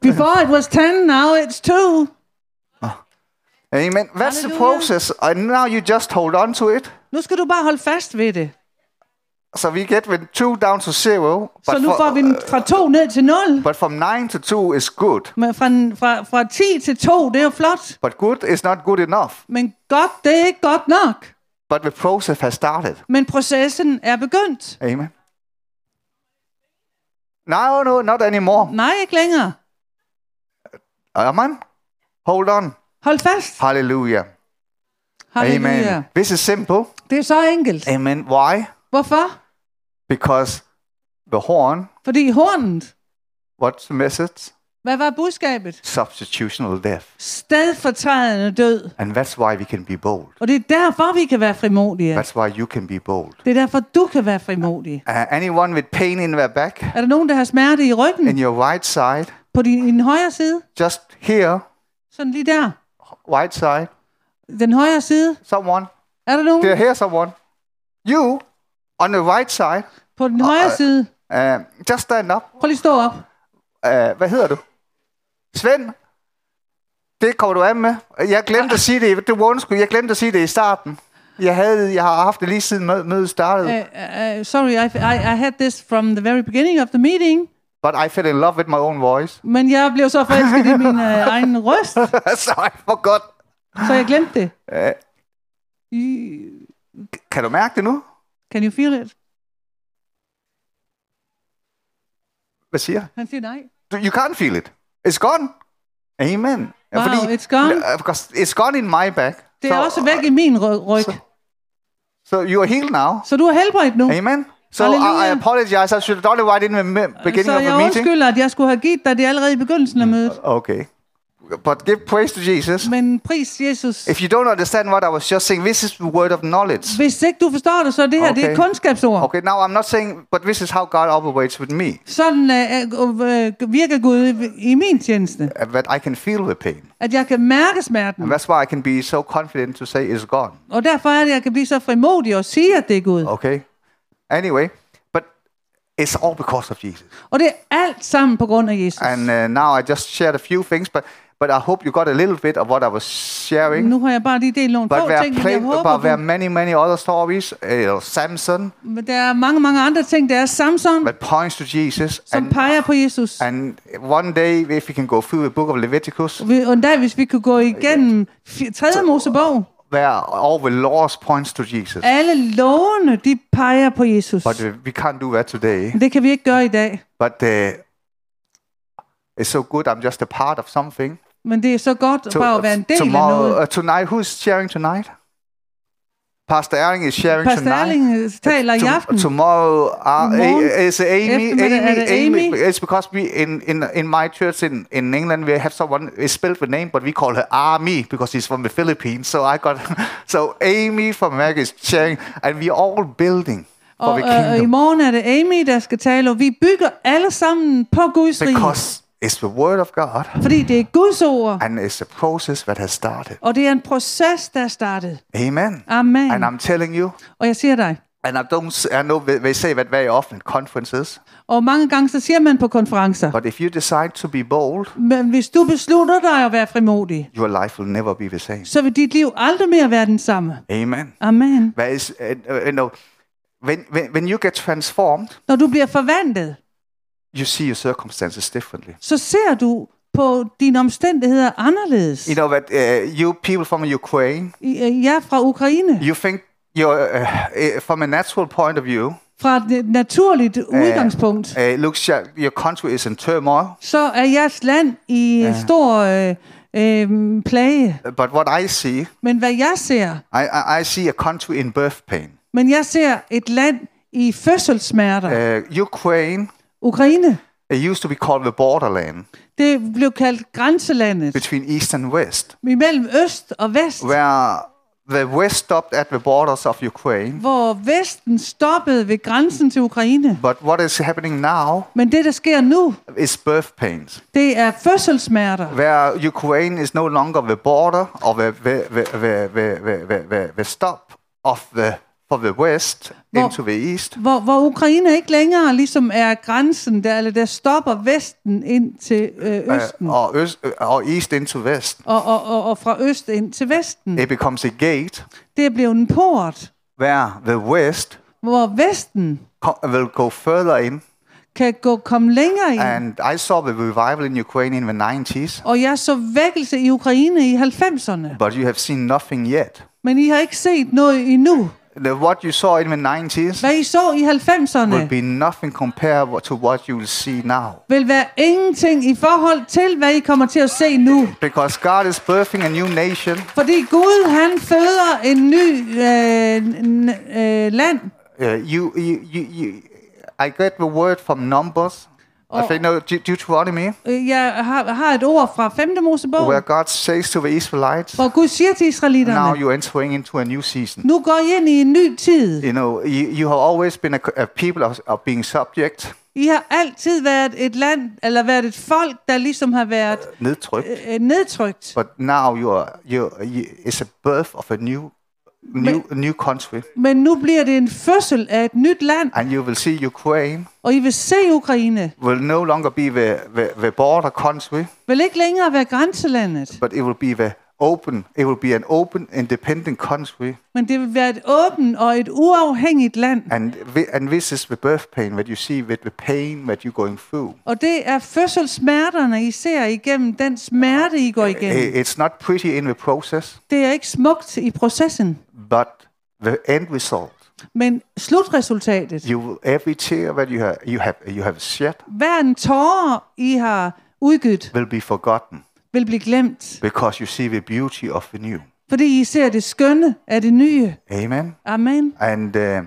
C: Before it was 10, now it's 2.
B: Amen. That's the
C: Halleluja.
B: process. And now you just hold on to it.
C: Nu skal du bare holde fast ved det.
B: So we get with two down to zero.
C: Så nu
B: for-
C: får vi den fra 2 ned til 0.
B: But from nine to two is good.
C: Men fra, fra, fra 10 til 2, det er jo flot.
B: But good is not good enough.
C: Men godt, det er ikke godt nok.
B: But the process has started.
C: Men processen er begyndt.
B: Amen. No, no, not anymore.
C: Nej, ikke længere.
B: Amen. Hold on.
C: Hold fast.
B: Hallelujah.
C: Halleluja.
B: Amen. This is simple.
C: Det er så enkelt.
B: Amen. Why?
C: Hvorfor?
B: Because the horn,
C: Fordi hornet,
B: what's the message?
C: hvad var budskabet?
B: Substitutional death.
C: Stedfortrædende død.
B: And that's why we can be bold.
C: Og det er derfor, vi kan være frimodige.
B: That's why you can be bold.
C: Det er derfor, du kan være frimodig.
B: Uh, anyone with pain in their back,
C: Er der nogen, der har smerte i
B: in
C: ryggen
B: your right side,
C: på din, i den højre side?
B: just here,
C: Sådan lige der.
B: right side,
C: Den højre side.
B: someone,
C: Er der nogen
B: there, here, someone. You, on the right side,
C: på den højre side?
B: uh, just stand up.
C: Prøv lige at stå op.
B: Uh, hvad hedder du? Svend? Det kommer du af med. Jeg glemte at sige det. Det var undskyld. Jeg glemte at sige det i starten. Jeg, havde, jeg har haft det lige siden mø- mødet startede.
C: Uh, uh, sorry, I, I, I had this from the very beginning of the meeting.
B: But I fell in love with my own voice.
C: Men jeg blev så forelsket i min øh, egen røst,
B: so I forgot.
C: så jeg glemte det.
B: Uh,
C: You-
B: kan du mærke det nu?
C: Can you feel it?
B: Hvad siger jeg?
C: Han siger nej.
B: Du- You can't feel it. It's gone. Amen. Ja,
C: Wow, it's gone.
B: Ja, because it's gone in my back.
C: Det er også væk i min ry- ryg.
B: So you are healed now.
C: Så du er helbredt nu.
B: Amen. So I, I
C: Hallelujah.
B: apologize. I should have done it right in the me- beginning
C: Så
B: of the
C: jeg
B: meeting. Mm.
C: undskylder, at jeg skulle have givet dig det allerede i begyndelsen af mødet.
B: Okay. But give praise to Jesus.
C: Men pris Jesus.
B: If you don't understand what I was just saying, this is the word of knowledge.
C: Hvis ikke du forstår det, så er det her det er
B: Okay.
C: et kundskabsord.
B: Okay, now I'm not saying, but this is how God operates with me,
C: Sådan øh, øh, virker Gud i- i min tjeneste.
B: uh, that I can feel the pain.
C: At jeg kan mærke smerten.
B: And that's why I can be so confident to say it's gone.
C: Og derfor er det, at jeg kan blive så frimodig og sige, at det er Gud.
B: Okay? Anyway, but it's all because of Jesus.
C: Og det er alt sammen på grund af Jesus.
B: And uh, now I just shared a few things, but, but I hope you got a little bit of what I was sharing.
C: Nu har jeg bare lige delt nogle
B: But
C: få
B: there are,
C: ting, men jeg
B: plain, but there
C: håber,
B: are many, many other stories, uh, you know, Samson,
C: du, men der er mange, mange andre ting. Der er Samson,
B: that points to Jesus.
C: som
B: And,
C: peger på Jesus.
B: and one day, if we can go through the book of Leviticus,
C: Vi- Og en dag, hvis vi kunne gå igennem fi- 3. Mosebog,
B: where all the laws points to
C: Eh.
B: Jesus.
C: alle lovene, de peger på Jesus.
B: But uh, we can't do that today.
C: Det kan vi ikke gøre i dag.
B: But uh, it's so good. I'm just a part of something.
C: Men det er så godt
B: To-
C: bare at være en del af
B: tomorrow,
C: noget.
B: uh, tonight, who's sharing tonight? Pastor Erling is sharing
C: Pastor
B: tonight.
C: Erling øh, taler i
B: To-
C: aften.
B: tomorrow uh,
C: Morgen.
B: A- is Amy, Amy,
C: Eftermiddag er det
B: Amy.
C: Amy.
B: It's because we in, in in my church in, in England we have someone is spelled with name, but we call her Army because she's from the Philippines. So I got so Amy from America is sharing, and we all building for
C: Og
B: the
C: øh, i
B: kingdom
C: morgen er det Amy, der skal tale, og vi bygger alle sammen på Guds rige.
B: because it's the word of God
C: Fordi det er Guds ord,
B: and it's a process that has started.
C: og det er en proces, der er startet.
B: Amen. And
C: Amen.
B: I'm telling you,
C: Og jeg siger dig,
B: and I don't s- I know they they say that very often at conferences,
C: og mange gange så siger man på konferencer,
B: but if you decide to be bold,
C: men hvis du beslutter dig at være frimodig,
B: your life will never be the same.
C: så vil dit liv aldrig mere være den samme.
B: Amen.
C: Amen.
B: There is, uh, uh, you know, when, when, when you get transformed,
C: Når du bliver forvandlet,
B: you see your circumstances differently.
C: så ser du på dine omstændigheder anderledes.
B: You know that uh, you people from Ukraine,
C: I- øh, Jeg er fra Ukraine.
B: you think you're uh, uh, from a natural point of view,
C: Fra et naturligt udgangspunkt.
B: uh, it looks like your country is in turmoil.
C: så er jeres land i ja. stor øh, øh, plage.
B: But what I see,
C: Men hvad jeg ser,
B: I, I, I see a country in birth pain.
C: men jeg ser et land i fødselssmerter. Ja.
B: Uh, Ukraine
C: Ukraine,
B: it used to be called the borderland
C: det blev kaldt grænselandet
B: between east and west,
C: imellem øst og vest,
B: where the west stopped at the borders of Ukraine.
C: hvor vesten stoppede ved grænsen til Ukraine.
B: But what is happening now
C: Men det, der sker nu,
B: is birth pains.
C: det er fødselssmerter,
B: where Ukraine is no longer the border or the the the the, the, the, the, the, the stop of the for the west
C: Hvor-
B: into the east.
C: hvor, hvor Ukraine ikke længere ligesom er grænsen, der, eller der stopper vesten ind til øh, østen,
B: Uh, or, øst, or east into west.
C: og, og, og, og fra øst ind til vesten.
B: It becomes a gate
C: Det er blevet en port,
B: where the west
C: hvor Vesten
B: co- will go further in.
C: kan gå komme længere ind.
B: And I saw the revival in Ukraine in the 90s,
C: Og jeg så vækkelse i Ukraine i 90'erne,
B: but you have seen nothing yet.
C: men I har ikke set noget endnu.
B: The, what you saw in the 90s
C: Hvad I så i
B: will
C: 90'erne,
B: be nothing comparable to what you will see now.
C: vil være ingenting i forhold til, hvad I kommer til at se nu.
B: Because God is birthing a new nation,
C: Fordi Gud, han føder en ny øh, n- øh, land.
B: Uh, you, you, you, you, I get the word from Numbers. I
C: Oh.
B: think no, De- Deuteronomy,
C: Øh, Jeg har, har et ord fra 5. Mosebog,
B: where God says to the Israelites,
C: hvor Gud siger til
B: "Now
C: israelitterne,
B: you're entering into a new season."
C: nu går I ind i en ny tid.
B: You know, you, you have always been a, c- a people of, of being subject,
C: I har altid været et land, eller været et folk, der ligesom har været
B: nedtrykt,
C: øh, nedtrykt.
B: but now you are you, you it's a birth of a new new new country,
C: Men nu bliver det en fødsel af et nyt land,
B: and you will see Ukraine
C: og I vil se Ukraine.
B: will no longer be the, the, the border country,
C: Vil ikke længere være grænselandet,
B: but it will be the open. It will be an open, independent country
C: men det vil være et åbent og et uafhængigt land.
B: And, thi- and this is the birth pain that you see with the pain that you're going through.
C: Og det er fødselssmerterne, I ser igennem den smerte, I går igennem.
B: I- It's not pretty in the process,
C: Det er ikke smukt i processen,
B: but the end result.
C: men slutresultatet.
B: You will- every tear that you have, you have you have shed
C: Hver en tårer, I har udgivet,
B: will be forgotten
C: vil blive glemt,
B: because you see the beauty of the new.
C: fordi I ser det skønne af det nye.
B: Amen.
C: Amen.
B: And uh,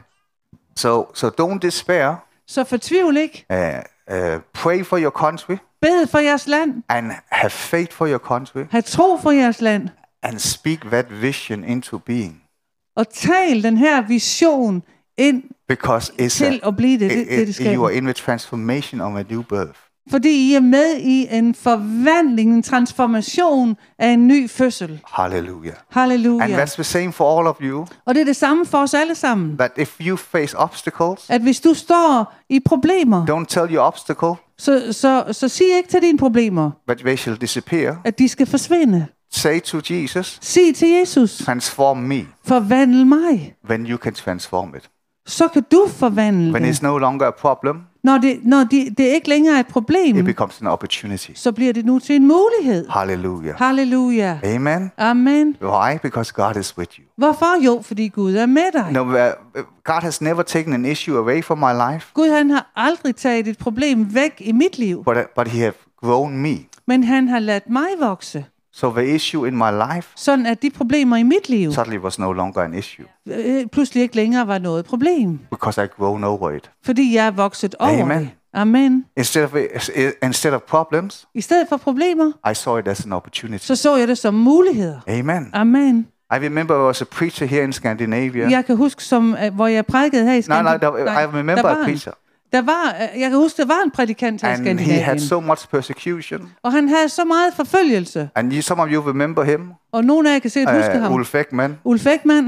B: so so don't despair.
C: Så fortvivl ikke.
B: Uh, uh, pray for your country
C: Bed for jeres land.
B: and have faith for your country
C: Ha' tro for jeres land.
B: and speak that vision into being
C: Og tal den her vision ind
B: because it's a,
C: til at blive det, det, det,
B: it,
C: det
B: it, you are
C: skal.
B: in the transformation of a new birth.
C: Fordi I er med i en forvandling, en transformation af en ny fødsel.
B: Hallelujah. And
C: Halleluja.
B: that's the same for all of you.
C: Og det er det samme for os alle sammen.
B: That if you face obstacles,
C: At hvis du står i problemer,
B: don't tell your obstacle
C: så, så, så sig ikke til dine problemer,
B: that they shall disappear.
C: at de skal forsvinde.
B: Say to Jesus,
C: Sig til Jesus,
B: transform me.
C: forvandl mig.
B: When you can transform it.
C: Så kan du forvandle
B: When
C: det.
B: it's no longer a problem,
C: Når, det, når det, det ikke længere er et problem,
B: it becomes an opportunity.
C: så bliver det nu til en mulighed.
B: Hallelujah.
C: Halleluja.
B: Amen.
C: Amen.
B: Why? Because God is with you.
C: Hvorfor? Jo, fordi Gud er med dig.
B: No, uh, God has never taken an issue away from my life,
C: Gud han har aldrig taget et problem væk i mit liv,
B: but, but He have grown me.
C: men han har ladt mig vokse.
B: So the issue in my life
C: Sådan at de problemer i mit liv
B: suddenly was no longer an issue
C: øh, pludselig ikke længere var noget problem,
B: because I grown over it.
C: fordi jeg er vokset over
B: Amen.
C: det. Amen.
B: Instead of, instead of problems,
C: I stedet for problemer,
B: I saw it as an opportunity.
C: så så jeg det som muligheder.
B: Amen.
C: uh, Amen.
B: I remember I was a preacher here in Scandinavia.
C: Jeg kan huske, som, øh, hvor jeg prædikede her i
B: No,
C: Skandinavien.
B: no, there, I remember
C: der var
B: a
C: en-
B: preacher.
C: Der var, øh, jeg kan huske, der var en prædikant her i
B: And he
C: Skandinavien,
B: had so much persecution.
C: og han havde så meget forfølgelse.
B: And you, some of you remember him,
C: Og nogle af jer kan sikkert
B: uh,
C: huske ham.
B: Ulf Ekman.
C: Ulf Ekman.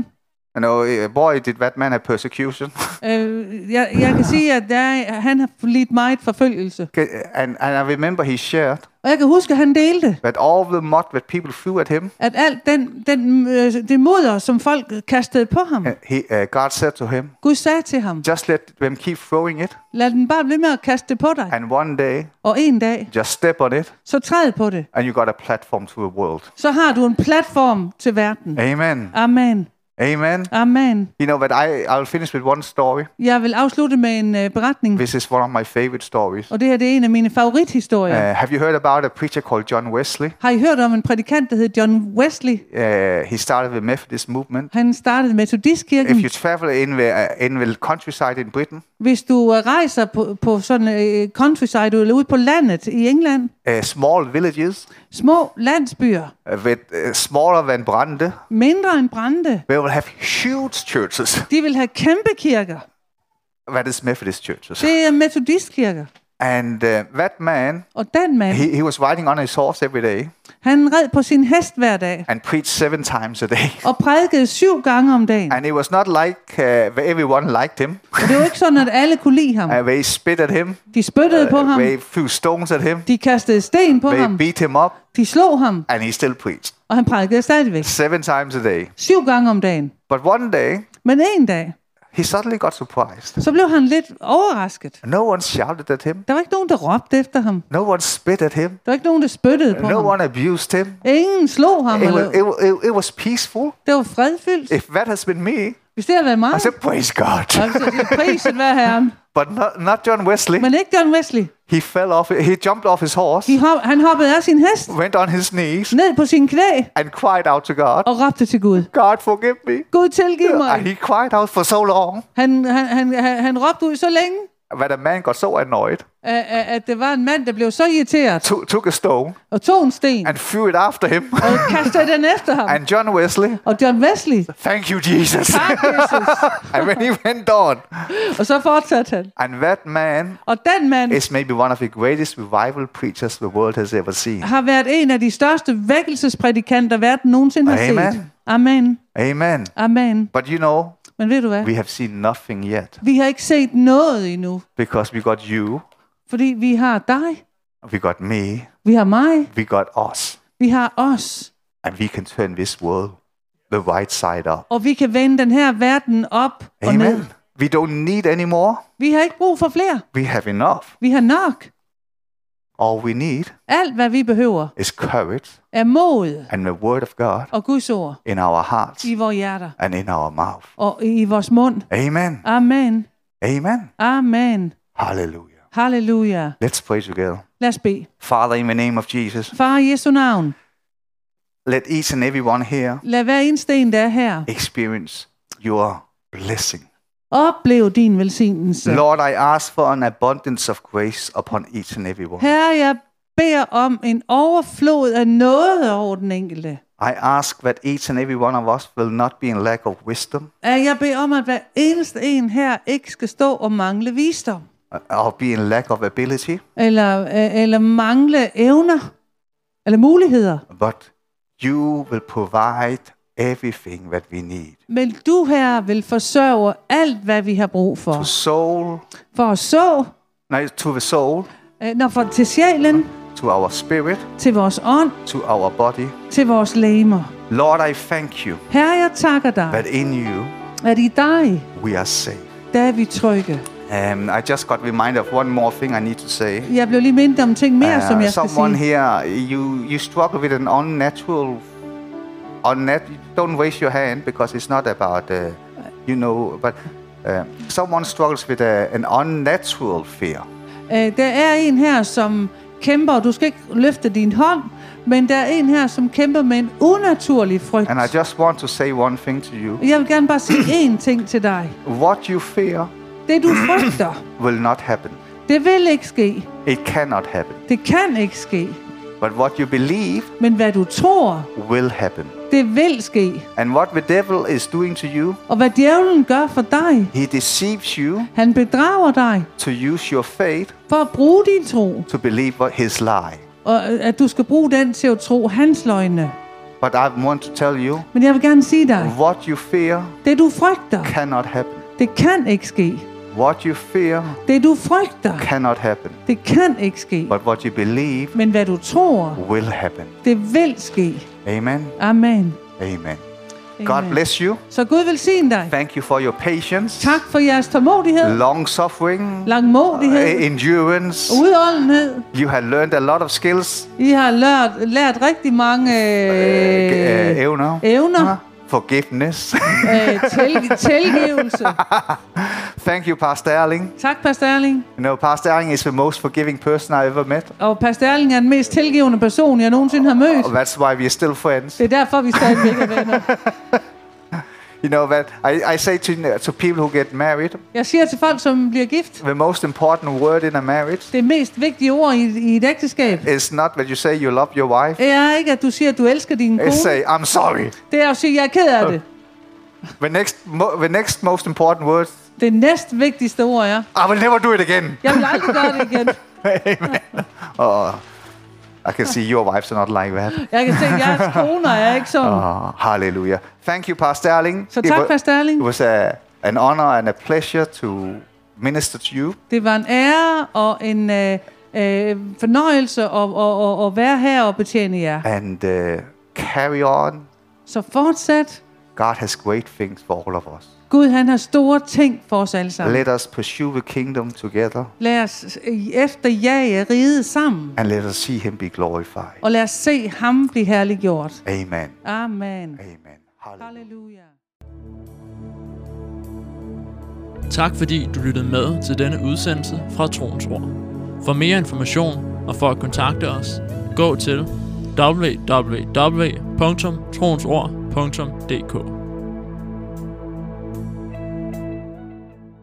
B: You know, eh, boy, did that man have persecution.
C: Øh, jeg, jeg kan sige, at der, er- han har lidt meget forfølgelse.
B: Okay, and, and I remember he shared
C: Og jeg kan huske, at han delte,
B: that all the mud that people threw at him,
C: at alt den, den, øh, det mudder, som folk kastede på ham,
B: eh, he, uh, God said to him,
C: Gud sagde til ham,
B: just let them keep throwing it.
C: lad den bare blive med at kaste det på dig.
B: And one day,
C: Og en dag,
B: just step on it,
C: så træd på det.
B: and you got a platform to the world.
C: Så har du en platform til verden.
B: Amen.
C: Uh, Amen.
B: Amen.
C: Amen.
B: You know, but I, I'll finish with one story.
C: Jeg vil afslutte med en øh, beretning,
B: This is one of my favorite stories.
C: og det her det er en af mine favorithistorier.
B: Uh, have you heard about a preacher called John Wesley?
C: Har I hørt om en prædikant, der hed John Wesley?
B: Uh, he started the Methodist movement.
C: Han startede
B: If you
C: Methodistkirken.
B: travel in the, uh, in the countryside in Britain,
C: Hvis du øh, rejser på, på sådan øh, countryside eller ude på landet i England,
B: uh, small villages
C: små landsbyer,
B: uh, with, uh, smaller than Brande,
C: mindre end Brande,
B: they will have huge churches.
C: de vil have kæmpe kirker.
B: that is Methodist churches.
C: Det er metodistkirker.
B: And uh, that man,
C: Og den mand,
B: he, he was riding on his horse every day
C: han red på sin hest hver dag
B: and preached seven times a day.
C: og prædikede syv gange om dagen.
B: And it was not like uh, everyone liked him.
C: Og det var ikke sådan, at alle kunne lide ham.
B: Uh, they spit at him. uh,
C: De spyttede på ham,
B: They threw stones at him.
C: de kastede sten på
B: They
C: ham,
B: beat him up.
C: de slog ham,
B: and he still preached
C: og han prædikede stadigvæk
B: seven times a day.
C: syv gange om dagen.
B: But one day,
C: Men en dag,
B: he- he suddenly got surprised.
C: Så blev han lidt overrasket.
B: No one shouted at him.
C: Der var ikke nogen, der råbte efter ham.
B: No one spit at him.
C: Der var ikke nogen, der spyttede på
B: No
C: ham.
B: one abused him.
C: Ingen slog ham.
B: It
C: Eller,
B: was, it, wa- it, it was peaceful.
C: det var fredfyldt.
B: If that has been me,
C: Hvis det havde været mig,
B: I said, praise God.
C: så ville jeg sige, prisen være herren.
B: But not, not John Wesley.
C: Men ikke John Wesley.
B: He fell off. He jumped off his horse,
C: De hop, han hoppede af sin hest,
B: went on his knees,
C: ned på sin knæ
B: and cried out to God,
C: og råbte til Gud.
B: God, forgive me.
C: Gud tilgiv mig.
B: And he cried out for so long
C: Han, han, han, han, han råbte ud så længe,
B: that a man got so annoyed,
C: at, at- at det var en mand, der blev så irriteret
B: to- took a stone
C: og tog en sten
B: and threw it after him.
C: og kastede den efter ham.
B: And John Wesley,
C: Og John Wesley,
B: thank you, Jesus.
C: tak Jesus.
B: and when he went on,
C: Og så fortsatte han.
B: and that man
C: Og den mand
B: is maybe one of the greatest revival preachers the world has ever seen.
C: har været en af de største vækkelsesprædikanter, verden nogensinde har
B: Amen.
C: set. Amen.
B: Amen.
C: Amen.
B: But you know,
C: Men ved du hvad?
B: we have seen nothing yet
C: Vi har ikke set noget endnu,
B: because we got you,
C: fordi vi har dig,
B: we got me,
C: vi har mig,
B: we got us,
C: vi har os.
B: and we can turn this world the right side up.
C: Og vi kan vende den her verden op og ned.
B: Amen. We don't need any more.
C: Vi har ikke brug for flere.
B: We have enough.
C: Vi har nok.
B: All we need
C: Alt, hvad vi behøver,
B: is courage
C: er mod
B: and the word of God
C: og Guds ord
B: in our hearts
C: i vores hjerter
B: and in our mouth.
C: og i vores mund.
B: Amen.
C: Amen.
B: Amen.
C: Amen.
B: Hallelujah.
C: Halleluja.
B: Let's pray together.
C: Lad os bede.
B: Father, in the name of Jesus,
C: Far i Jesu navn,
B: let each and every one here
C: lad hver eneste en, der er her,
B: experience your blessing.
C: Oplev din velsignelse.
B: Lord, I ask for an abundance of grace upon each and every one.
C: Herre, jeg beder om en overflod af noget over den enkelte.
B: I ask that each and every one of us will not be in lack of wisdom
C: At jeg beder om, at hver eneste en her ikke skal stå og mangle visdom,
B: uh, or be in lack of ability,
C: eller, øh, eller mangle evner, eller muligheder.
B: but you will provide everything that we need.
C: Men du, her vil forsørge alt, hvad vi har brug for.
B: Soul,
C: For at så,
B: no, to the soul,
C: øh, når for, til sjælen,
B: to our spirit,
C: til vores ånd,
B: to our body.
C: til vores læmer.
B: Lord, I thank you
C: Herre, jeg takker dig,
B: that in you
C: at i dig,
B: we are safe.
C: der er vi trygge.
B: Um, I just got reminded of one more thing I need to say.
C: Jeg blev lige mindet om ting mere, som jeg skal sige.
B: Uh, someone here, you you struggle with an unnatural, unnat. Don't raise your hand because it's not about, uh, you know, but uh, someone struggles with a, an unnatural fear.
C: Øh, Der er en her, som kæmper, og du skal ikke løfte din hånd, men der er en her, som kæmper med en unaturlig frygt.
B: And I just want to say one thing to you:
C: Jeg vil gerne bare sige én ting til dig.
B: what you fear
C: Det du frygter,
B: will not happen.
C: det vil ikke ske.
B: It cannot happen.
C: Det kan ikke ske.
B: But what you believe
C: Men hvad du tror,
B: will happen.
C: det vil ske.
B: And what the devil is doing to you,
C: Og hvad djævlen gør for dig,
B: he deceives you
C: han bedrager dig
B: to use your faith
C: for at bruge din tro,
B: to believe what his lie.
C: og øh, at du skal bruge den til at tro hans løgne.
B: But I want to tell you,
C: Men jeg vil gerne sige dig,
B: what you fear
C: det du frygter,
B: cannot happen.
C: det kan ikke ske.
B: What you fear
C: Det du frygter,
B: cannot happen.
C: det kan ikke ske.
B: But what you believe
C: Men hvad du tror,
B: will happen.
C: det vil ske.
B: Amen.
C: Amen.
B: Amen. God
C: Amen.
B: bless you.
C: Så Gud velsigne dig.
B: Thank you for your patience,
C: Tak for jeres tålmodighed,
B: long suffering, uh,
C: langmodighed,
B: endurance.
C: udholdenhed.
B: You have learned a lot of skills,
C: I har lært, lært rigtig mange
B: uh,
C: øh,
B: evner,
C: evner.
B: forgiveness.
C: Øh, til, tilgivelse.
B: Thank you, Pastor Erling.
C: Tak, Pastor Erling.
B: You know, Pastor Erling is the most forgiving person I ever met.
C: Og Pastor Erling er den mest tilgivende person, jeg nogensinde har mødt.
B: That's why we're still friends.
C: Det er derfor, vi stadigvæk er venner.
B: You know that I, I say to, to people who get married,
C: Jeg siger til folk, som bliver gift,
B: the most important word in a marriage
C: det mest vigtige ord i, i et ægteskab,
B: It's not that you say you love your wife.
C: er ikke, at du siger, at du elsker din
B: It's
C: kone.
B: say I'm sorry.
C: Det er at sige, at jeg er ked af det.
B: The next, mo- the next most important word.
C: Det næst vigtigste ord er,
B: I will never do it again.
C: jeg vil aldrig gøre det igen.
B: Oh, I can see your wives are not like that.
C: Jeg kan se, at jeres koner er ikke sådan.
B: Oh, hallelujah. Thank you, Pastor Erling.
C: Så
B: It wa-
C: tak, Pastor
B: It
C: Erling.
B: was a, an honor and a pleasure to minister to you.
C: Det var en ære og en øh, øh, fornøjelse at, at, at, at være her og betjene jer.
B: And uh, carry on
C: Så fortsat
B: God has great things for all of us.
C: Gud, han har store ting for os alle sammen.
B: Let us pursue the kingdom together
C: Lad os øh, efterjage riget sammen,
B: and let us see him be glorified.
C: og lad os se ham blive herliggjort.
B: Amen.
C: Amen.
B: Amen. Hallelujah.
C: Halleluja.
A: Tak fordi du lyttede med til denne udsendelse fra Troens Ord. For mere information og for at kontakte os, gå til www.troensord.dk